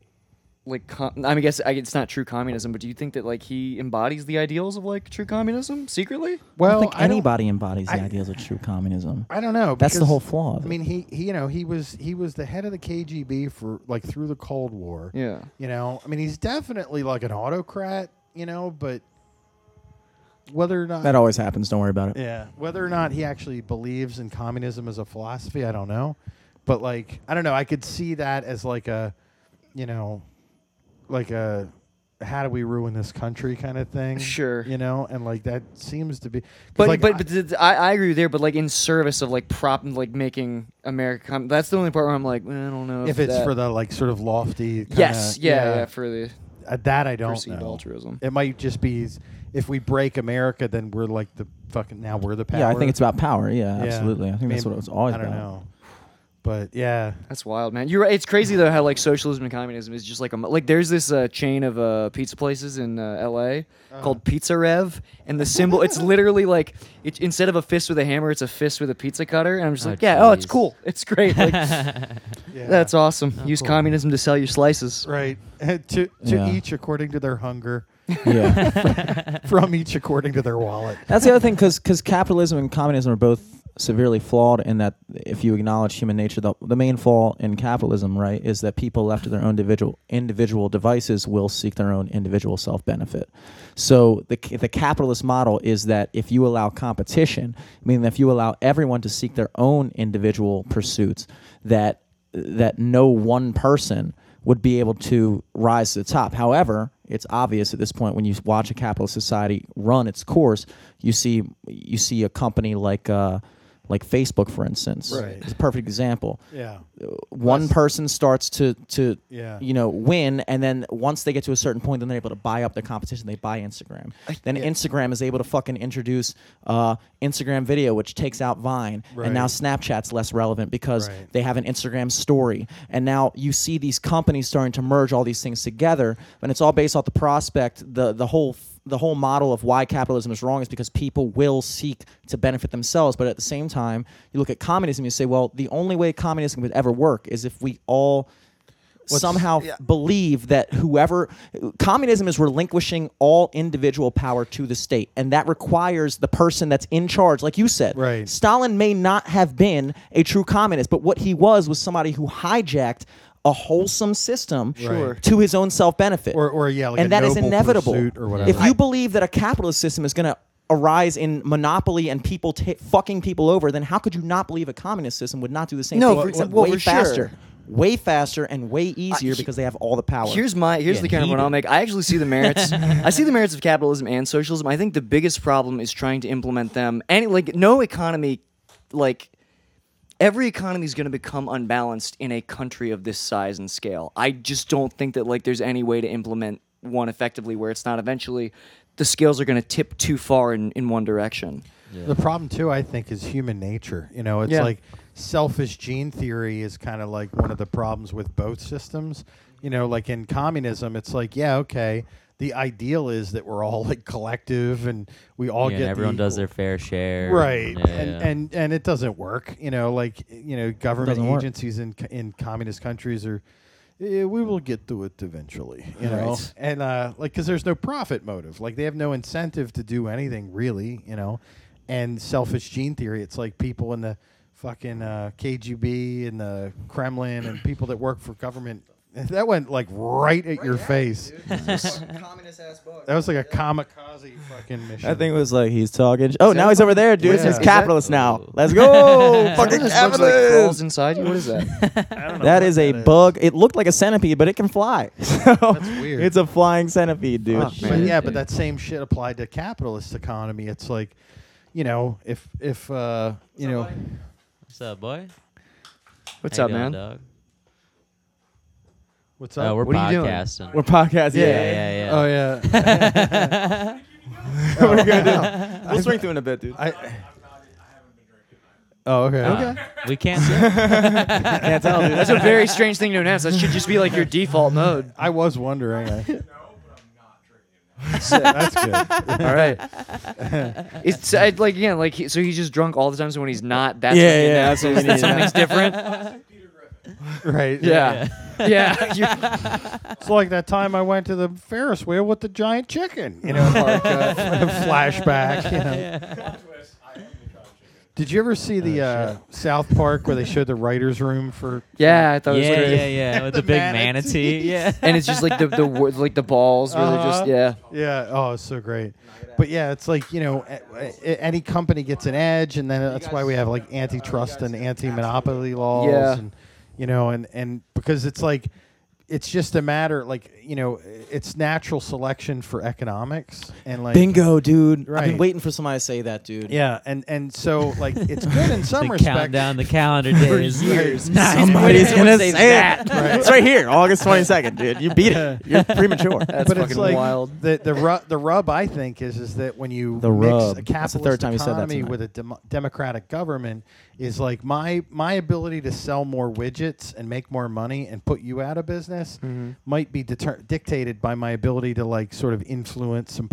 Speaker 3: like com- I mean, guess I, it's not true communism, but do you think that like he embodies the ideals of like true communism secretly?
Speaker 4: I
Speaker 5: well
Speaker 4: don't think
Speaker 5: I don't-
Speaker 4: anybody embodies the
Speaker 5: I-
Speaker 4: ideals of true communism.
Speaker 5: I don't know.
Speaker 4: That's the
Speaker 5: because,
Speaker 4: whole flaw of
Speaker 5: I mean, he, he, you know, he was he was the head of the KGB for like through the Cold War.
Speaker 3: Yeah.
Speaker 5: You know, I mean, he's definitely like an autocrat. You know, but whether or not
Speaker 4: That always happens. Don't worry about it.
Speaker 5: yeah, whether or not he actually believes in communism as a philosophy, I don't know. But like, I don't know. I could see that as like a, you know, like a how do we ruin this country kind of thing.
Speaker 3: Sure.
Speaker 5: You know, and like that seems to be. 'cause,
Speaker 3: But
Speaker 5: like,
Speaker 3: but
Speaker 5: I-
Speaker 3: but th- I, I agree there, but like in service of like prop like making America. Com- that's the only part where I'm like, "Eh, I don't know if,
Speaker 5: if it's
Speaker 3: that-
Speaker 5: for the like sort of lofty. Kinda,
Speaker 3: yes, yeah, yeah, for the
Speaker 5: Uh, that I don't
Speaker 3: perceived
Speaker 5: know.
Speaker 3: altruism.
Speaker 5: It might just be s- if we break America, then we're like the fucking now we're the power.
Speaker 4: Yeah, I think it's about power. Yeah,
Speaker 5: Yeah.
Speaker 4: absolutely. I think that's
Speaker 5: mean,
Speaker 4: what it was always
Speaker 5: I don't
Speaker 4: about.
Speaker 5: know, but yeah,
Speaker 3: That's wild, man. You're right. It's crazy though how like socialism and communism is just like a mo- like. There's this uh, chain of uh, pizza places in uh, L.A.
Speaker 2: Uh-huh.
Speaker 3: called Pizza Rev, and the
Speaker 2: [LAUGHS]
Speaker 3: symbol it's literally like it, instead of a fist with a hammer, it's a fist with a pizza cutter. And I'm just
Speaker 2: Oh,
Speaker 3: like, yeah, oh, it's
Speaker 2: jeez.
Speaker 3: cool, it's great.
Speaker 2: [LAUGHS]
Speaker 3: Like,
Speaker 5: yeah.
Speaker 3: That's awesome. Use
Speaker 2: Oh, cool.
Speaker 3: communism to sell your slices.
Speaker 5: [LAUGHS] right. [LAUGHS] to to
Speaker 4: Yeah.
Speaker 5: each according to their hunger,
Speaker 4: Yeah.
Speaker 5: [LAUGHS] from each according to their
Speaker 4: [LAUGHS]
Speaker 5: wallet.
Speaker 4: That's the other thing, because capitalism and communism are both severely flawed in that if you acknowledge human nature, the, the main flaw in capitalism, right, is that people left to their own individual individual devices will seek their own individual self benefit. So the ca- the capitalist model is that if you allow competition, meaning if you allow everyone to seek their own individual pursuits, that that no one person would be able to rise to the top. However, it's obvious at this point when you watch a capitalist society run its course, you see you see a company like uh, like Facebook, for instance,
Speaker 5: Right.
Speaker 4: It's a perfect example.
Speaker 5: Yeah,
Speaker 4: One
Speaker 5: That's-
Speaker 4: person starts to to
Speaker 5: Yeah.
Speaker 4: you know win, and then once they get to a certain point, then they're able to buy up their competition. They buy Instagram. Then Instagram is able to fucking introduce uh, Instagram video, which takes out Vine, and now
Speaker 5: Right.
Speaker 4: Snapchat's less relevant because
Speaker 5: Right.
Speaker 4: they have an Instagram story. And now you see these companies starting to merge all these things together, and it's all based off the prospect, the the whole the whole model of why capitalism is wrong is because people will seek to benefit themselves. But at the same time, you look at communism, you say, well, the only way communism would ever work is if we all somehow believe that whoever communism is relinquishing all individual power to the state and that requires the person that's in charge like you said
Speaker 5: Right.
Speaker 4: stalin may not have been a true communist but what he was was somebody who hijacked a wholesome system
Speaker 5: Sure.
Speaker 4: to his own self-benefit
Speaker 5: Or- or, yeah, like
Speaker 4: and
Speaker 5: a
Speaker 4: that is
Speaker 5: noble
Speaker 4: inevitable
Speaker 5: pursuit or whatever.
Speaker 4: if you believe that a capitalist system is going to arise in monopoly and people ta fucking people over then how could you not believe a communist system would not do the same
Speaker 3: No,
Speaker 4: thing
Speaker 3: for
Speaker 4: Except
Speaker 3: example- well,
Speaker 4: way
Speaker 3: for sure.
Speaker 4: faster way faster and way easier
Speaker 3: he-
Speaker 4: because they have all the power.
Speaker 3: Here's my here's
Speaker 4: Yeah,
Speaker 3: the kind of
Speaker 4: he
Speaker 3: one I'll
Speaker 4: did.
Speaker 3: make. I actually see the merits. I see the merits of capitalism and socialism. I think the biggest problem is trying to implement them. Any like no economy, like every economy is going to become unbalanced in a country of this size and scale. I just don't think that like there's any way to implement one effectively where it's not eventually the scales are going to tip too far in, in one direction.
Speaker 5: The problem too, I think, is human nature. You know, it's
Speaker 3: Yeah.
Speaker 5: like selfish gene theory is kind of like one of the problems with both systems. You know, like in communism, it's like, yeah, okay, the ideal is that we're all like collective and we all
Speaker 2: Yeah,
Speaker 5: get
Speaker 2: and
Speaker 5: the
Speaker 2: everyone does
Speaker 5: equal-
Speaker 2: their fair share.
Speaker 5: right
Speaker 2: Yeah,
Speaker 5: and,
Speaker 2: yeah.
Speaker 5: and and it doesn't work you know like you know government
Speaker 4: Doesn't work.
Speaker 5: agencies in co- in communist countries are "Eh, we will get to it eventually you know
Speaker 4: Right.
Speaker 5: and uh like because there's no profit motive like they have no incentive to do anything really you know and selfish gene theory it's like people in the fucking uh, kgb and the kremlin and people that work for government [LAUGHS] That went like right at your face.
Speaker 6: Communist ass book.
Speaker 5: That was like a kamikaze fucking mission.
Speaker 4: I think it was like he's talking. Oh, now he's over there, dude.
Speaker 3: Yeah.
Speaker 4: He's
Speaker 3: Is that-
Speaker 4: capitalist now. Let's [LAUGHS] go, fucking
Speaker 3: This looks like crawls
Speaker 4: capitalist.
Speaker 3: inside you. What is that?
Speaker 4: That is a bug. It looked like a centipede, but it can fly. [LAUGHS] So
Speaker 5: weird.
Speaker 4: It's a flying centipede, dude.
Speaker 3: Fuck,
Speaker 5: But
Speaker 3: man.
Speaker 5: yeah, but that same shit applied to capitalist economy. It's like, you know, if if uh, you know,
Speaker 2: What's up, boy?
Speaker 3: What's
Speaker 2: How you
Speaker 3: up,
Speaker 2: doing,
Speaker 3: man?
Speaker 2: Dog?
Speaker 5: what's
Speaker 2: Oh,
Speaker 5: up?
Speaker 2: we're
Speaker 3: What are you doing?
Speaker 2: podcasting.
Speaker 4: We're podcasting.
Speaker 2: yeah, yeah, yeah.
Speaker 5: Oh yeah. [LAUGHS]
Speaker 4: We're gonna do- We'll swing through in a bit, dude.
Speaker 5: I. Oh
Speaker 3: Uh,
Speaker 5: okay. Okay.
Speaker 2: We can't. do it.
Speaker 4: can't tell, dude.
Speaker 3: That's a very strange thing to announce. That should just be like your default mode.
Speaker 5: [LAUGHS] I was
Speaker 3: [LAUGHS]
Speaker 5: wondering. I- That's good.
Speaker 3: All right. It's I, like again, like he- so he's just drunk all the time. So when he's not, that's
Speaker 4: Yeah,
Speaker 3: when he
Speaker 4: yeah,
Speaker 3: announces
Speaker 4: that's what we
Speaker 3: that
Speaker 4: need,
Speaker 3: something's different.
Speaker 5: [LAUGHS] Right.
Speaker 3: Yeah, yeah. You're-
Speaker 5: It's like that time I went to the Ferris wheel with the giant chicken. You know, like uh,
Speaker 3: [LAUGHS]
Speaker 5: [LAUGHS] flashback. You know. Did you ever see the uh, South Park where they showed the writers' room for?
Speaker 3: Oh, yeah, I thought it was
Speaker 2: yeah,
Speaker 3: great.
Speaker 2: yeah, yeah. With the, big manatee. Yeah.
Speaker 3: And it's just like the the wo- like the balls where they're just
Speaker 5: Uh-huh.
Speaker 3: yeah.
Speaker 5: Yeah. Oh, it's so great. But yeah, it's like you know, a- a- any company gets an edge, and then that's why we have like antitrust and anti-monopoly laws,
Speaker 3: Yeah.
Speaker 5: and you know, and and because it's like, it's just a matter like you know, it's natural selection for economics, and like
Speaker 4: Bingo, dude. I've been
Speaker 5: Right.
Speaker 4: waiting for somebody to say that, dude.
Speaker 5: Yeah, and and so like it's
Speaker 2: [LAUGHS]
Speaker 5: good in some
Speaker 2: They
Speaker 5: respects.
Speaker 2: count down the calendar days.
Speaker 4: Somebody's gonna say that.
Speaker 5: Right.
Speaker 4: It's right here, August twenty second, dude. You beat it. You're premature.
Speaker 3: That's
Speaker 5: but
Speaker 3: fucking
Speaker 5: it's like
Speaker 3: wild.
Speaker 5: the the rub, the rub I think is is that when you
Speaker 4: The
Speaker 5: mix
Speaker 4: rub.
Speaker 5: a
Speaker 4: That's
Speaker 5: capitalist
Speaker 4: the third time you said that
Speaker 5: economy
Speaker 4: tonight.
Speaker 5: with a dem- democratic government is like my my ability to sell more widgets and make more money and put you out of business
Speaker 4: Mm-hmm.
Speaker 5: might be deter- dictated by my ability to like sort of influence some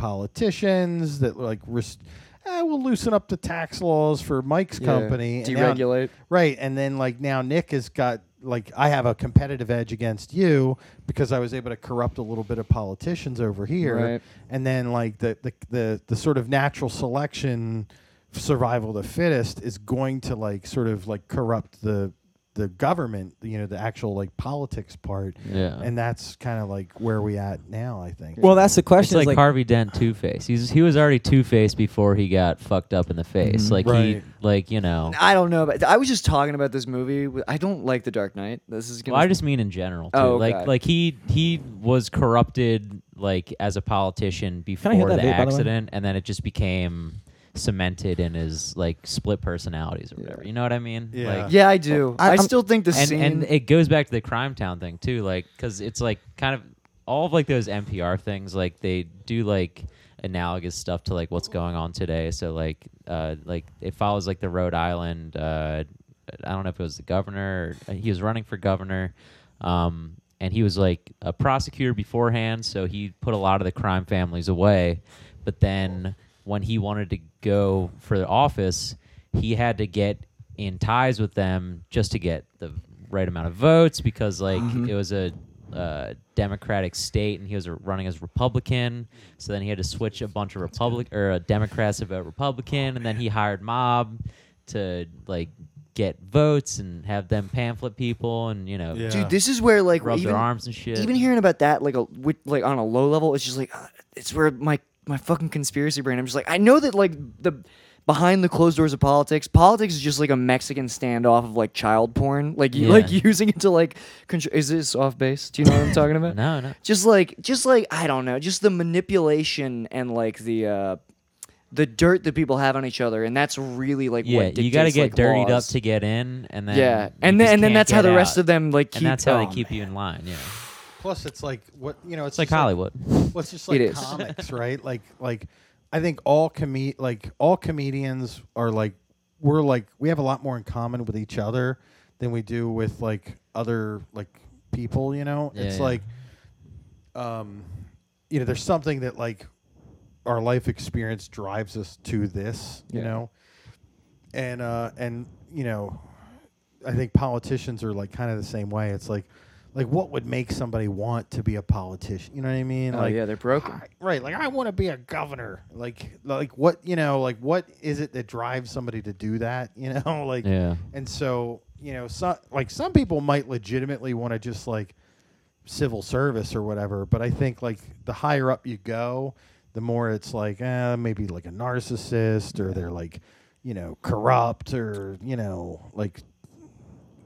Speaker 5: politicians that like res- eh, we'll loosen up the tax laws for Mike's
Speaker 3: Yeah.
Speaker 5: company and now-
Speaker 3: Deregulate.
Speaker 5: Right, and then like now Nick has got like I have a competitive edge against you because I was able to corrupt a little bit of politicians over here,
Speaker 3: Right.
Speaker 5: and then like the the the, the sort of natural selection survival of the fittest is going to like sort of like corrupt the the government, you know, the actual like politics part,
Speaker 2: Yeah.
Speaker 5: and that's kind of like where we at now, I think.
Speaker 4: Well, that's the
Speaker 2: It's
Speaker 4: question.
Speaker 2: like,
Speaker 4: is, like,
Speaker 2: Harvey Dent Two Face. He's he was already Two Face before he got fucked up in the face. Like he
Speaker 5: Right.
Speaker 2: like you know.
Speaker 3: I don't know, but I was just talking about this movie. with- I don't like The Dark Knight. This is gonna.
Speaker 2: Well, I just mean in general. Too.
Speaker 3: Oh, okay.
Speaker 2: Like like he he was corrupted like as a politician
Speaker 4: I hear
Speaker 2: before
Speaker 4: that
Speaker 2: the
Speaker 4: date, by the way?
Speaker 2: accident, and then it just became cemented in his like split personalities or whatever. You know what I mean?
Speaker 5: Yeah.
Speaker 2: Like,
Speaker 3: yeah, I do.
Speaker 4: I-
Speaker 3: I,
Speaker 4: I'm-
Speaker 3: still think the
Speaker 2: and
Speaker 3: scene.
Speaker 2: and it goes back to the crime town thing too like because it's like kind of all of like those npr things like they do like analogous stuff to like what's going on today so like uh like it follows like the rhode island uh i don't know if it was the governor or he was running for governor um and he was like a prosecutor beforehand so he put a lot of the crime families away but then when he wanted to go for the office he had to get in ties with them just to get the right amount of votes because like
Speaker 3: Mm-hmm.
Speaker 2: it was a uh, Democratic state and he was running as Republican. So then he had to switch a bunch of Republic or uh, Democrats to vote Republican, and then he hired mob to like get votes and have them pamphlet people and you know
Speaker 5: Yeah.
Speaker 3: dude, this is where like
Speaker 2: rub
Speaker 3: even,
Speaker 2: their arms and shit.
Speaker 3: even hearing about that, like a with, like on a low level, it's just like uh, it's where my my fucking conspiracy brain. I'm just like I know that like the behind the closed doors of politics, politics is just like a Mexican standoff of like child porn, like you
Speaker 2: Yeah.
Speaker 3: like [LAUGHS] using it to like control. Is this off base? Do you know what I'm talking about?
Speaker 2: [LAUGHS] no, no.
Speaker 3: just like just like i don't know just the manipulation and like the uh the dirt that people have on each other and that's really like
Speaker 2: Yeah,
Speaker 3: what
Speaker 2: you got to
Speaker 3: dictates,
Speaker 2: get
Speaker 3: like,
Speaker 2: dirtied
Speaker 3: laws.
Speaker 2: up to get in, and then
Speaker 3: yeah
Speaker 2: you
Speaker 3: and
Speaker 2: just
Speaker 3: then and then
Speaker 2: can't
Speaker 3: that's how
Speaker 2: get
Speaker 3: the rest
Speaker 2: out.
Speaker 3: of them like keep
Speaker 2: and that's how they
Speaker 3: oh,
Speaker 2: keep
Speaker 3: man.
Speaker 2: you in line. Yeah,
Speaker 5: Plus, it's like what you know. It's,
Speaker 2: it's like
Speaker 5: just
Speaker 2: Hollywood.
Speaker 5: Well, it's just
Speaker 3: It
Speaker 5: like
Speaker 3: is. [LAUGHS]
Speaker 5: comics, right? Like, like I think all com like all comedians are like we're like we have a lot more in common with each other than we do with like other like people. You know,
Speaker 2: Yeah,
Speaker 5: it's
Speaker 2: yeah.
Speaker 5: like, um, you know, there's something that like our life experience drives us to this. You
Speaker 3: Yeah.
Speaker 5: know, and uh, and you know, I think politicians are like kind of the same way. It's like, like what would make somebody want to be a politician? You know what I mean?
Speaker 3: oh
Speaker 5: like,
Speaker 3: yeah they're broken
Speaker 5: I- right. Like I want to be a governor. Like, like what you know? Like what is it that drives somebody to do that? You know, [LAUGHS] like
Speaker 2: Yeah.
Speaker 5: And so you know, so, like some people might legitimately want to just like civil service or whatever. But I think like the higher up you go, the more it's like eh, maybe like a narcissist or they're like, you know, corrupt or you know like,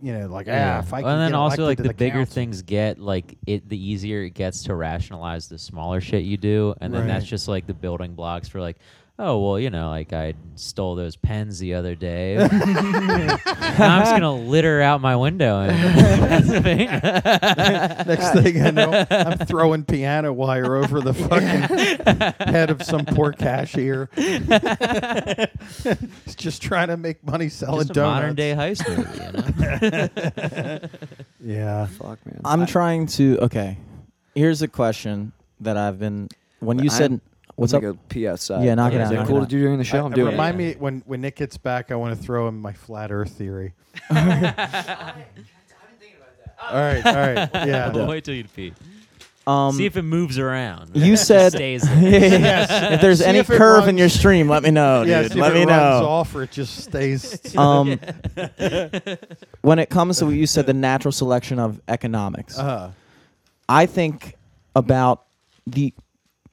Speaker 5: you know like ah, if I
Speaker 2: Well,
Speaker 5: can
Speaker 2: and then
Speaker 5: get
Speaker 2: also
Speaker 5: elected
Speaker 2: like the,
Speaker 5: to
Speaker 2: bigger
Speaker 5: council-
Speaker 2: things get, like it the easier it gets to rationalize the smaller shit you do, and then that's
Speaker 5: Right.
Speaker 2: just like the building blocks for like, oh well, you know, like I stole those pens the other
Speaker 5: [LAUGHS]
Speaker 2: day. [LAUGHS] now I'm just gonna litter out my window. In
Speaker 5: [LAUGHS]
Speaker 2: Pennsylvania.
Speaker 5: Next thing I know,
Speaker 2: [LAUGHS]
Speaker 5: I'm throwing piano wire over the fucking head of some poor cashier.
Speaker 2: [LAUGHS]
Speaker 5: He's just trying to make money
Speaker 2: [LAUGHS]
Speaker 5: selling
Speaker 2: just a
Speaker 5: donuts.
Speaker 2: modern day heist movie. You know?
Speaker 5: Yeah.
Speaker 3: Fuck, man.
Speaker 4: I'm trying to. Okay, here's a question that I've been. When you said,
Speaker 3: I'm-
Speaker 4: "What's up?"
Speaker 3: Go pee outside.
Speaker 4: Yeah, knock
Speaker 2: it
Speaker 3: Is
Speaker 2: out, knock it
Speaker 3: that cool to
Speaker 4: out.
Speaker 3: do during the show? I'm
Speaker 5: I-
Speaker 3: doing it.
Speaker 5: Uh, Remind me when when Nick gets back, I want to throw him my flat Earth theory. all right, all right,
Speaker 2: Well,
Speaker 5: [LAUGHS]
Speaker 2: [LAUGHS]
Speaker 5: yeah.
Speaker 2: wait till you pee.
Speaker 4: Um,
Speaker 2: See if [LAUGHS] it moves around.
Speaker 4: you said
Speaker 2: stays
Speaker 4: [LAUGHS] if there's
Speaker 5: See
Speaker 4: any
Speaker 5: if it
Speaker 4: curve in
Speaker 5: runs-
Speaker 4: your stream, let me
Speaker 5: [LAUGHS]
Speaker 4: know,
Speaker 5: yeah,
Speaker 4: dude.
Speaker 5: see if
Speaker 4: Let me
Speaker 5: it runs
Speaker 4: know.
Speaker 5: off or it
Speaker 2: [LAUGHS]
Speaker 5: just stays.
Speaker 4: Um,
Speaker 5: [LAUGHS]
Speaker 4: when it comes to what you said, the natural selection of economics,
Speaker 5: Uh,
Speaker 4: I think about the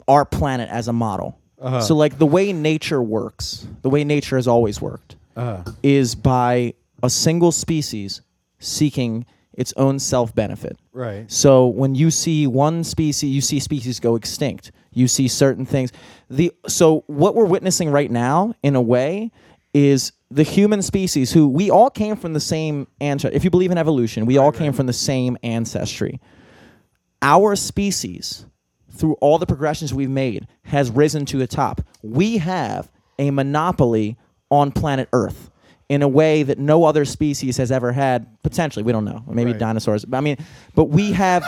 Speaker 4: our planet as a model.
Speaker 5: Uh-huh.
Speaker 4: So, like the way nature works, the way nature has always worked,
Speaker 5: uh,
Speaker 4: is by a single species seeking its own self benefit.
Speaker 5: right.
Speaker 4: So when you see one species, you see species go extinct. You see certain things. The so what we're witnessing right now, in a way, is the human species who we all came from the same ancestry. If you believe in evolution, we all came from the same ancestry. Our species, through all the progressions we've made, has risen to the top. We have a monopoly on planet Earth in a way that no other species has ever had. Potentially, we don't know. Maybe
Speaker 5: Right.
Speaker 4: dinosaurs. I mean, but we have.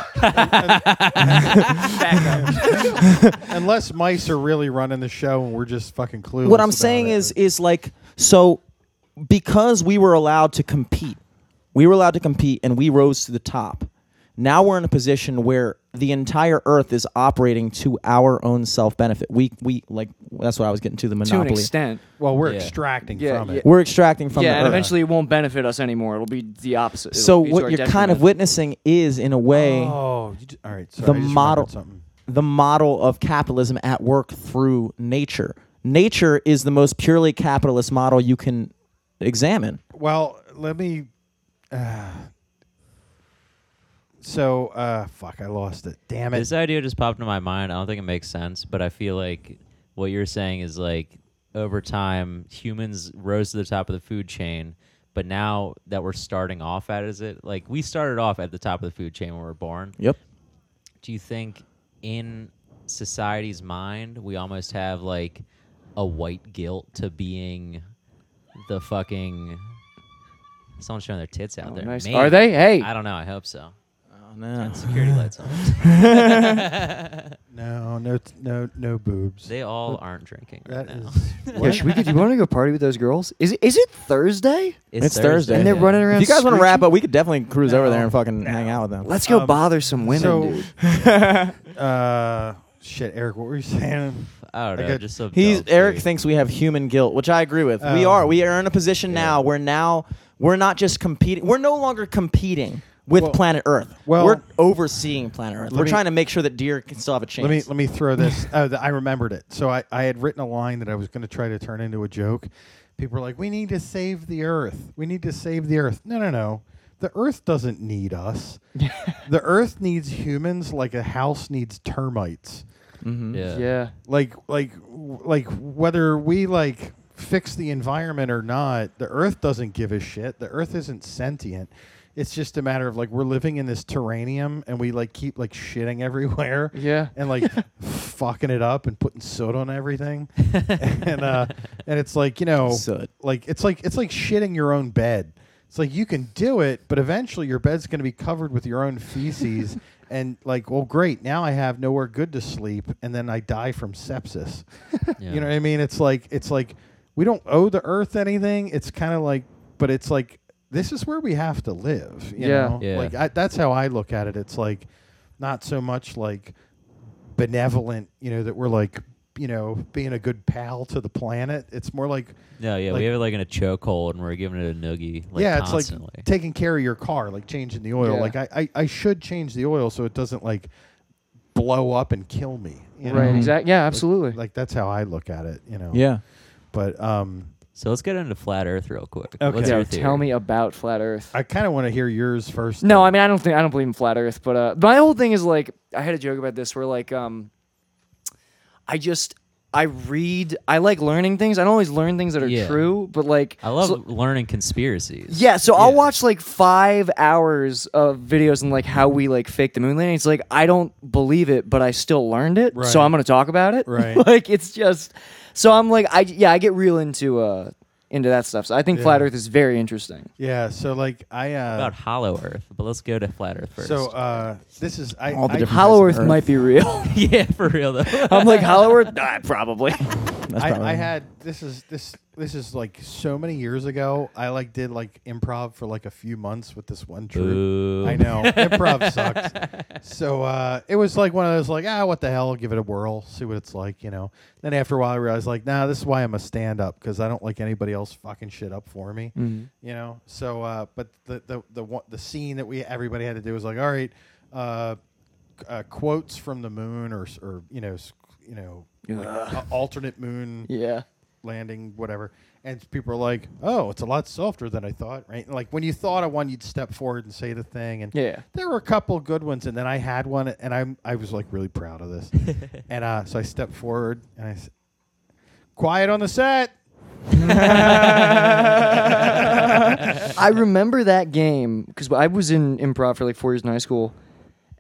Speaker 5: Unless mice are really running the show and we're just fucking clueless.
Speaker 4: what I'm
Speaker 5: about
Speaker 4: saying
Speaker 5: it.
Speaker 4: is is like so because we were allowed to compete, we were allowed to compete and we rose to the top. Now we're in a position where the entire earth is operating to our own self benefit. We we like that's what I was getting to the
Speaker 3: to an
Speaker 4: monopoly.
Speaker 3: extent.
Speaker 5: well, we're
Speaker 2: Yeah.
Speaker 5: extracting
Speaker 3: Yeah,
Speaker 5: from
Speaker 3: yeah.
Speaker 5: it.
Speaker 4: We're extracting from
Speaker 3: yeah,
Speaker 4: the
Speaker 3: and
Speaker 4: earth.
Speaker 3: eventually it won't benefit us anymore. It'll be the opposite. It'll
Speaker 4: so
Speaker 3: be to our
Speaker 4: what you're kind of
Speaker 3: detriment.
Speaker 4: witnessing is in a way
Speaker 5: Oh, you d- all right. Sorry,
Speaker 4: the
Speaker 5: I just remembered
Speaker 4: model-
Speaker 5: Something.
Speaker 4: the model of capitalism at work through nature. Nature is the most purely capitalist model you can examine.
Speaker 5: Well, let me. Uh, so, uh, fuck, I lost it. Damn it.
Speaker 2: This idea just popped into my mind. I don't think it makes sense, but I feel like what you're saying is like over time, humans rose to the top of the food chain, but now that we're starting off at is it like we started off at the top of the food chain when we were born.
Speaker 4: Yep.
Speaker 2: Do you think in society's mind we almost have like a white guilt to being the fucking someone's showing their tits out
Speaker 3: Oh,
Speaker 2: there.
Speaker 3: nice.
Speaker 2: Maybe.
Speaker 3: Are they? Hey.
Speaker 2: I don't know. I hope so.
Speaker 4: Oh, no.
Speaker 2: Security lights on.
Speaker 3: [LAUGHS]
Speaker 2: [LAUGHS]
Speaker 5: No, no, t- no, no boobs.
Speaker 2: They all aren't drinking right
Speaker 5: That
Speaker 2: now.
Speaker 5: is-
Speaker 3: Yeah, should we? Do you want to go party with those girls? Is it, is it Thursday?
Speaker 4: It's Thursday.
Speaker 3: And they're
Speaker 2: yeah.
Speaker 3: running around.
Speaker 4: If you guys want to
Speaker 3: screeching?
Speaker 4: wrap up, we could definitely cruise over there and fucking hang out with them.
Speaker 3: Let's go bother some [LAUGHS] women,
Speaker 5: so-
Speaker 3: [LAUGHS] dude.
Speaker 5: [LAUGHS] uh, shit, Eric, what were you saying?
Speaker 2: [LAUGHS] I don't know.
Speaker 5: Okay.
Speaker 2: Just so
Speaker 4: He's
Speaker 2: adult
Speaker 4: Eric
Speaker 2: food.
Speaker 4: thinks we have human guilt, which I agree with. We
Speaker 5: Oh.
Speaker 4: are. We are in a position now where now we're not just competing. We're no longer competing with
Speaker 5: Well-
Speaker 4: planet Earth.
Speaker 5: well-
Speaker 4: we're overseeing planet Earth. We're
Speaker 5: me-
Speaker 4: trying to make sure that deer can still have a chance.
Speaker 5: Let me let me throw this. [LAUGHS] oh, th- I remembered it. So I, I had written a line that I was going to try to turn into a joke. People are like, "We need to save the Earth. We need to save the Earth." No, no, no. The Earth doesn't need us. the Earth needs humans like a house needs termites.
Speaker 4: Mm-hmm.
Speaker 2: Yeah.
Speaker 3: Yeah.
Speaker 5: like like like whether we like fix the environment or not the earth doesn't give a shit the earth isn't sentient it's just a matter of like we're living in this terranium and we like keep like shitting [LAUGHS] everywhere
Speaker 3: Yeah.
Speaker 5: and like fucking it up and putting soot on everything and uh and it's like you know
Speaker 4: Soot.
Speaker 5: like it's like it's like shitting your own bed it's like you can do it but eventually your bed's going to be covered with your own feces and like well great now i have nowhere good to sleep and then i die from sepsis
Speaker 2: Yeah.
Speaker 5: you know what i mean it's like it's like we don't owe the earth anything it's kind of like but it's like this is where we have to live you
Speaker 3: Yeah.
Speaker 5: know
Speaker 2: Yeah.
Speaker 5: like I, that's how i look at it it's like not so much like benevolent, you know, that we're like, you know, being a good pal to the planet. It's more like
Speaker 2: No, yeah,
Speaker 5: Like-
Speaker 2: we have it like in a chokehold, and we're giving it a noogie. Like,
Speaker 5: yeah, it's
Speaker 2: constantly.
Speaker 5: like taking care of your car, like changing the oil.
Speaker 3: Yeah.
Speaker 5: Like I, I, I should change the oil so it doesn't like blow up and kill me. you know?
Speaker 3: Right. Exactly. Yeah. Absolutely.
Speaker 5: Like that's how I look at it, you know.
Speaker 4: Yeah.
Speaker 5: But um,
Speaker 2: so let's get into flat Earth real quick.
Speaker 5: Okay.
Speaker 2: What's
Speaker 5: Yeah,
Speaker 2: your
Speaker 3: tell
Speaker 2: theory?
Speaker 3: me about flat Earth.
Speaker 5: I kind of want to hear yours first.
Speaker 3: No,
Speaker 5: though.
Speaker 3: I mean I don't think I don't believe in flat Earth, but uh, my whole thing is like I had a joke about this where like um, I just I read I like learning things. I don't always learn things that are
Speaker 2: Yeah.
Speaker 3: true, but like
Speaker 2: I love
Speaker 3: so-
Speaker 2: learning conspiracies.
Speaker 3: yeah, so I'll
Speaker 2: Yeah.
Speaker 3: watch like five hours of videos and like how we like fake the moon landing. It's like I don't believe it, but I still learned it,
Speaker 5: Right.
Speaker 3: so I'm gonna talk about it.
Speaker 5: Right.
Speaker 3: [LAUGHS] like it's just so I'm like I yeah I get real into uh into that stuff. So I think flat
Speaker 5: Yeah.
Speaker 3: Earth is very interesting.
Speaker 5: Yeah. So like I. Uh,
Speaker 2: About Hollow Earth, but let's go to flat Earth first. [LAUGHS]
Speaker 5: so uh, this is I.
Speaker 4: All the
Speaker 5: I-
Speaker 4: different-
Speaker 3: Hollow
Speaker 4: Earth.
Speaker 3: Earth might be real. [LAUGHS]
Speaker 2: yeah, for real though.
Speaker 3: I'm like Hollow Earth, nah, probably.
Speaker 4: That's probably-
Speaker 5: I, I had this is this this is like so many years ago. I like did like improv for like a few months with this one troupe.
Speaker 2: Boo.
Speaker 5: I know improv sucks. So uh, it was like one of those like ah what the hell, give it a whirl, see what it's like, you know. Then after a while, I realized like nah, this is why I'm a stand up because I don't like anybody else fucking shit up for me, you know. So uh, but the the the one, the scene that we everybody had to do was like all right, uh, uh, quotes from the moon or s- or you know s- you know. Like a- alternate moon
Speaker 3: yeah.
Speaker 5: landing, whatever. And people are like, "Oh, it's a lot softer than I thought." Right? And, like when you thought of one, you'd step forward and say the thing. And
Speaker 3: Yeah.
Speaker 5: there were a couple good ones, and then I had one, and I'm I was like really proud
Speaker 3: [LAUGHS]
Speaker 5: of this. and uh, so I stepped forward and I said, "Quiet on the set."
Speaker 3: [LAUGHS] I remember that game because I was in improv for like four years in high school,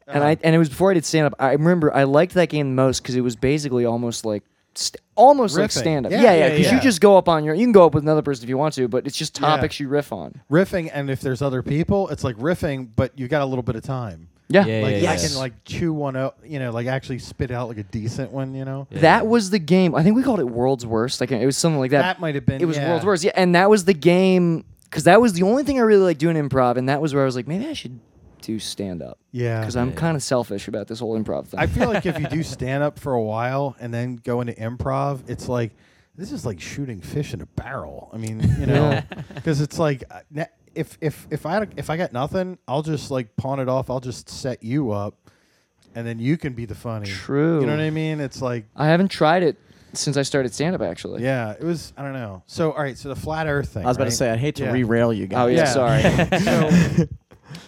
Speaker 3: and I and it was before I did stand up. I remember I liked that game the most because it was basically almost like. St- almost like
Speaker 5: Riffing.
Speaker 3: stand up.
Speaker 5: Yeah,
Speaker 3: Yeah, yeah,
Speaker 5: yeah,
Speaker 3: because
Speaker 5: yeah.
Speaker 3: you just go up on your you can go up with another person if you want to, but it's just topics you riff on.
Speaker 5: Riffing, and if there's other people, it's like riffing, but you got a little bit of time.
Speaker 3: Yeah.
Speaker 2: Yeah,
Speaker 5: Like I
Speaker 2: yes.
Speaker 5: can like chew one out, you know, like actually spit out like a decent one, you know.
Speaker 3: That was the game. I think we called it World's Worst. Like it was something like that.
Speaker 5: That might have been,
Speaker 3: It was
Speaker 5: yeah.
Speaker 3: World's Worst. Yeah, and that was the game because that was the only thing I really liked doing improv, and that was where I was like, maybe I should do stand up.
Speaker 5: Yeah.
Speaker 3: Because I'm kind of selfish about this whole improv thing.
Speaker 5: I feel like if you do stand up for a while and then go into improv, it's like this is like shooting fish in a barrel. I mean, you know, because it's like uh, na- if if if I if I got nothing, I'll just like pawn it off. I'll just set you up, and then you can be the funny.
Speaker 3: True.
Speaker 5: You know what I mean? It's like
Speaker 3: I haven't tried it since I started stand up actually.
Speaker 5: yeah, it was. I don't know. So all right, so the flat Earth thing.
Speaker 4: I was about
Speaker 5: right?
Speaker 4: to say, I'd hate to
Speaker 5: Yeah.
Speaker 4: re-rail you guys.
Speaker 3: Oh yeah,
Speaker 5: Yeah.
Speaker 3: sorry.
Speaker 4: [LAUGHS]
Speaker 3: [LAUGHS]
Speaker 5: [LAUGHS] so,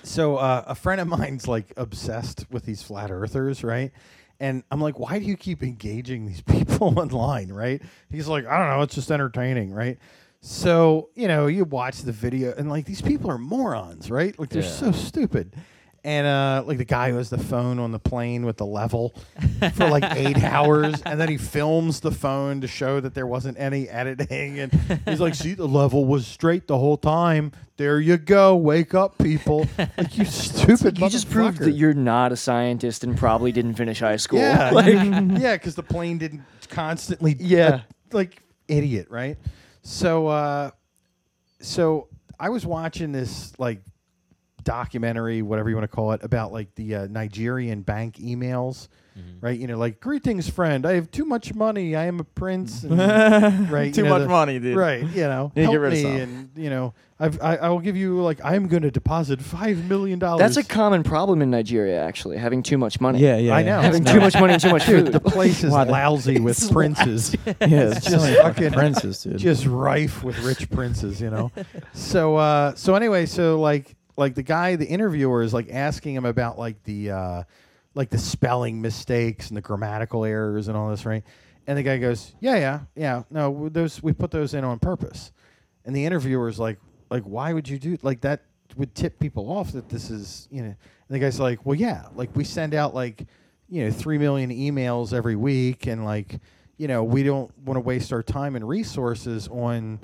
Speaker 5: so uh, a friend of mine's like obsessed with these flat earthers, right? And I'm like, why do you keep engaging these [LAUGHS] people online, right? He's like, I don't know, it's just entertaining, right? So, you know, you watch the video and like these people are morons, right? Like they're so stupid. And uh, like the guy who has the phone on the plane with the level for like
Speaker 3: [LAUGHS]
Speaker 5: eight hours, and then he films the phone to show that there wasn't any editing. And he's like, "See, the level was straight the whole time. There you go. Wake up, people!
Speaker 3: [LAUGHS]
Speaker 5: Like you stupid.
Speaker 3: you just proved that
Speaker 5: motherfucker."
Speaker 3: you're not a scientist and probably didn't finish high school. [LAUGHS]
Speaker 5: Yeah,
Speaker 3: Like,
Speaker 5: [LAUGHS] yeah, because the plane didn't constantly.
Speaker 3: Yeah.
Speaker 5: uh, like idiot, right? So, uh, so I was watching this like documentary, whatever you want to call it, about like the uh, Nigerian bank emails,
Speaker 4: Mm-hmm.
Speaker 5: right? You know, like greetings, friend. I have too much money. I am a
Speaker 4: [LAUGHS]
Speaker 5: prince. And, right?
Speaker 4: Too
Speaker 5: you know,
Speaker 4: much money, dude.
Speaker 5: Right? You know,
Speaker 4: Need to get
Speaker 5: help
Speaker 4: rid of
Speaker 5: me,
Speaker 4: some.
Speaker 5: and you know, I've, I I will give you like I'm going to deposit five million dollars.
Speaker 3: that's a common problem in Nigeria actually, having too much money.
Speaker 4: Yeah, yeah.
Speaker 5: I
Speaker 4: yeah.
Speaker 5: know.
Speaker 3: Having
Speaker 5: [LAUGHS]
Speaker 3: too much money and too much food.
Speaker 5: the place [LAUGHS] is
Speaker 4: Wow, the-
Speaker 5: lousy with
Speaker 4: It's
Speaker 5: princes.
Speaker 4: [LAUGHS]
Speaker 5: [LAUGHS]
Speaker 4: Yeah, it's
Speaker 5: just
Speaker 4: just fucking
Speaker 5: fucking-
Speaker 4: princes, dude.
Speaker 5: just rife with rich princes, you know. so uh, so anyway, so like like the guy, the interviewer is like asking him about like the uh, like the spelling mistakes and the grammatical errors and all this, right? And the guy goes, "Yeah, yeah, yeah. No, w- those we put those in on purpose." And the interviewer is like, "Like, why would you do like that? Would tip people off that this is you know?" And the guy's like, "Well, yeah. Like we send out like." you know, three million emails every week, and like, you know, we don't want to waste our time and resources on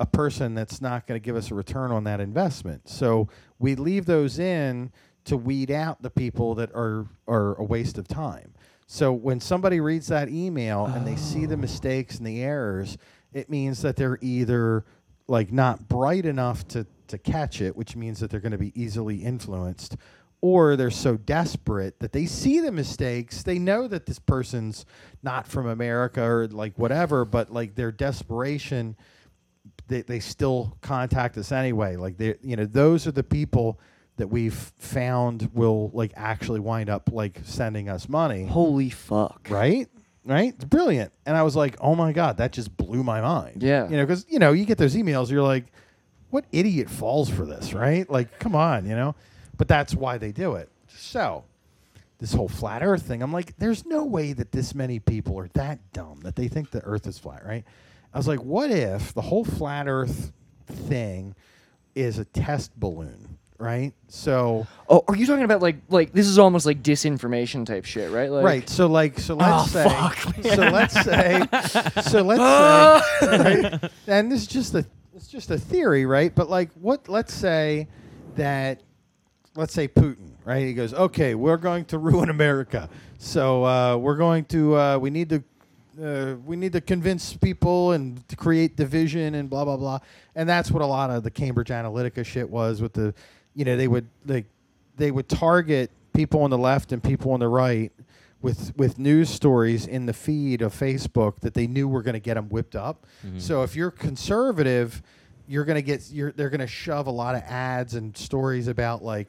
Speaker 5: a person that's not going to give us a return on that investment. So we leave those in to weed out the people that are are a waste of time. So when somebody reads that email and they see the mistakes and the errors, it means that they're either like not bright enough to to catch it, which means that they're going to be easily influenced, or they're so desperate that they see the mistakes. They know that this person's not from America or like whatever, but like their desperation they, they still contact us anyway. Like they, you know, those are the people that we've found will like actually wind up like sending us money.
Speaker 3: Holy fuck.
Speaker 5: Right? Right? It's brilliant. And I was like, oh my God, that just blew my mind.
Speaker 3: Yeah.
Speaker 5: You know, because, you know, you get those emails, you're like, what idiot falls for this, right? Like, come on, you know? But that's why they do it. So, this whole flat earth thing, I'm like, there's no way that this many people are that dumb that they think the earth is flat, right? I was like, what if the whole flat earth thing is a test balloon, right? So,
Speaker 3: Oh, are you talking about like like this is almost like disinformation type shit, right? Like,
Speaker 5: right. So like so let's say so let's say so let's say right, and this is just a it's just a theory, right? But like what let's say that let's say Putin, right? He goes, "Okay, we're going to [LAUGHS] ruin America. So uh, we're going to uh, we need to uh, we need to convince people and to create division and blah blah blah." And that's what a lot of the Cambridge Analytica shit was with the, you know, they would like they would target people on the left and people on the right with with news stories in the feed of Facebook that they knew were going to get them whipped up. So if you're conservative, you're going to get you're they're going to shove a lot of ads and stories about like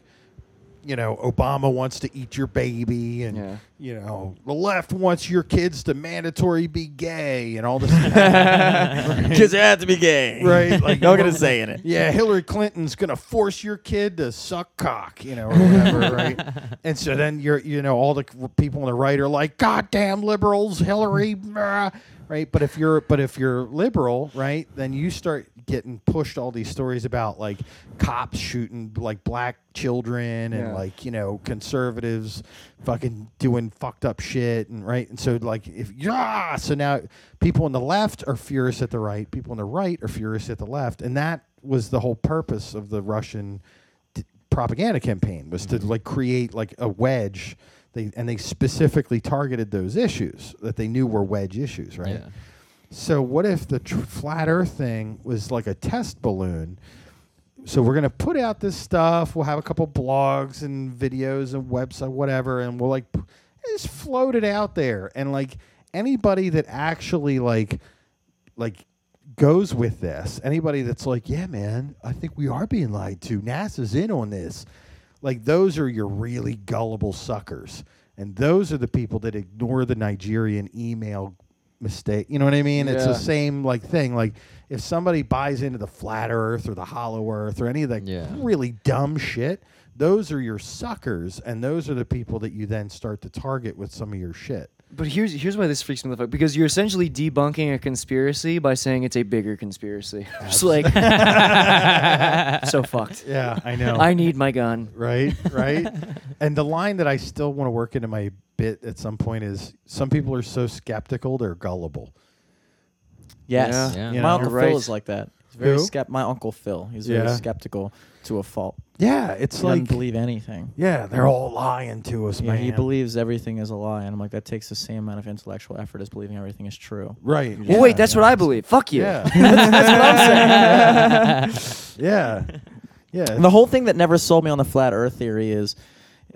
Speaker 5: you know Obama wants to eat your baby and
Speaker 3: Yeah.
Speaker 5: you know the left wants your kids to mandatory be gay and all this [LAUGHS] kids have to be gay right like no gonna say it yeah Hillary Clinton's gonna force your kid to suck cock you know or whatever right and so then you're you know all the c- people on the right are like goddamn liberals Hillary brah," right but if you're but if you're liberal right then you start getting pushed all these stories about like cops shooting like black children and
Speaker 3: Yeah.
Speaker 5: like like you know conservatives fucking doing fucked up shit and right and so like if yeah so now people on the left are furious at the right people on the right are furious at the left and that was the whole purpose of the russian d- propaganda campaign was to like create like a wedge they and they specifically targeted those issues that they knew were wedge issues right so what if the tr- flat Earth thing was like a test balloon? So we're gonna put out this stuff. We'll have a couple blogs and videos and website, whatever, and we'll like p- just float it out there. And like anybody that actually like like goes with this, anybody that's like, yeah, man, I think we are being lied to. NASA's in on this. Like those are your really gullible suckers. And those are the people that ignore the Nigerian email mistake. You know what I mean? It's the
Speaker 3: Yeah.
Speaker 5: same like thing. Like if somebody buys into the flat earth or the hollow earth or any of that
Speaker 2: Yeah.
Speaker 5: really dumb shit, those are your suckers and those are the people that you then start to target with some of your shit.
Speaker 3: But here's here's why this freaks me the fuck because you're essentially debunking a conspiracy by saying it's a bigger conspiracy. [LAUGHS] Just
Speaker 5: [LAUGHS]
Speaker 3: like [LAUGHS] so fucked.
Speaker 5: Yeah, I know.
Speaker 3: I need my gun.
Speaker 5: right? Right? and the line that I still want to work into my bit at some point is some people are so skeptical they're gullible.
Speaker 2: Yeah.
Speaker 4: Yes.
Speaker 2: Yeah.
Speaker 5: You know,
Speaker 4: My uncle
Speaker 3: you're
Speaker 4: Phil
Speaker 3: right.
Speaker 4: is like that. He's very
Speaker 5: Who?
Speaker 4: skep- my uncle Phil. He's
Speaker 5: Yeah.
Speaker 4: very skeptical to a fault.
Speaker 5: Yeah, it's
Speaker 4: He
Speaker 5: like
Speaker 4: doesn't believe anything.
Speaker 5: yeah, they're all lying to us,
Speaker 4: Yeah,
Speaker 5: man.
Speaker 4: he believes everything is a lie, and I'm like, that takes the same amount of intellectual effort as believing everything is true.
Speaker 5: right.
Speaker 3: Well, wait, that's what I believe. Fuck you. [LAUGHS]
Speaker 5: yeah. that's what I'm saying. [LAUGHS] yeah. Yeah.
Speaker 4: And the whole thing that never sold me on the flat Earth theory is,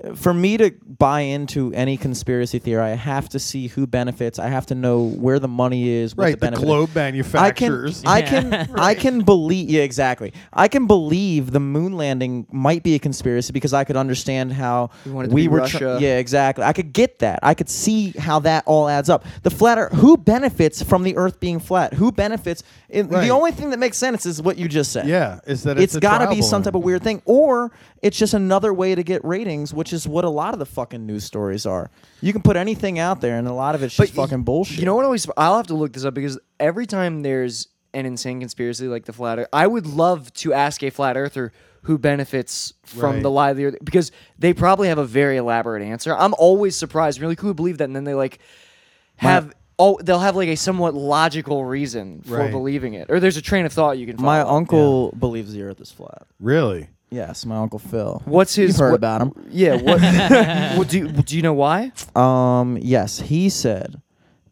Speaker 4: uh, for me to buy into any conspiracy theory, I have to see who benefits. I have to know where the money is. What
Speaker 5: right,
Speaker 4: the,
Speaker 5: the
Speaker 4: benefit is.
Speaker 5: globe
Speaker 4: I can,
Speaker 5: manufacturers.
Speaker 4: I can,
Speaker 3: [LAUGHS]
Speaker 4: I can believe. Yeah, exactly. I can believe the moon landing might be a conspiracy because I could understand how
Speaker 3: We wanted to
Speaker 4: we
Speaker 3: be
Speaker 4: were.
Speaker 3: Russia.
Speaker 4: yeah, exactly. I could get that. I could see how that all adds up. The flat Earth. Who benefits from the Earth being flat? Who benefits? It,
Speaker 5: Right.
Speaker 4: The only thing that makes sense is what you just said.
Speaker 5: yeah, is that it's
Speaker 4: It's
Speaker 5: a
Speaker 4: got to
Speaker 5: trial
Speaker 4: be some
Speaker 5: balloon.
Speaker 4: type of weird thing, or it's just another way to get ratings, which is what a lot of the fucking news stories are. You can put anything out there, and a lot of it's just
Speaker 3: y-
Speaker 4: fucking bullshit.
Speaker 3: You know what always I'll have to look this up because every time there's an insane conspiracy like the flat earth, I would love to ask a flat earther who benefits from
Speaker 5: Right.
Speaker 3: the lie of the earth because they probably have a very elaborate answer. I'm always surprised. Really, like, who would believe that? And then they like have oh they'll have like a somewhat logical reason for
Speaker 5: Right.
Speaker 3: believing it, or there's a train of thought you can. Follow.
Speaker 4: My uncle believes the Earth is flat.
Speaker 5: Really?
Speaker 4: Yes, my uncle Phil.
Speaker 3: What's his?
Speaker 4: You've heard
Speaker 3: what-
Speaker 4: about him? [LAUGHS]
Speaker 3: Yeah. What? well, do Do you know why?
Speaker 4: Um, yes, he said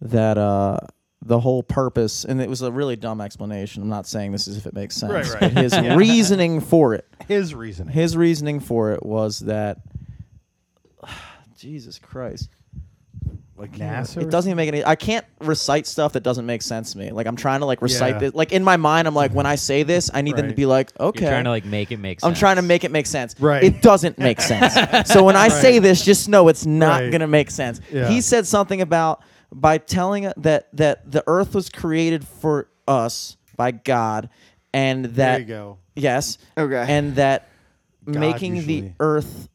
Speaker 4: that uh, the whole purpose, and it was a really dumb explanation. I'm not saying this is if it makes sense.
Speaker 5: [LAUGHS] Right, right.
Speaker 4: But his reasoning for it,
Speaker 5: His reasoning.
Speaker 4: his reasoning for it was that [SIGHS] Jesus Christ.
Speaker 5: like NASA.
Speaker 4: It doesn't even make any. I can't recite stuff that doesn't make sense to me. Like I'm trying to like recite
Speaker 5: Yeah.
Speaker 4: this. Like in my mind, I'm like, when I say this, I need them to
Speaker 5: Right.
Speaker 4: be like, okay.
Speaker 2: You're trying to like make it make sense.
Speaker 4: I'm trying to make it make sense.
Speaker 5: Right.
Speaker 4: It doesn't make
Speaker 5: [LAUGHS]
Speaker 4: sense. so when I say
Speaker 5: Right.
Speaker 4: this, just know it's not
Speaker 5: Right.
Speaker 4: gonna make sense.
Speaker 5: Yeah.
Speaker 4: He said something about by telling u- that that the Earth was created for us by God, and that
Speaker 5: There you go.
Speaker 4: yes,
Speaker 3: Okay.
Speaker 4: and that
Speaker 5: God
Speaker 4: making the
Speaker 5: usually.
Speaker 4: Earth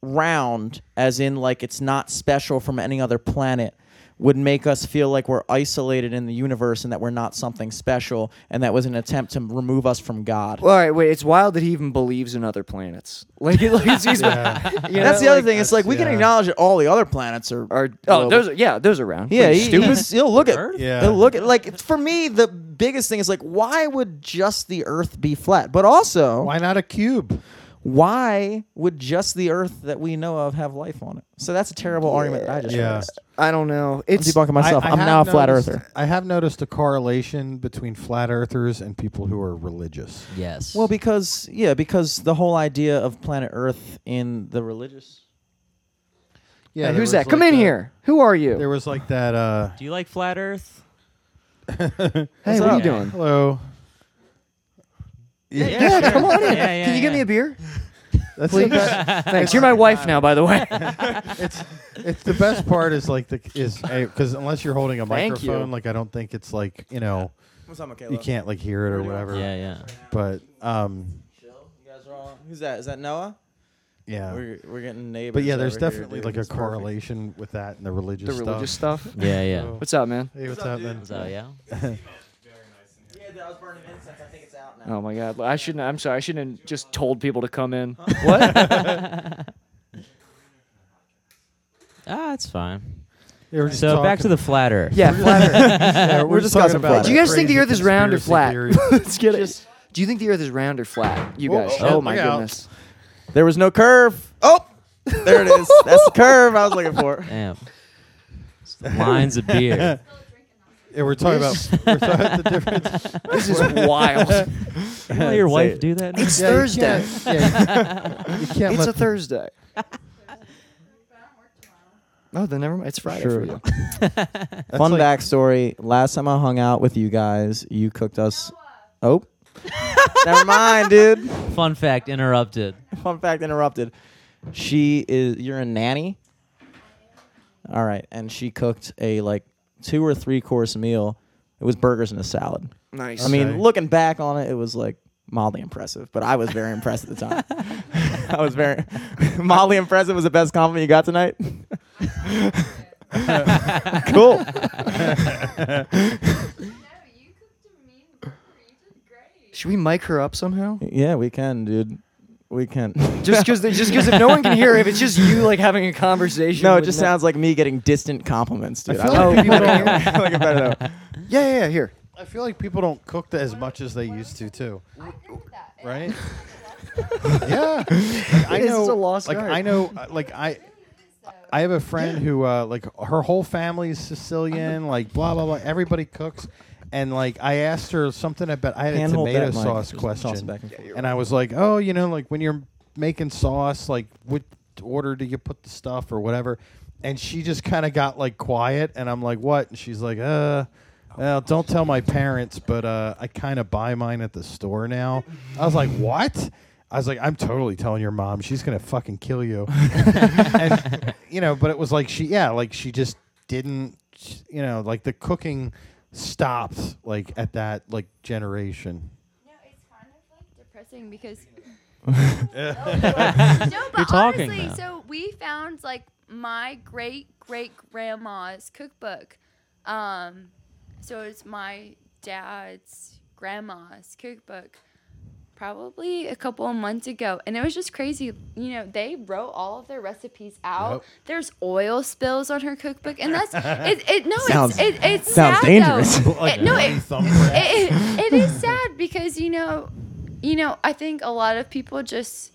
Speaker 4: round, as in like it's not special from any other planet. Would make us feel like we're isolated in the universe and that we're not something special, and that was an attempt to remove us from God.
Speaker 3: Well, all right, wait. It's wild that he even believes in other planets. Like, like it's, he's,
Speaker 5: Yeah.
Speaker 3: you know,
Speaker 4: that's the other
Speaker 3: like-
Speaker 4: thing. It's like we can
Speaker 5: yeah.
Speaker 4: acknowledge that all the other planets are.
Speaker 3: Or,
Speaker 4: global.
Speaker 3: oh, those are, yeah, those are round.
Speaker 4: yeah,
Speaker 3: Pretty
Speaker 4: he,
Speaker 3: stupid.
Speaker 4: he's- he'll look
Speaker 2: Earth?
Speaker 4: at.
Speaker 5: Yeah.
Speaker 4: he'll look at like for me the biggest thing is like why would just the Earth be flat? But also why,
Speaker 5: Why not a cube?
Speaker 4: would just the Earth that we know of have life on it? So that's a terrible argument that I just
Speaker 5: Yeah.
Speaker 4: raised.
Speaker 3: I don't know. It's
Speaker 4: I'm debunking myself.
Speaker 5: I- I
Speaker 4: I'm
Speaker 5: have
Speaker 4: now a flat
Speaker 5: noticed-
Speaker 4: earther.
Speaker 5: I have noticed a correlation between flat earthers and people who are religious.
Speaker 2: Yes.
Speaker 4: Well, because yeah, because the whole idea of planet Earth in the religious.
Speaker 5: Yeah,
Speaker 3: Hey, who's
Speaker 5: there was
Speaker 3: that? Come
Speaker 5: like
Speaker 3: in
Speaker 5: that-
Speaker 3: here. Who are you?
Speaker 5: There was like that. Uh,
Speaker 2: do you like flat Earth?
Speaker 3: hey,
Speaker 4: what's
Speaker 3: what are you
Speaker 4: up?
Speaker 3: doing?
Speaker 5: hello.
Speaker 2: Yeah, sure.
Speaker 3: Come on
Speaker 2: Yeah,
Speaker 3: in.
Speaker 2: yeah,
Speaker 3: Can you give
Speaker 2: yeah.
Speaker 3: me a beer?
Speaker 5: That's
Speaker 3: Please.
Speaker 5: the best.
Speaker 3: Thanks. You're my wife now, by the way.
Speaker 5: it's it's the best part is like the is because unless you're holding a
Speaker 3: Thank you.
Speaker 5: microphone, like I don't think it's like you know
Speaker 4: What's up, Michaela?
Speaker 5: you can't like hear it or whatever.
Speaker 2: Yeah, yeah.
Speaker 5: But um,
Speaker 4: Oh, Who's that? Is that Noah?
Speaker 5: yeah.
Speaker 4: We're, we're getting neighbors.
Speaker 5: But yeah, there's
Speaker 4: over here,
Speaker 5: definitely
Speaker 4: dude.
Speaker 5: like a
Speaker 4: It's perfect.
Speaker 5: correlation with that and the religious
Speaker 3: the
Speaker 5: stuff.
Speaker 3: religious stuff.
Speaker 2: Yeah, yeah.
Speaker 5: So-
Speaker 3: What's up, man?
Speaker 5: Hey, what's happening?
Speaker 2: So yeah.
Speaker 3: Oh my God! I shouldn't. I'm sorry. I shouldn't have just told people to come in. What?
Speaker 2: Ah, it's fine.
Speaker 5: Yeah, we're just
Speaker 2: So back to
Speaker 5: talking-
Speaker 2: the flat Earth.
Speaker 3: yeah, flat Earth.
Speaker 5: [LAUGHS] yeah,
Speaker 4: we're
Speaker 5: just
Speaker 4: discussing
Speaker 5: talking about
Speaker 4: flat
Speaker 3: Do you guys think the
Speaker 5: crazy
Speaker 3: Earth is round or
Speaker 5: conspiracy
Speaker 3: flat?
Speaker 5: theories.
Speaker 3: Let's get it. Do you think the Earth is round or flat? You
Speaker 5: Whoa,
Speaker 3: guys.
Speaker 5: whoa,
Speaker 3: Oh my
Speaker 5: look out.
Speaker 3: goodness.
Speaker 4: There was no curve. Oh, there it is. That's the curve I was looking for.
Speaker 2: Damn. It's the lines of beer.
Speaker 5: yeah, we're
Speaker 3: [LAUGHS]
Speaker 5: talking about we're talking about the difference.
Speaker 3: This is wild.
Speaker 2: You let your wife do that?
Speaker 3: [LAUGHS] It's
Speaker 5: Yeah, you
Speaker 3: Thursday. [LAUGHS]
Speaker 5: can't- yeah, you- you can't
Speaker 3: It's
Speaker 5: let
Speaker 3: a Thursday. Oh, then never mind. It's Friday for
Speaker 4: Sure.
Speaker 3: you.
Speaker 4: [LAUGHS]
Speaker 5: that's
Speaker 4: Fun
Speaker 5: like-
Speaker 4: backstory. Last time I hung out with you guys, you cooked us. Oh, never mind, dude.
Speaker 2: Fun fact
Speaker 3: [LAUGHS]
Speaker 2: interrupted.
Speaker 4: Fun fact interrupted. She is. You're a nanny. All right, and she cooked a like two or three course meal. It was burgers and a salad.
Speaker 3: [LAUGHS] Nice.
Speaker 4: I mean,
Speaker 5: Okay.
Speaker 4: looking back on it, it was like mildly impressive, but I was very impressed at the time. [LAUGHS] I was very [LAUGHS] mildly impressive was the best compliment you got tonight. [LAUGHS]
Speaker 5: [LAUGHS]
Speaker 3: [LAUGHS]
Speaker 4: cool. [LAUGHS]
Speaker 3: should we mic her up [LAUGHS] somehow?
Speaker 4: Yeah, we can, dude. We can.
Speaker 3: Just because, just because, if no one can hear, if it's just you like having a conversation.
Speaker 4: No, it
Speaker 3: with
Speaker 4: just
Speaker 3: no-
Speaker 4: sounds like me getting distant compliments, dude.
Speaker 5: I feel
Speaker 3: Oh,
Speaker 5: like people
Speaker 3: you
Speaker 5: don't-
Speaker 3: don't
Speaker 4: [LAUGHS]
Speaker 3: hear?
Speaker 4: like it better though.
Speaker 3: Yeah, yeah, yeah. Here.
Speaker 5: I feel like people don't cook as much as they used to too.
Speaker 3: [LAUGHS]
Speaker 5: Right? yeah. Like, I
Speaker 3: This is
Speaker 5: know.
Speaker 3: a lost
Speaker 5: like
Speaker 3: art.
Speaker 5: I know. uh, Like I. I have a friend who, uh, like, her whole family is Sicilian. Like, blah blah blah. Everybody cooks, and like, I asked her something about. I had a
Speaker 4: Hand hold
Speaker 5: tomato
Speaker 4: that mic.
Speaker 5: sauce
Speaker 4: Just toss it
Speaker 5: question,
Speaker 4: back and forth.
Speaker 5: and I was like, oh, you know, like when you're making sauce, like, what order do you put the stuff or whatever? And she just kind of got like quiet, and I'm like, what? And she's like, uh. Well, don't tell my parents, but uh, I kind of buy mine at the store now. I was like, what? I was like, I'm totally telling your mom. She's gonna fucking kill you.
Speaker 4: [LAUGHS]
Speaker 5: and, you know, but it was like she, yeah, like she just didn't, you know, like the cooking stopped like at that like generation.
Speaker 7: No, it's kind of like depressing because. [LAUGHS] no, but
Speaker 2: You're talking,
Speaker 7: honestly,
Speaker 2: though.
Speaker 7: so we found like my great great grandma's cookbook. Um, so it's my dad's grandma's cookbook, probably a couple of months ago, and it was just crazy. You know, they wrote all of their recipes out.
Speaker 5: Yep.
Speaker 7: There's oil spills on her cookbook, and that's it. it no,
Speaker 4: Sounds-
Speaker 7: it's, it, it's
Speaker 4: sounds
Speaker 7: sad, though.
Speaker 4: dangerous.
Speaker 7: It- no, it,
Speaker 5: thumbprint.
Speaker 7: it, it, it is sad because you know, you know, I think a lot of people just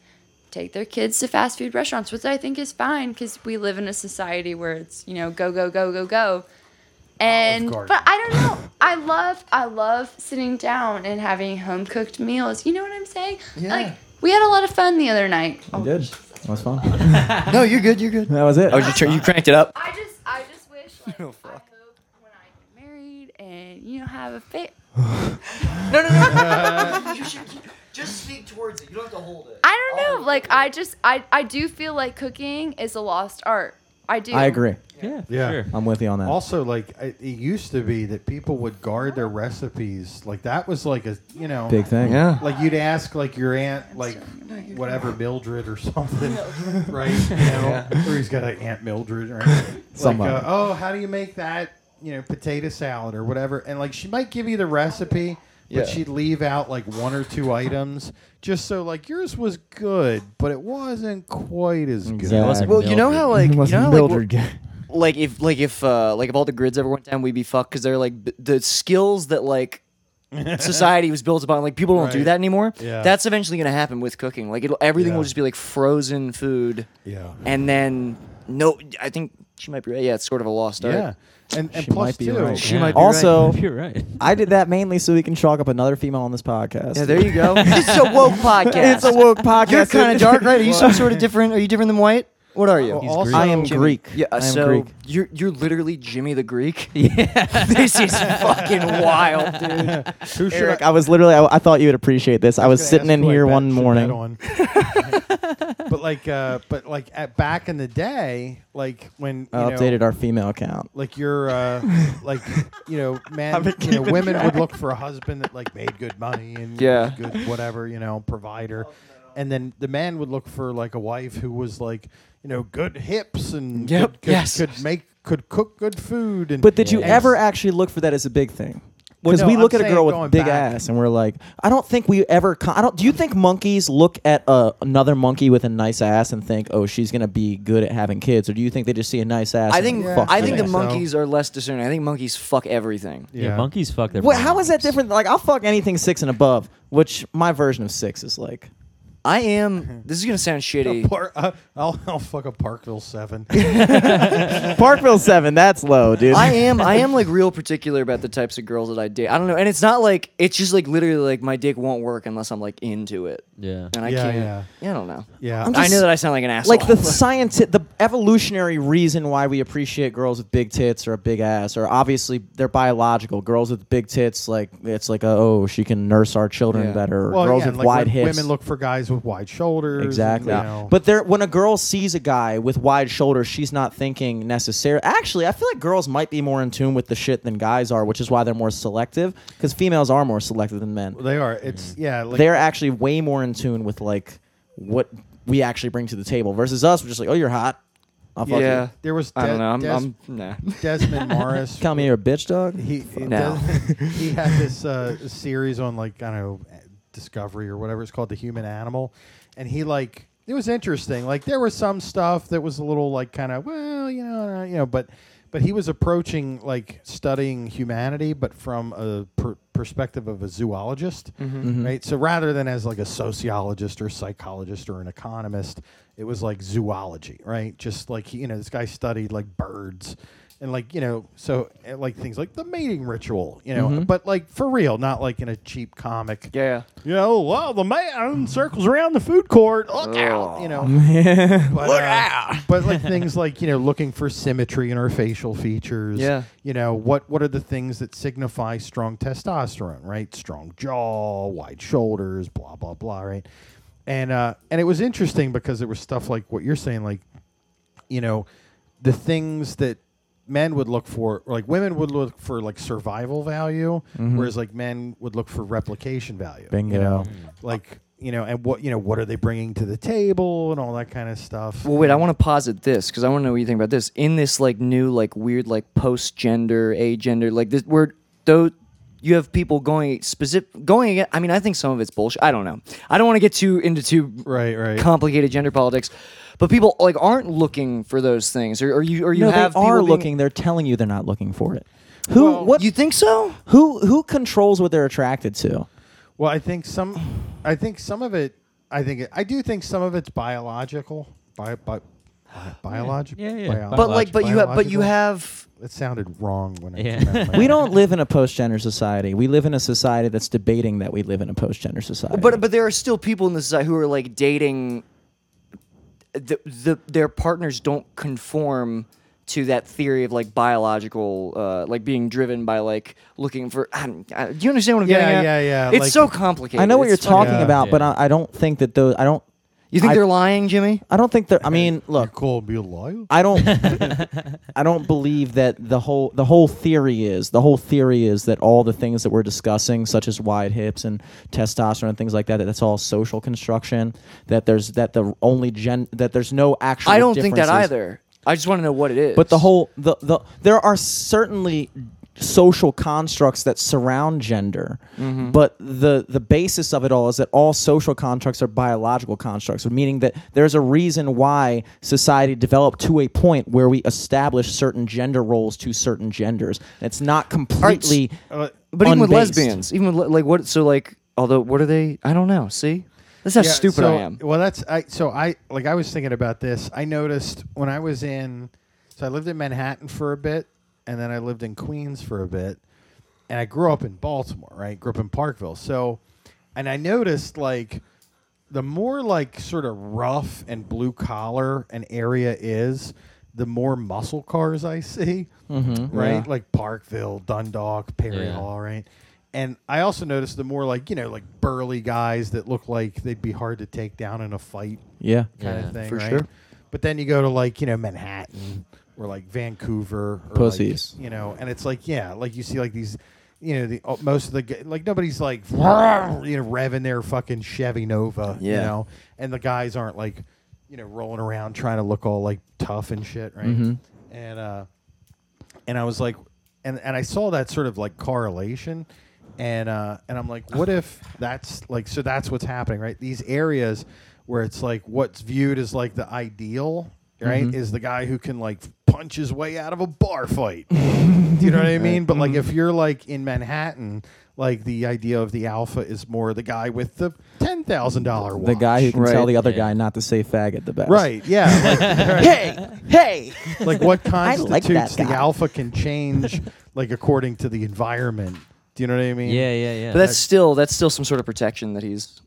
Speaker 7: take their kids to fast food restaurants, which I think is fine because we live in a society where it's you know go go go go go, and
Speaker 5: Garden.
Speaker 7: but I don't know. I love I love sitting down and having home cooked meals. You know what I'm saying?
Speaker 5: Yeah.
Speaker 7: Like we had a lot of fun the other night. Oh,
Speaker 4: did. That's fun.
Speaker 3: No, you're good. You're good.
Speaker 4: [LAUGHS] That was it.
Speaker 3: Oh, you, tr- you cranked it up.
Speaker 7: I just, I just wish, like,
Speaker 3: Oh,
Speaker 7: I
Speaker 3: fuck.
Speaker 7: hope when I get married and you know have a fit.
Speaker 6: [LAUGHS] You should keep, just speak towards it. You don't have to hold it.
Speaker 7: I don't know. Like, I just, I, I do feel like cooking is a lost art. I do.
Speaker 4: I agree.
Speaker 2: Yeah, for
Speaker 5: Yeah.
Speaker 2: sure.
Speaker 4: I'm with you on that.
Speaker 5: Also, like it, it used to be that people would guard their recipes. Like that was like a you know
Speaker 4: Big thing.
Speaker 3: Yeah.
Speaker 5: Like you'd ask like your aunt like whatever Mildred or something, [LAUGHS] right? You know, or he's got an aunt Mildred
Speaker 4: [LAUGHS]
Speaker 5: or anything.
Speaker 4: Somebody.
Speaker 5: Like, uh, oh, how do you make that? You know, potato salad or whatever. And like she might give you the recipe,
Speaker 3: Yeah.
Speaker 5: but she'd leave out like one or two items just so like yours was good, but it wasn't quite as good.
Speaker 4: Exactly.
Speaker 2: wasn't
Speaker 3: Well, you know
Speaker 2: Mildred.
Speaker 3: how
Speaker 5: [LAUGHS]
Speaker 3: like you know
Speaker 4: Must
Speaker 3: how, like,
Speaker 4: Mildred
Speaker 3: w-
Speaker 4: guy.
Speaker 3: like if like if uh, like if all the grids ever went down, we'd be fucked because they're like b- the skills that like society was built upon. Like people don't do
Speaker 5: Right.
Speaker 3: that anymore.
Speaker 5: Yeah.
Speaker 3: That's eventually gonna happen with cooking. Like it'll, everything will
Speaker 5: Yeah.
Speaker 3: just be like frozen food,
Speaker 5: Yeah.
Speaker 3: and then no, I think she might be right. Yeah, it's sort of a lost art.
Speaker 5: Yeah. And, and
Speaker 4: She
Speaker 5: plus
Speaker 4: might be
Speaker 5: too,
Speaker 4: right.
Speaker 3: She
Speaker 2: Yeah.
Speaker 3: might be right.
Speaker 2: [LAUGHS]
Speaker 4: Also,
Speaker 2: You're right.
Speaker 4: I did that mainly so we can chalk up another female on this podcast.
Speaker 3: Yeah, there you go. it's a woke podcast.
Speaker 4: it's a woke podcast.
Speaker 3: You're kind of dark, right? Are you some sort of different? Are you different than white? What are you?
Speaker 5: Well, also,
Speaker 4: I am Greek.
Speaker 3: Yeah,
Speaker 4: I am
Speaker 3: so
Speaker 4: Greek.
Speaker 3: you're you're literally Jimmy the Greek. [LAUGHS] Yeah, this is fucking wild, dude.
Speaker 5: Who should
Speaker 4: Eric, I was literally, I, I thought you would appreciate this. I was
Speaker 5: gonna
Speaker 4: sitting
Speaker 5: ask
Speaker 4: in
Speaker 5: who I
Speaker 4: here
Speaker 5: bet
Speaker 4: one
Speaker 5: should
Speaker 4: morning.
Speaker 5: bet
Speaker 4: [LAUGHS]
Speaker 5: on. [LAUGHS] but like, uh, but like at back in the day, like when you
Speaker 4: I
Speaker 5: know,
Speaker 4: updated our female account.
Speaker 5: like your, uh,
Speaker 4: [LAUGHS]
Speaker 5: like you know,
Speaker 4: I've
Speaker 5: man,
Speaker 4: been
Speaker 5: you know,
Speaker 4: keeping
Speaker 5: women
Speaker 4: track.
Speaker 5: would look for a husband that like made good money and
Speaker 3: Yeah.
Speaker 5: was good whatever you know provider, and then the man would look for like a wife who was like you know good hips and
Speaker 3: Yep,
Speaker 5: could, could,
Speaker 3: yes.
Speaker 5: could make could cook good food and
Speaker 4: But did you
Speaker 5: and-
Speaker 4: ever actually look for that as a big thing?
Speaker 5: Well,
Speaker 4: Because
Speaker 5: no,
Speaker 4: we look
Speaker 5: I'm
Speaker 4: at a
Speaker 5: saying
Speaker 4: girl with
Speaker 5: going
Speaker 4: big
Speaker 5: back-
Speaker 4: ass and we're like, I don't think we ever. Con- I don't. Do you think monkeys look at a, another monkey with a nice ass and think, oh, she's gonna be good at having kids, or do you think they just see a nice ass?
Speaker 3: I
Speaker 4: and
Speaker 3: think
Speaker 4: fuck
Speaker 3: I
Speaker 4: the
Speaker 3: think the
Speaker 4: ass?
Speaker 5: so.
Speaker 3: monkeys are less discerning. I think monkeys fuck everything.
Speaker 2: Yeah. monkeys fuck their.
Speaker 4: Wha- how
Speaker 2: moms.
Speaker 4: is that different? Like, I'll fuck anything six and above, which my version of six is
Speaker 5: [LAUGHS]
Speaker 4: like.
Speaker 3: I am. This is gonna [LAUGHS] sound shitty.
Speaker 5: Par- uh, I'll, I'll fuck a Parkville seven.
Speaker 4: [LAUGHS] Parkville seven, that's low, dude.
Speaker 3: I am. I am [LAUGHS] like real particular about the types of girls that I date. I don't know, and it's not like it's just like literally like my dick won't work unless I'm like into it,
Speaker 2: Yeah.
Speaker 3: and I
Speaker 5: Yeah,
Speaker 3: can't.
Speaker 5: yeah.
Speaker 3: I don't know.
Speaker 5: Yeah.
Speaker 3: I know that I sound like an asshole.
Speaker 4: like the science, the evolutionary reason why we appreciate girls with big tits or a big ass, or obviously they're biological. Girls with big tits, like it's like a, oh, she can nurse our children
Speaker 3: Yeah.
Speaker 4: better. or
Speaker 5: Well,
Speaker 4: girls
Speaker 5: yeah,
Speaker 4: with
Speaker 5: like
Speaker 4: wide
Speaker 5: when
Speaker 4: hips.
Speaker 5: Women look for guys with wide shoulders. and,
Speaker 4: Exactly.
Speaker 5: you know.
Speaker 4: But there, when a girl sees a guy with wide shoulders, she's not thinking necessarily. Actually, I feel like girls might be more in tune with the shit than guys are, which is why they're more selective. Because females are more selective than men.
Speaker 5: they are. It's yeah. Like,
Speaker 4: Mm. they're actually way more in tune with like what we actually bring to the table versus us. We're just like, oh, you're hot. I'll fuck
Speaker 3: yeah.
Speaker 4: you.
Speaker 5: there
Speaker 3: [LAUGHS]
Speaker 5: was.
Speaker 3: I don't
Speaker 5: Des-
Speaker 3: know. I'm.
Speaker 5: Des-
Speaker 3: I'm nah.
Speaker 4: [LAUGHS]
Speaker 5: Desmond Morris.
Speaker 4: Tell me you're a bitch, dog.
Speaker 5: He he,
Speaker 3: No.
Speaker 5: does- [LAUGHS] he had this uh, series on like I don't know Discovery or whatever it's called, the Human Animal, and he like it was interesting. Like there was some stuff that was a little like kind of well, you know, uh, you know, but but he was approaching like studying humanity, but from a per- perspective of a zoologist, right? So rather than as like a sociologist or psychologist or an economist, it was like zoology, right? Just like you know, this guy studied like birds and like you know so uh, like things like the mating ritual you know but like for real not like in a cheap comic
Speaker 3: Yeah.
Speaker 5: you know well the man circles around the food court look out you know but, look out but like things like you know looking for symmetry in our facial features
Speaker 3: Yeah.
Speaker 5: you know what what are the things that signify strong testosterone right strong jaw wide shoulders blah blah blah right and uh and it was interesting because it was stuff like what you're saying like you know, the things that men would look for, like women would look for like survival value, whereas like men would look for replication value.
Speaker 4: Bingo.
Speaker 5: You know? Like, you know, and what, you know, what are they bringing to the table and all that kind of stuff.
Speaker 3: Well, wait. I want to posit this because I want to know what you think about this. In this like new, like weird, like post gender, agender, like this, where though you have people going specific, going. Against, I mean, I think some of it's bullshit. I don't know. I don't want to get too into too
Speaker 5: Right, right.
Speaker 3: complicated gender politics, but people like aren't looking for those things, or, or you or you
Speaker 4: no,
Speaker 3: have
Speaker 4: they
Speaker 3: people
Speaker 4: are
Speaker 3: being-
Speaker 4: looking. They're telling you they're not looking for it. Who? what?
Speaker 3: You think so?
Speaker 4: who? Who controls what they're attracted to?
Speaker 5: Well, I think some, I think some of it, I think, it, I do think some of it's biological,
Speaker 3: [GASPS]
Speaker 5: bi, bi, biological.
Speaker 2: Yeah, yeah, yeah.
Speaker 3: But like, but you have, but you have.
Speaker 5: It sounded wrong when I
Speaker 2: Yeah.
Speaker 5: came out
Speaker 3: [LAUGHS]
Speaker 5: of my
Speaker 4: We
Speaker 5: mouth.
Speaker 4: don't live in a post-gender society. We live in a society that's debating that we live in a post-gender society.
Speaker 3: But but there are still people in the society who are like dating the, the their partners don't conform to that theory of like biological, uh, like being driven by like looking for. I don't, I, do you understand what I'm
Speaker 5: Yeah,
Speaker 3: getting at?
Speaker 5: yeah, yeah,
Speaker 3: It's
Speaker 5: like-
Speaker 3: so complicated.
Speaker 4: I know what you're
Speaker 3: It's fucking-
Speaker 4: talking
Speaker 5: Yeah.
Speaker 4: about, but I, I don't think that those. I don't.
Speaker 3: You think
Speaker 4: I-
Speaker 3: they're lying, Jimmy?
Speaker 4: I don't think that. I mean, look.
Speaker 5: Call me a liar.
Speaker 4: I don't I don't believe that the whole the whole theory is the whole theory is that all the things that we're discussing such as wide hips and testosterone and things like that that that's all social construction that there's that the only gen that there's no actual
Speaker 3: I don't think that
Speaker 4: differences.
Speaker 3: either. I just want to know what it is.
Speaker 4: But the whole the, the there are certainly social constructs that surround gender. But the the basis of it all is that all social constructs are biological constructs, meaning that there's a reason why society developed to a point where we establish certain gender roles to certain genders. It's not completely
Speaker 5: Uh,
Speaker 3: But even with
Speaker 4: unbased.
Speaker 3: lesbians, even with le- like what? So like, although what are they? I don't know. See, that's how
Speaker 5: Yeah,
Speaker 3: stupid
Speaker 5: so-
Speaker 3: I am.
Speaker 5: Well, that's I. So I like I was thinking about this. I noticed when I was in, so I lived in Manhattan for a bit, and then I lived in Queens for a bit, and I grew up in Baltimore. Right, grew up in Parkville. So, and I noticed like the more like sort of rough and blue collar an area is, the more muscle cars I see. right, like Parkville, Dundalk, Perry
Speaker 2: Yeah.
Speaker 5: Hall, right. And I also noticed the more like you know like burly guys that look like they'd be hard to take down in a fight
Speaker 4: Yeah.
Speaker 5: kind
Speaker 2: Yeah,
Speaker 5: of thing,
Speaker 3: for
Speaker 5: right?
Speaker 3: sure.
Speaker 5: But then you go to like you know Manhattan or like Vancouver, or like,
Speaker 4: Pussies.
Speaker 5: you know, and it's like yeah, like you see like these, you know, the oh, most of the g- like nobody's like [LAUGHS] you know revving their fucking Chevy Nova, you
Speaker 3: Yeah.
Speaker 5: know, and the guys aren't like you know rolling around trying to look all like tough and shit, right?
Speaker 3: Mm-hmm.
Speaker 5: And uh, and I was like, and and I saw that sort of like correlation, and uh, and I'm like, what if that's like so that's what's happening, right? These areas where it's like what's viewed as like the ideal, right,
Speaker 4: Mm-hmm.
Speaker 5: is the guy who can like punch his way out of a
Speaker 4: [LAUGHS]
Speaker 5: bar fight. Do you know what I mean? But like if
Speaker 4: Mm-hmm.
Speaker 5: you're like in Manhattan. Like the idea of the alpha is more the guy with the ten thousand dollar watch.
Speaker 4: The guy who can tell
Speaker 3: Right.
Speaker 4: the other
Speaker 2: Yeah.
Speaker 4: guy not to say faggot the best.
Speaker 5: right? Yeah,
Speaker 4: [LAUGHS]
Speaker 5: like-
Speaker 4: Hey,
Speaker 5: [LAUGHS]
Speaker 4: hey.
Speaker 5: like
Speaker 4: like
Speaker 5: what constitutes
Speaker 4: that
Speaker 5: the
Speaker 4: guy.
Speaker 5: alpha can change like according to the environment. Do you know what I mean?
Speaker 2: Yeah, yeah, yeah.
Speaker 3: But that's still that's still some sort of protection that he's.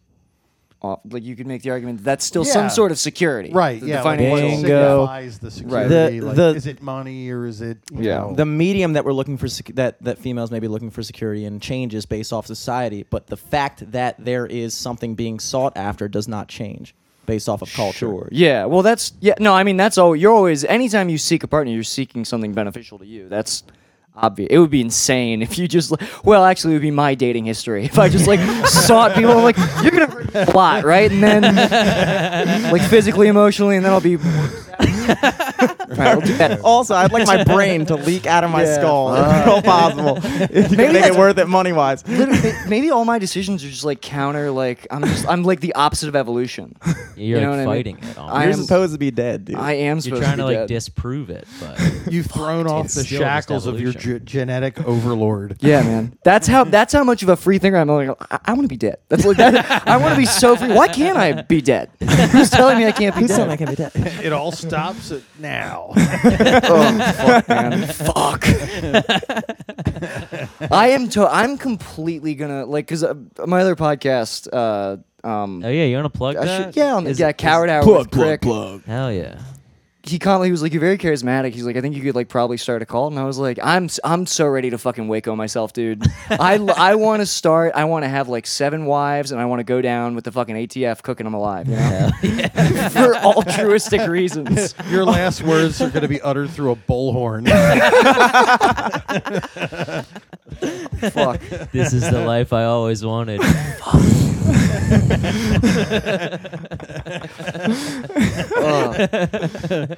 Speaker 3: Off. Like you could make the argument that that's still
Speaker 5: Yeah.
Speaker 3: some sort of security,
Speaker 5: Right.
Speaker 3: The
Speaker 5: Yeah. Like
Speaker 3: defining
Speaker 5: what
Speaker 3: label.
Speaker 4: Bingo.
Speaker 5: signifies the security?
Speaker 4: The-
Speaker 5: like,
Speaker 4: the-
Speaker 5: is it money or is it? you
Speaker 3: Yeah.
Speaker 5: know-
Speaker 4: the medium that we're looking for sec- that that females may be looking for security and changes based off society but the fact that there is something being sought after does not change based off of culture
Speaker 3: Sure. Yeah. Well, that's yeah. No, I mean that's all. You're always anytime you seek a partner, you're seeking something beneficial to you. That's obvious. It would be insane if you just. like- Well, actually, it would be my dating history if I
Speaker 5: [LAUGHS]
Speaker 3: just like sought people. I'm like you're gonna hurt me a lot, right? And then
Speaker 5: [LAUGHS]
Speaker 3: like physically, emotionally, and then I'll be. All right, we'll do that.
Speaker 4: also i'd like [LAUGHS] my brain to leak out of my skull if at all [LAUGHS] possible if
Speaker 3: Maybe
Speaker 4: you can make it
Speaker 3: [LAUGHS] that's-
Speaker 4: worth it money wise
Speaker 3: Literally, maybe all my decisions are just like counter. Like I'm just I'm like the opposite of evolution.
Speaker 2: [LAUGHS] You're
Speaker 3: you
Speaker 2: like
Speaker 3: know what I mean?
Speaker 2: fighting it. Almost.
Speaker 3: I
Speaker 4: you're
Speaker 3: am-
Speaker 4: supposed to be dead dude
Speaker 3: I am supposed
Speaker 2: You're trying to
Speaker 3: to, be
Speaker 2: like
Speaker 3: dead.
Speaker 2: disprove it,
Speaker 3: [LAUGHS]
Speaker 2: but
Speaker 5: You've thrown off
Speaker 2: it's
Speaker 5: the
Speaker 2: still just
Speaker 5: shackles of your
Speaker 2: evolution.
Speaker 5: ge- genetic overlord.
Speaker 3: Yeah, man. That's how that's how much of a free thinker I'm. Like, I, I want to be dead. That's like that, I want to be so free. Why can't I be dead? Who's telling me I can't be
Speaker 4: Who's
Speaker 3: dead?
Speaker 4: telling me I can be dead?
Speaker 5: [LAUGHS] it all stops at now.
Speaker 3: oh, fuck, man. Fuck.
Speaker 2: [LAUGHS]
Speaker 3: I am. To- I'm completely gonna like because uh, my other podcast. Uh, um,
Speaker 2: oh yeah, you want to plug
Speaker 3: I
Speaker 2: that?
Speaker 3: should, yeah, on the
Speaker 2: Is-
Speaker 3: yeah, Coward Hour with Crick.
Speaker 2: Hell yeah.
Speaker 3: He constantly he was like, "You're very charismatic." He's like, "I think you could like probably start a cult." And I was like, "I'm s- I'm so ready to fucking Waco myself, [LAUGHS] dude. I l- I want to start. I want to have like seven wives, and I want to go down with the fucking ATF cooking them alive, you know, [LAUGHS] for altruistic [LAUGHS] reasons."
Speaker 5: [LAUGHS] Your last words are going to be uttered through a bullhorn. [LAUGHS]
Speaker 3: [LAUGHS] Fuck.
Speaker 2: This is the life I always
Speaker 3: [LAUGHS]
Speaker 2: wanted.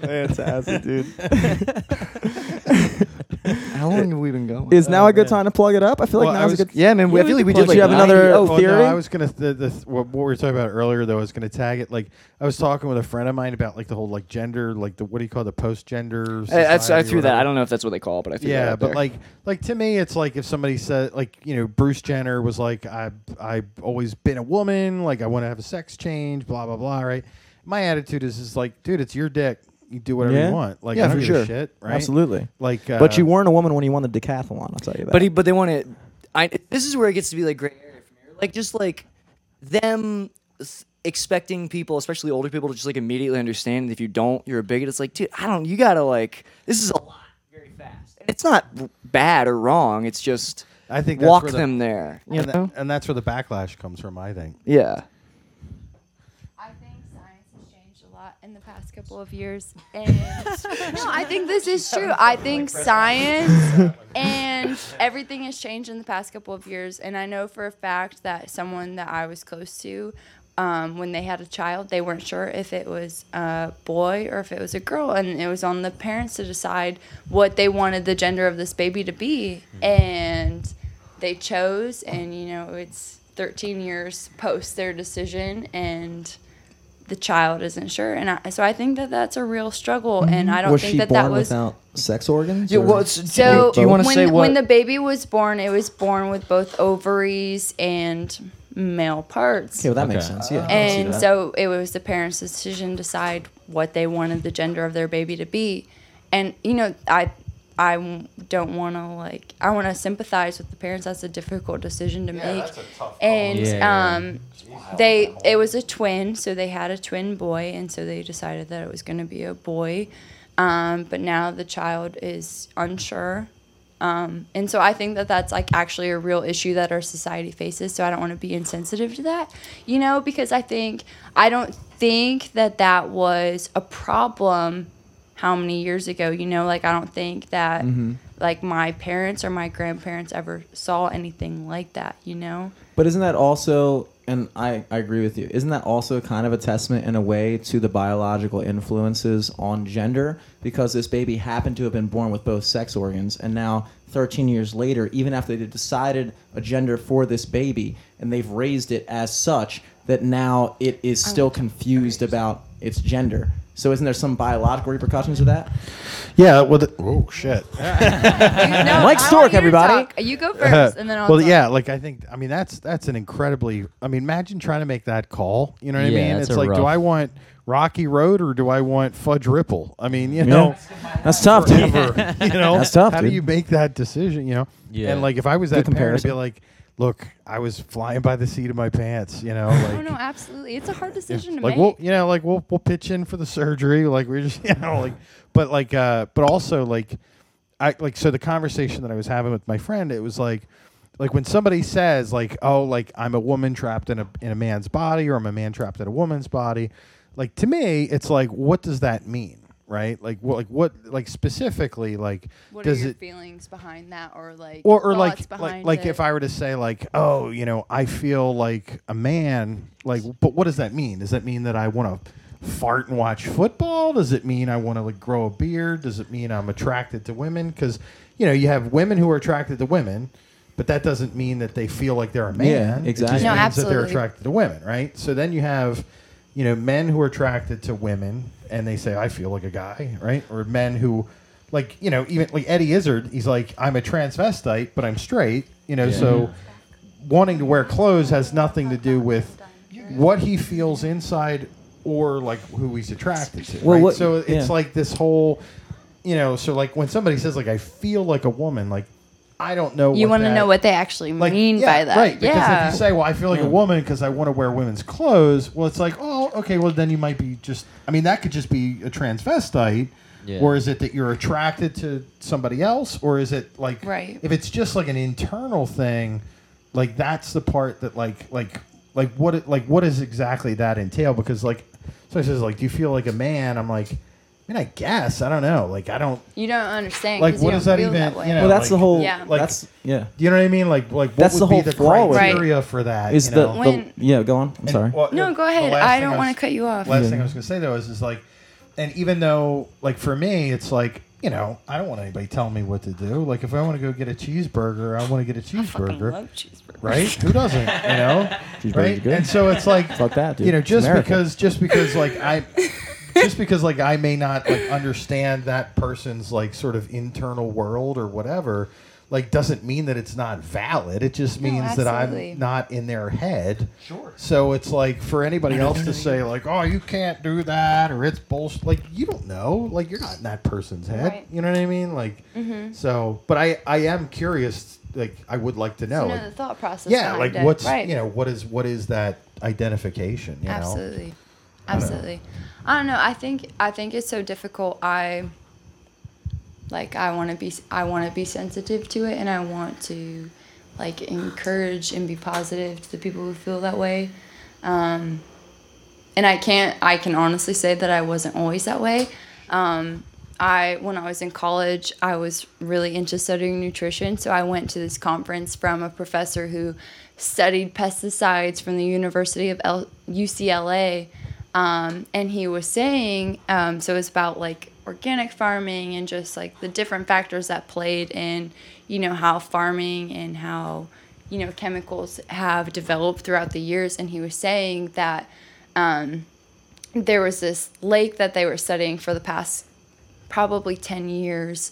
Speaker 2: [LAUGHS]
Speaker 3: Ugh.
Speaker 4: Fantastic, dude.
Speaker 3: [LAUGHS] how long have we been going?
Speaker 4: [LAUGHS] Is now a good time to plug it up? I feel like
Speaker 5: Well, I
Speaker 4: now's
Speaker 5: was-
Speaker 4: a good.
Speaker 3: yeah, man. we I feel like we did
Speaker 4: Did
Speaker 3: like
Speaker 4: you have another
Speaker 3: 90 oh,
Speaker 5: Well,
Speaker 4: theory?
Speaker 5: No, I was gonna the, the th- what, what we were talking about earlier though. I was gonna tag it like I was talking with a friend of mine about like the whole like gender like the what do you call it, the post gender.
Speaker 3: I, that's, I threw that. I don't know if that's what they call, it, but I threw that.
Speaker 5: Yeah,
Speaker 3: out
Speaker 5: but
Speaker 3: there.
Speaker 5: like like to me, it's like if somebody said like you know Bruce Jenner was like I I've always been a woman like I want to have a sex change blah blah blah right. My attitude is is like dude, it's your dick. You do whatever
Speaker 4: Yeah.
Speaker 5: you want. Like
Speaker 4: Yeah,
Speaker 5: I don't
Speaker 4: for
Speaker 5: give
Speaker 4: sure.
Speaker 5: a shit. Right.
Speaker 4: Absolutely.
Speaker 5: Like, uh,
Speaker 4: But you weren't a woman when you won the decathlon. I'll tell you that.
Speaker 3: But he, but they want to. I. This is where it gets to be like gray area for me. Like just like them. s- expecting people, especially older people, to just like immediately understand. If you don't, you're a bigot. It's like, dude, I don't. You gotta like. This is a lot very fast. And it's not r- bad or wrong. It's just
Speaker 5: I think that's
Speaker 3: walk
Speaker 5: where the-
Speaker 3: them there. You
Speaker 5: and,
Speaker 3: know?
Speaker 5: that, and that's where the backlash comes from. I think.
Speaker 3: Yeah.
Speaker 7: I think science has changed a lot in the past couple of years. And no, I think this is true. I think science and everything has changed in the past couple of years. And I know for a fact that someone that I was close to, um, when they had a child, they weren't sure if it was a boy or if it was a girl. And it was on the parents to decide what they wanted the gender of this baby to be. And they chose, and you know, it's 13 years post their decision. And the child isn't sure and I, so i think that that's a real struggle and i don't
Speaker 4: was
Speaker 7: think
Speaker 4: she
Speaker 7: that
Speaker 4: born
Speaker 7: that was
Speaker 4: without sex organs?
Speaker 3: Yeah.
Speaker 4: or-
Speaker 3: Well, it's,
Speaker 7: so
Speaker 3: do you want to
Speaker 7: when,
Speaker 3: say what?
Speaker 7: when the baby was born it was born with both ovaries and male parts
Speaker 4: okay, well, that makes
Speaker 2: Okay.
Speaker 4: sense. Yeah, I can see
Speaker 7: and
Speaker 4: that.
Speaker 7: so it was the parents' decision to decide what they wanted the gender of their baby to be. And you know, I I don't want to like I want to sympathize with the parents. That's a difficult decision to make. and
Speaker 2: Yeah.
Speaker 7: um, they it was a twin, so they had a twin boy, and so they decided that it was going to be a boy. Um, but now the child is unsure Um, and so I think that that's like actually a real issue that our society faces. So I don't want to be insensitive to that, you know, because I think I don't think that that was a problem how many years ago, you know, like I don't think that like my parents or my grandparents ever saw anything like that, you know.
Speaker 4: But isn't that also, and I, I agree with you, isn't that also kind of a testament in a way to the biological influences on gender? Because this baby happened to have been born with both sex organs, and now 13 years later, even after they decided a gender for this baby and they've raised it as such, that now it is still confused about its gender. So isn't there some biological repercussions to that?
Speaker 5: Yeah. Well. The, oh shit.
Speaker 7: [LAUGHS] No,
Speaker 4: Mike
Speaker 7: I
Speaker 4: Stork,
Speaker 7: want you to
Speaker 4: everybody.
Speaker 7: talk.
Speaker 5: [LAUGHS]
Speaker 7: You go first, and then I'll.
Speaker 5: well,
Speaker 7: talk.
Speaker 5: yeah. Like I think. I mean, that's that's an incredibly. I mean, imagine trying to make that call. You know what
Speaker 2: Yeah,
Speaker 5: I mean?
Speaker 2: that's
Speaker 5: It's
Speaker 2: a
Speaker 5: like, do
Speaker 2: rough-
Speaker 5: I want Rocky Road or do I want Fudge Ripple? I mean, you
Speaker 4: Yeah.
Speaker 5: know.
Speaker 4: That's tough, dude.
Speaker 5: ever, [LAUGHS] you know,
Speaker 4: That's tough,
Speaker 5: How
Speaker 4: dude.
Speaker 5: do you make that decision? You know,
Speaker 2: Yeah.
Speaker 5: And like, if I was that
Speaker 4: Good
Speaker 5: parent, I'd
Speaker 4: comparison.
Speaker 5: be like, "Look, I was flying by the seat of my pants." You know,
Speaker 7: Oh
Speaker 5: like,
Speaker 7: no, absolutely. It's a hard
Speaker 5: yeah,
Speaker 7: decision to
Speaker 5: like
Speaker 7: make.
Speaker 5: we'll, you know, like we'll we'll pitch in for the surgery. Like we're just, [LAUGHS] you know, like, but like, uh, but also like, I like so the conversation that I was having with my friend, it was like, like when somebody says like, oh, like I'm a woman trapped in a in a man's body, or I'm a man trapped in a woman's body, like to me, it's like, what does that mean? Right, like what, like what, like specifically, like
Speaker 7: what are
Speaker 5: does
Speaker 7: your
Speaker 5: it
Speaker 7: feelings behind that, or like
Speaker 5: or, or like
Speaker 7: thoughts
Speaker 5: like,
Speaker 7: behind
Speaker 5: like
Speaker 7: it?
Speaker 5: if I were to say like oh you know I feel like a man like but what does that mean does that mean that I want to fart and watch football does it mean I want to like grow a beard does it mean I'm attracted to women because you know you have women who are attracted to women but that doesn't mean that they feel like they're a man It just
Speaker 4: exactly.
Speaker 7: No,
Speaker 5: means that
Speaker 7: absolutely.
Speaker 5: they're attracted to women right so then you have you know men who are attracted to women and they say I feel like a guy right or men who like you know even like eddie izzard he's like i'm a transvestite but i'm straight you know so wanting to wear clothes has nothing to do with what he feels inside or like who he's attracted to
Speaker 4: Well,
Speaker 5: right?
Speaker 4: what-
Speaker 5: so it's
Speaker 4: yeah.
Speaker 5: like this whole you know so like when somebody says like i feel like a woman like i don't know
Speaker 7: you
Speaker 5: want to
Speaker 7: know what they actually
Speaker 5: like,
Speaker 7: mean
Speaker 5: yeah,
Speaker 7: by that.
Speaker 5: right because
Speaker 7: yeah.
Speaker 5: if you say well i feel
Speaker 4: Mm.
Speaker 5: like a woman because i want to wear women's clothes well it's like oh okay well then you might be just i mean that could just be a transvestite
Speaker 2: Yeah.
Speaker 5: or is it that you're attracted to somebody else or is it like
Speaker 7: Right.
Speaker 5: if it's just like an internal thing like that's the part that like like like what it like what does exactly that entail because like so says like do you feel like a man i'm like i mean i guess i don't know like i don't
Speaker 7: you don't understand.
Speaker 5: Like,
Speaker 7: 'cause
Speaker 5: what
Speaker 7: you
Speaker 5: does
Speaker 7: don't
Speaker 5: that
Speaker 7: feel
Speaker 5: even-
Speaker 7: That way.
Speaker 5: you know,
Speaker 4: Well, that's the
Speaker 5: like-
Speaker 4: whole.
Speaker 7: Yeah.
Speaker 5: like-
Speaker 4: that's yeah.
Speaker 5: you know what i mean like like what
Speaker 4: That's the
Speaker 5: would
Speaker 4: whole
Speaker 5: be the
Speaker 4: flaw with it. Right.
Speaker 5: criteria for that
Speaker 4: Is
Speaker 5: you
Speaker 4: the,
Speaker 5: know?
Speaker 4: the-
Speaker 7: When-
Speaker 4: yeah? Go on. I'm
Speaker 5: And-
Speaker 4: sorry.
Speaker 5: well,
Speaker 7: No,
Speaker 5: the-
Speaker 7: go
Speaker 5: the
Speaker 7: ahead.
Speaker 5: last
Speaker 7: I
Speaker 5: thing
Speaker 7: don't
Speaker 5: was-
Speaker 7: want to cut you off.
Speaker 5: Last thing I was going to say though is, is like, and even though, like for me, it's like you know, I don't want anybody telling me what to do. Like if I want to go get a cheeseburger, I want to get a cheeseburger, right? Who doesn't? You [LAUGHS] know,
Speaker 4: Cheeseburger's
Speaker 5: right?
Speaker 4: good.
Speaker 5: And so it's like,
Speaker 4: Fuck that, dude.
Speaker 5: you know,
Speaker 4: It's
Speaker 5: just
Speaker 4: America.
Speaker 5: because, just because, like
Speaker 4: [LAUGHS]
Speaker 5: I. Just because, like, I may not like understand that person's like sort of internal world or whatever, like, doesn't mean that it's not valid. It just means that
Speaker 7: absolutely.
Speaker 5: I'm not in their head. Sure. So it's like for anybody else to say like, "Oh, you can't do that," or "It's bullshit." Like you don't know. Like you're not in that person's head.
Speaker 7: Right.
Speaker 8: Mm-hmm.
Speaker 5: You know what I mean? Like, so. But I I am curious like I would like to
Speaker 8: So
Speaker 5: know.
Speaker 8: know
Speaker 5: like-
Speaker 8: the thought process.
Speaker 5: yeah,
Speaker 8: behind
Speaker 5: like
Speaker 8: it.
Speaker 5: what's
Speaker 8: right.
Speaker 5: you know what is what is that identification? You know,
Speaker 7: absolutely absolutely i don't know i think i think it's so difficult i like i want to be i want to be sensitive to it and i want to like encourage and be positive to the people who feel that way um, and i can't i can honestly say that i wasn't always that way um, i when i was in college i was really into studying nutrition so i went to this conference from a professor who studied pesticides from the university of L- ucla um, and he was saying um, so it's about like organic farming and just like the different factors that played in you know how farming and how you know chemicals have developed throughout the years and he was saying that um, there was this lake that they were studying for the past probably 10 years.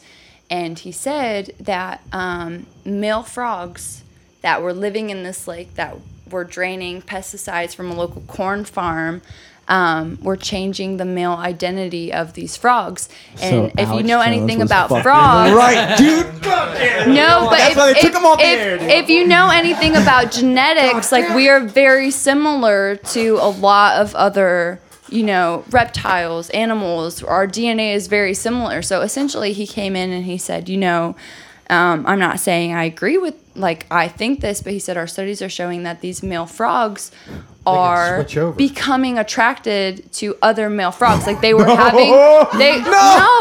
Speaker 7: And he said that um, male frogs that were living in this lake that were draining pesticides from a local corn farm um, were changing the male identity of these frogs. And if you
Speaker 4: Alex
Speaker 7: know
Speaker 4: Jones
Speaker 7: anything
Speaker 4: was
Speaker 7: about
Speaker 4: fucking
Speaker 7: frogs,
Speaker 4: right, dude.
Speaker 7: no, but
Speaker 4: That's
Speaker 7: if,
Speaker 4: why they
Speaker 7: if,
Speaker 4: took 'em off the
Speaker 7: if-
Speaker 4: air, dude.
Speaker 7: if you know
Speaker 4: [LAUGHS]
Speaker 7: anything about genetics, like we are very similar to a lot of other, you know, reptiles, animals. Our DNA is very similar. So essentially, he came in and he said, you know, um, I'm not saying I agree with, like, I think this, but he said our studies are showing that these male frogs are
Speaker 5: switch over.
Speaker 7: becoming attracted to other male frogs. Like they
Speaker 5: [LAUGHS]
Speaker 7: were having, they no,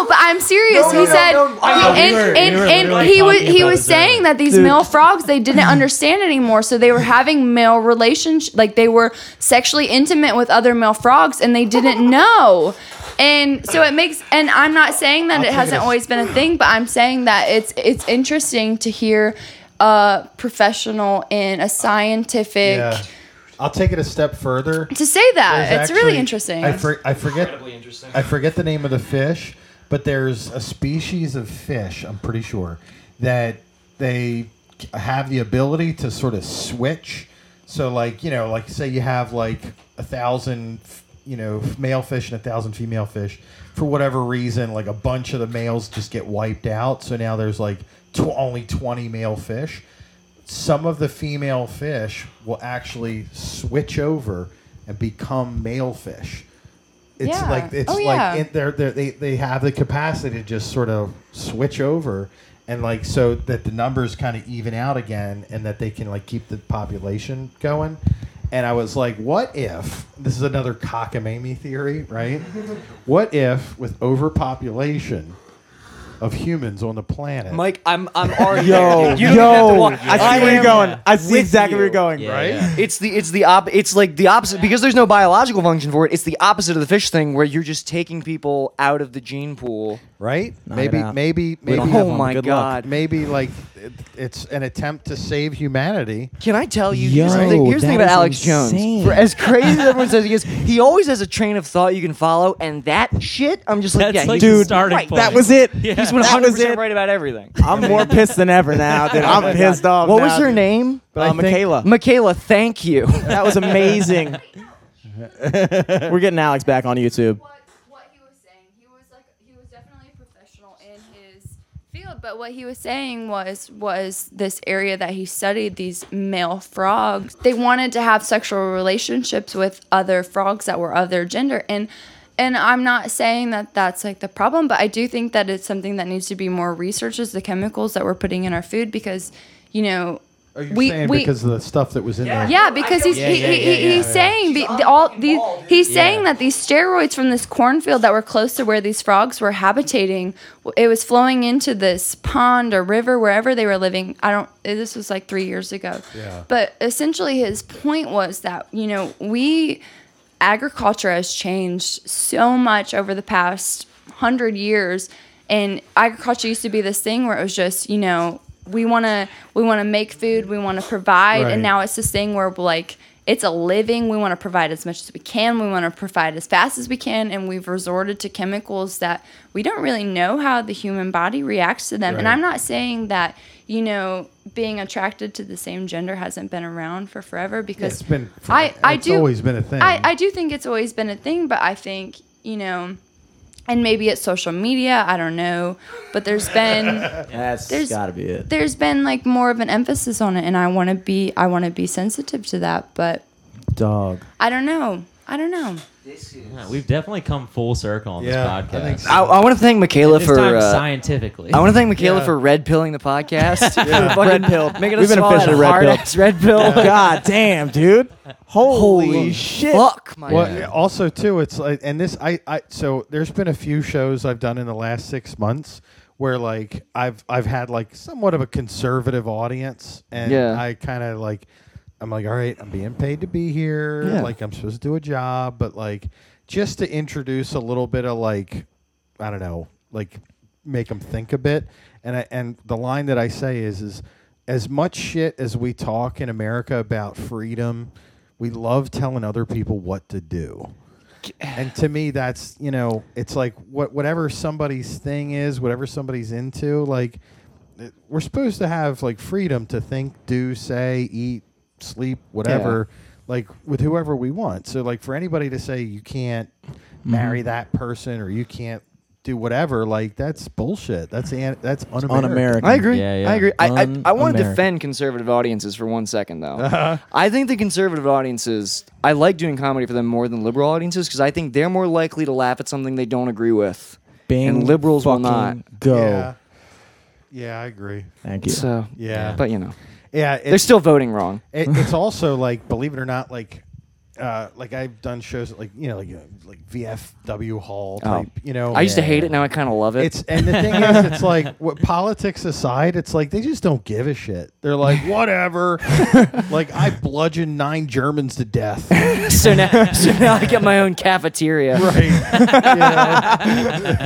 Speaker 7: but I'm serious. he said, and, and, and he was he was saying that these male frogs
Speaker 5: [CLEARS THROAT]
Speaker 7: they didn't understand anymore, so they were having male relationship, like they were sexually intimate with other male frogs, and
Speaker 5: [LAUGHS]
Speaker 7: they didn't know. And so it makes, and I'm not saying that it hasn't always been a thing, but I'm saying that it's it's interesting to hear a professional in a scientific
Speaker 5: yeah. I'll take it a step further.
Speaker 7: to say that.
Speaker 5: There's
Speaker 7: it's really
Speaker 5: actually-
Speaker 7: interesting.
Speaker 5: I, for, I forget.
Speaker 6: Incredibly interesting.
Speaker 5: I forget the name of the fish, but there's a species of fish. I'm pretty sure that they have the ability to sort of switch. So, like you know, like say you have like a thousand, you know, male fish and a thousand female fish. For whatever reason, like a bunch of the males just get wiped out. So now there's like tw- only 20 male fish some of the female fish will actually switch over and become male fish. It's
Speaker 7: Yeah.
Speaker 5: like it's
Speaker 7: Oh, yeah.
Speaker 5: like it, they're, they're, they they have the capacity to just sort of switch over and like so that the numbers kind of even out again and that they can like keep the population going. And I was like, what if this is another cockamamie theory,
Speaker 7: [LAUGHS]
Speaker 5: right? what if with overpopulation of humans on the planet,
Speaker 3: Mike, I'm I'm already there,
Speaker 4: Yo,
Speaker 3: dude. You don't
Speaker 4: yo.
Speaker 3: even have to watch.
Speaker 4: I see where
Speaker 3: am
Speaker 4: you're going. I see
Speaker 3: with
Speaker 4: exactly
Speaker 3: you.
Speaker 4: where you're going.
Speaker 2: Yeah,
Speaker 5: right?
Speaker 2: yeah.
Speaker 3: It's the it's the op it's like the opposite because there's no biological function for it. It's the opposite of the fish thing where you're just taking people out of the gene pool.
Speaker 5: right?
Speaker 4: Knock it
Speaker 5: maybe,
Speaker 4: out.
Speaker 5: maybe,
Speaker 4: We
Speaker 5: maybe.
Speaker 4: don't have
Speaker 3: Oh
Speaker 4: one.
Speaker 3: my
Speaker 4: Good luck.
Speaker 3: god.
Speaker 5: Maybe like it, it's an attempt to save humanity.
Speaker 3: Can I tell you?
Speaker 4: Yo,
Speaker 3: here's the thing, here's the thing
Speaker 4: that
Speaker 3: about Alex
Speaker 4: is insane.
Speaker 3: Jones. For as crazy as everyone says he is, he always has a train of thought you can follow, and that shit, I'm just like,
Speaker 2: That's
Speaker 3: yeah,
Speaker 2: like
Speaker 3: he's,
Speaker 2: the
Speaker 4: Dude,
Speaker 2: starting
Speaker 3: right,
Speaker 2: point.
Speaker 4: That was it.
Speaker 2: Yeah.
Speaker 3: he's
Speaker 4: that was
Speaker 3: 100%
Speaker 4: it.
Speaker 3: right about everything.
Speaker 4: I'm more pissed than ever now, dude.
Speaker 3: [LAUGHS] Oh my
Speaker 4: I'm pissed
Speaker 3: God.
Speaker 4: off.
Speaker 3: What
Speaker 4: now,
Speaker 3: was her
Speaker 4: dude.
Speaker 3: name?
Speaker 4: Uh, Michaela.
Speaker 3: Michaela, thank you.
Speaker 4: That was amazing. We're getting Alex back on YouTube.
Speaker 7: what what he was saying. He was like he was definitely a professional in his field, but what he was saying was was this area that he studied these male frogs. They wanted to have sexual relationships with other frogs that were of their gender and and I'm not saying that that's like the problem, but I do think that it's something that needs to be more researched is the chemicals that we're putting in our food because, you know,
Speaker 5: Are you
Speaker 7: We-
Speaker 5: saying
Speaker 7: we-
Speaker 5: because of the stuff that was in there?
Speaker 7: yeah, because he's
Speaker 2: Yeah,
Speaker 7: he,
Speaker 2: yeah,
Speaker 7: he,
Speaker 2: yeah,
Speaker 7: he- he's saying the, the, all these he's saying that these steroids from this cornfield that were close to where these frogs were habitating, w- it was flowing into this pond or river wherever they were living. I don't. This was like three years ago.
Speaker 5: Yeah.
Speaker 7: But essentially, his point was that you know we agriculture has changed so much over the past hundred years and agriculture used to be this thing where it was just you know we want to we want to make food we want to provide
Speaker 5: Right.
Speaker 7: and now it's this thing where like it's a living we want to provide as much as we can we want to provide as fast as we can and we've resorted to chemicals that we don't really know how the human body reacts to them and
Speaker 5: Right.
Speaker 7: i'm not saying that you know being attracted to the same gender hasn't been around for forever because
Speaker 5: it's been.
Speaker 7: I- I
Speaker 5: it's
Speaker 7: do-
Speaker 5: always been a thing.
Speaker 7: I, I do think it's always been a thing, but I think, you know, and maybe it's social media. I don't know, but there's
Speaker 5: [LAUGHS]
Speaker 7: been
Speaker 4: That's
Speaker 7: There's-
Speaker 4: gotta be it.
Speaker 7: there's been like more of an emphasis on it, and I want to be I want to be sensitive to that, but
Speaker 4: Dog.
Speaker 7: I don't know. I don't know.
Speaker 6: This is.
Speaker 2: Yeah, Uh, we've definitely come full circle on
Speaker 5: Yeah, I
Speaker 2: this podcast.
Speaker 5: think
Speaker 3: [LAUGHS]
Speaker 5: so.
Speaker 3: I, I want to thank Michaela
Speaker 2: This
Speaker 3: for.
Speaker 2: time
Speaker 3: uh,
Speaker 2: scientifically.
Speaker 3: I want to thank Michaela
Speaker 5: Yeah.
Speaker 3: for red pilling the [LAUGHS] podcast.
Speaker 4: Red pill.
Speaker 3: Making
Speaker 4: We've
Speaker 3: us
Speaker 4: been
Speaker 3: all
Speaker 4: officially
Speaker 3: that
Speaker 4: red
Speaker 3: hard
Speaker 4: pilled.
Speaker 3: ass [LAUGHS] red pill.
Speaker 4: Oh, God damn, dude. Holy, shit.
Speaker 3: Fuck my
Speaker 5: Well,
Speaker 3: God.
Speaker 5: yeah, also too, it's like, and this, I, I, so there's been a few shows I've done in the last six months where like I've, I've had like somewhat of a conservative audience, and
Speaker 3: Yeah.
Speaker 5: I kind of like, I'm like, all right, I'm being paid to be here,
Speaker 3: Yeah.
Speaker 5: like I'm supposed to do a job, but like, just to introduce a little bit of like, I don't know, like make them think a bit, and I, and the line that I say is, is as much shit as we talk in America about freedom. We love telling other people what to do and to me that's you know it's like what whatever somebody's thing is whatever somebody's into like it- we're supposed to have like freedom to think do say eat sleep whatever like with whoever we want so like for anybody to say you can't marry that person or you can't do whatever like that's bullshit that's an, that's un-American.
Speaker 4: Un-American.
Speaker 3: I agree.
Speaker 2: Yeah, yeah.
Speaker 3: I agree. I, I, I want to
Speaker 4: Un-American.
Speaker 3: defend conservative audiences for one second, though.
Speaker 5: Uh-huh.
Speaker 3: I think the conservative audiences, I like doing comedy for them more than liberal audiences because I think they're more likely to laugh at something they don't agree with.
Speaker 4: Bing
Speaker 3: and liberals will
Speaker 4: fucking
Speaker 3: not.
Speaker 4: Go.
Speaker 5: yeah yeah i agree
Speaker 4: Thank you.
Speaker 3: So,
Speaker 5: yeah
Speaker 3: but you know,
Speaker 5: yeah
Speaker 3: they're
Speaker 5: it's-
Speaker 3: still voting wrong.
Speaker 4: [LAUGHS]
Speaker 5: it, it's also like believe it or not like uh, like I've done shows at, like you know like uh, like VFW hall
Speaker 3: Oh.
Speaker 5: type you know
Speaker 3: I used to hate it. Now I kind of love it.
Speaker 5: it's and the thing is it's like what politics aside it's like they just don't give a shit
Speaker 4: [LAUGHS]
Speaker 5: they're like whatever like I bludgeoned nine Germans
Speaker 4: [LAUGHS]
Speaker 5: to death right
Speaker 3: [LAUGHS] so
Speaker 5: [LAUGHS]
Speaker 3: now, so now I get my own cafeteria.
Speaker 5: You know?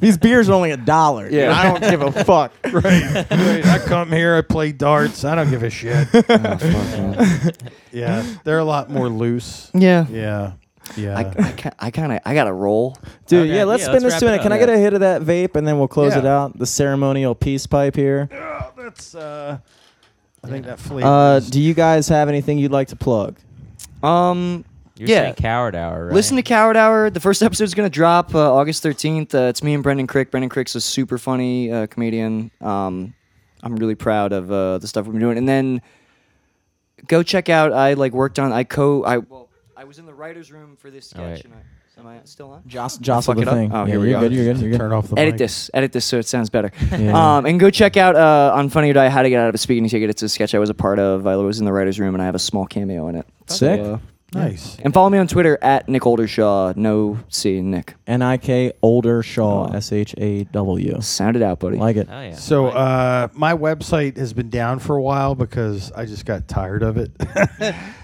Speaker 4: These beers are only a dollar. dude.
Speaker 3: Yeah.
Speaker 4: I don't give a fuck.
Speaker 5: [LAUGHS] right right I come here I play darts I don't give a shit
Speaker 3: [LAUGHS]
Speaker 5: yeah they're a lot more loose
Speaker 3: Yeah.
Speaker 5: yeah yeah
Speaker 3: I, I, ca- I kind of I got to roll.
Speaker 4: Dude,
Speaker 2: Okay.
Speaker 4: yeah, let's
Speaker 2: Yeah,
Speaker 4: spin
Speaker 2: let's
Speaker 4: this
Speaker 2: wrap
Speaker 4: to
Speaker 2: it
Speaker 4: minute.
Speaker 2: up.
Speaker 4: Can I get a hit of that vape and then we'll close
Speaker 5: Yeah.
Speaker 4: it out? The ceremonial peace pipe here.
Speaker 5: Oh, that's uh I think that flavor
Speaker 4: Uh,
Speaker 5: is-
Speaker 4: do you guys have anything you'd like to plug?
Speaker 3: Um,
Speaker 2: You're
Speaker 3: yeah.
Speaker 2: saying coward hour, right?
Speaker 3: Listen to Coward Hour. The first episode's going to drop uh, August 13th. Uh, it's me and Brendan Crick. Brendan Crick's a super funny uh, comedian. Um, I'm really proud of uh, the stuff we've been doing. And then go check out. I like worked on. I co. I well, I was in the writers' room for this sketch.
Speaker 2: All right.
Speaker 3: And I, am I still on?
Speaker 4: Joss, jostle
Speaker 3: fuck
Speaker 4: the
Speaker 3: it up?
Speaker 4: thing.
Speaker 3: Oh,
Speaker 4: yeah,
Speaker 3: here we
Speaker 4: you're
Speaker 3: go.
Speaker 4: good. You're good. You're good.
Speaker 5: turn off the
Speaker 3: Edit
Speaker 5: mic.
Speaker 3: this. Edit this so it sounds better.
Speaker 4: Yeah.
Speaker 3: Um, and go check out uh, on Funny or Die How to Get Out of a Speaking Ticket. It's a sketch I was a part of. I was in the writers' room and I have a small cameo in it.
Speaker 4: Sick.
Speaker 3: So, uh,
Speaker 5: Nice.
Speaker 3: and follow me on Twitter at Nick Oldershaw. No C in Nick.
Speaker 4: N I K older Shaw
Speaker 3: Oh.
Speaker 4: S H A W.
Speaker 3: Sound it out, buddy.
Speaker 4: Like it.
Speaker 2: Oh yeah.
Speaker 5: So uh, my website has been down for a while because I just got tired of it.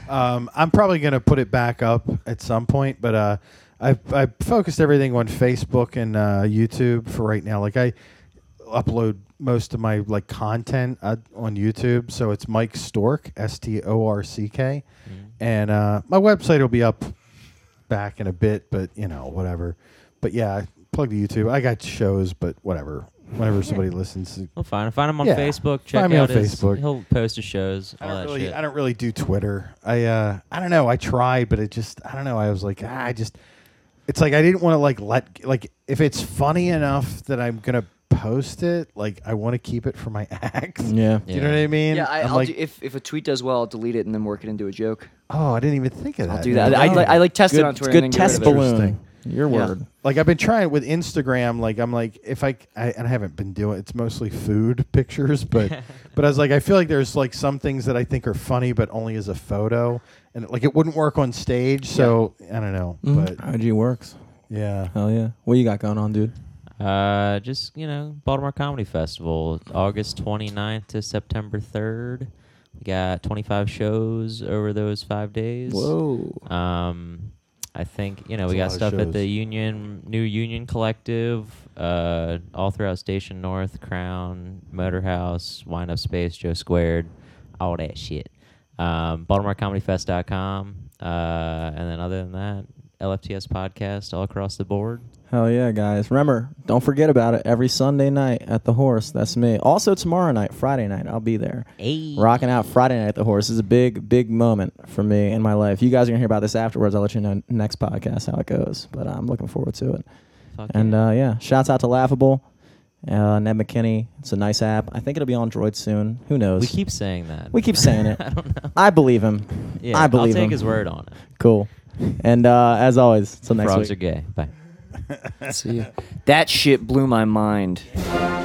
Speaker 5: um, I'm probably going to put it back up at some point, but uh, I I focused everything on Facebook and uh, YouTube for right now. Like I upload most of my like content uh, on YouTube, so it's Mike Stork S T O R C K, and uh, my website will be up back in a bit, but you know whatever. But yeah, plug the YouTube. I got shows, but whatever. Whenever somebody listens,
Speaker 2: We'll find him. Find him on
Speaker 5: Yeah.
Speaker 2: Facebook.
Speaker 5: Find
Speaker 2: Check
Speaker 5: me on
Speaker 2: out his,
Speaker 5: Facebook.
Speaker 2: He'll post his shows.
Speaker 5: I
Speaker 2: all
Speaker 5: don't
Speaker 2: that
Speaker 5: really,
Speaker 2: shit.
Speaker 5: I don't really do Twitter. I, uh, I don't know. I tried, but it just, I don't know. I was like, ah, I just, it's like I didn't want to like let like if it's funny enough that I'm gonna post it, like I want to keep it for my [LAUGHS] act.
Speaker 4: Yeah.
Speaker 5: Do you know what I mean?
Speaker 3: Yeah, I,
Speaker 5: I'm
Speaker 3: I'll
Speaker 5: like,
Speaker 3: do, if if a tweet does well, I'll delete it and then work it into a joke.
Speaker 5: oh, I didn't even think of that.
Speaker 3: I'll do that. I,
Speaker 4: Yeah.
Speaker 3: like I like test
Speaker 4: Good,
Speaker 3: it on Twitter.
Speaker 4: good
Speaker 3: and then get rid of
Speaker 4: test
Speaker 3: it.
Speaker 4: balloon.
Speaker 5: Interesting.
Speaker 4: Your
Speaker 3: Yeah.
Speaker 4: word.
Speaker 5: Like I've been trying with Instagram. Like I'm like if I, I and I haven't been doing. It's mostly food [LAUGHS] pictures, but but I was like I feel like there's like some things that I think are funny, but only as a photo, and like it wouldn't work on stage. So I don't know,
Speaker 3: Mm-hmm.
Speaker 5: but
Speaker 4: IG works.
Speaker 5: yeah.
Speaker 4: Hell yeah. What you got going on, dude?
Speaker 2: Uh, just you know, Baltimore Comedy Festival, August 29th to September 3rd. We got 25 shows over those five days.
Speaker 3: Whoa.
Speaker 2: Um, I think you know we got
Speaker 5: That's a lot of
Speaker 2: stuff at the
Speaker 5: shows.
Speaker 2: Union New Union Collective, uh, all throughout Station North, Crown, Motorhouse, Wind Up Space, Joe Squared, all that shit. Um, BaltimoreComedyFest.com, uh, and then other than that, LFTS podcast all across the board.
Speaker 4: Hell yeah, guys. Remember, don't forget about it every Sunday night at the horse. That's me. Also, tomorrow night, Friday night, I'll be there.
Speaker 2: Hey.
Speaker 4: Rocking out Friday night at the horse is a big, big moment for me in my life. You guys are going to hear about this afterwards. I'll let you know next podcast how it goes, but I'm looking forward to it.
Speaker 2: Fuck
Speaker 4: And
Speaker 2: yeah.
Speaker 4: uh, yeah, shouts out to Laughable, uh, Ned McKinney. It's a nice app. I think it'll be on Droid soon. Who knows?
Speaker 2: we keep saying that.
Speaker 4: we keep saying
Speaker 2: [LAUGHS]
Speaker 4: it.
Speaker 2: I don't know.
Speaker 4: I believe him.
Speaker 2: yeah,
Speaker 4: I believe
Speaker 2: I'll take
Speaker 4: him.
Speaker 2: his word on it.
Speaker 4: Cool. And uh, as always, till next
Speaker 2: Frogs
Speaker 4: week.
Speaker 5: [LAUGHS]
Speaker 2: are gay. Bye.
Speaker 3: See ya. That shit blew my mind.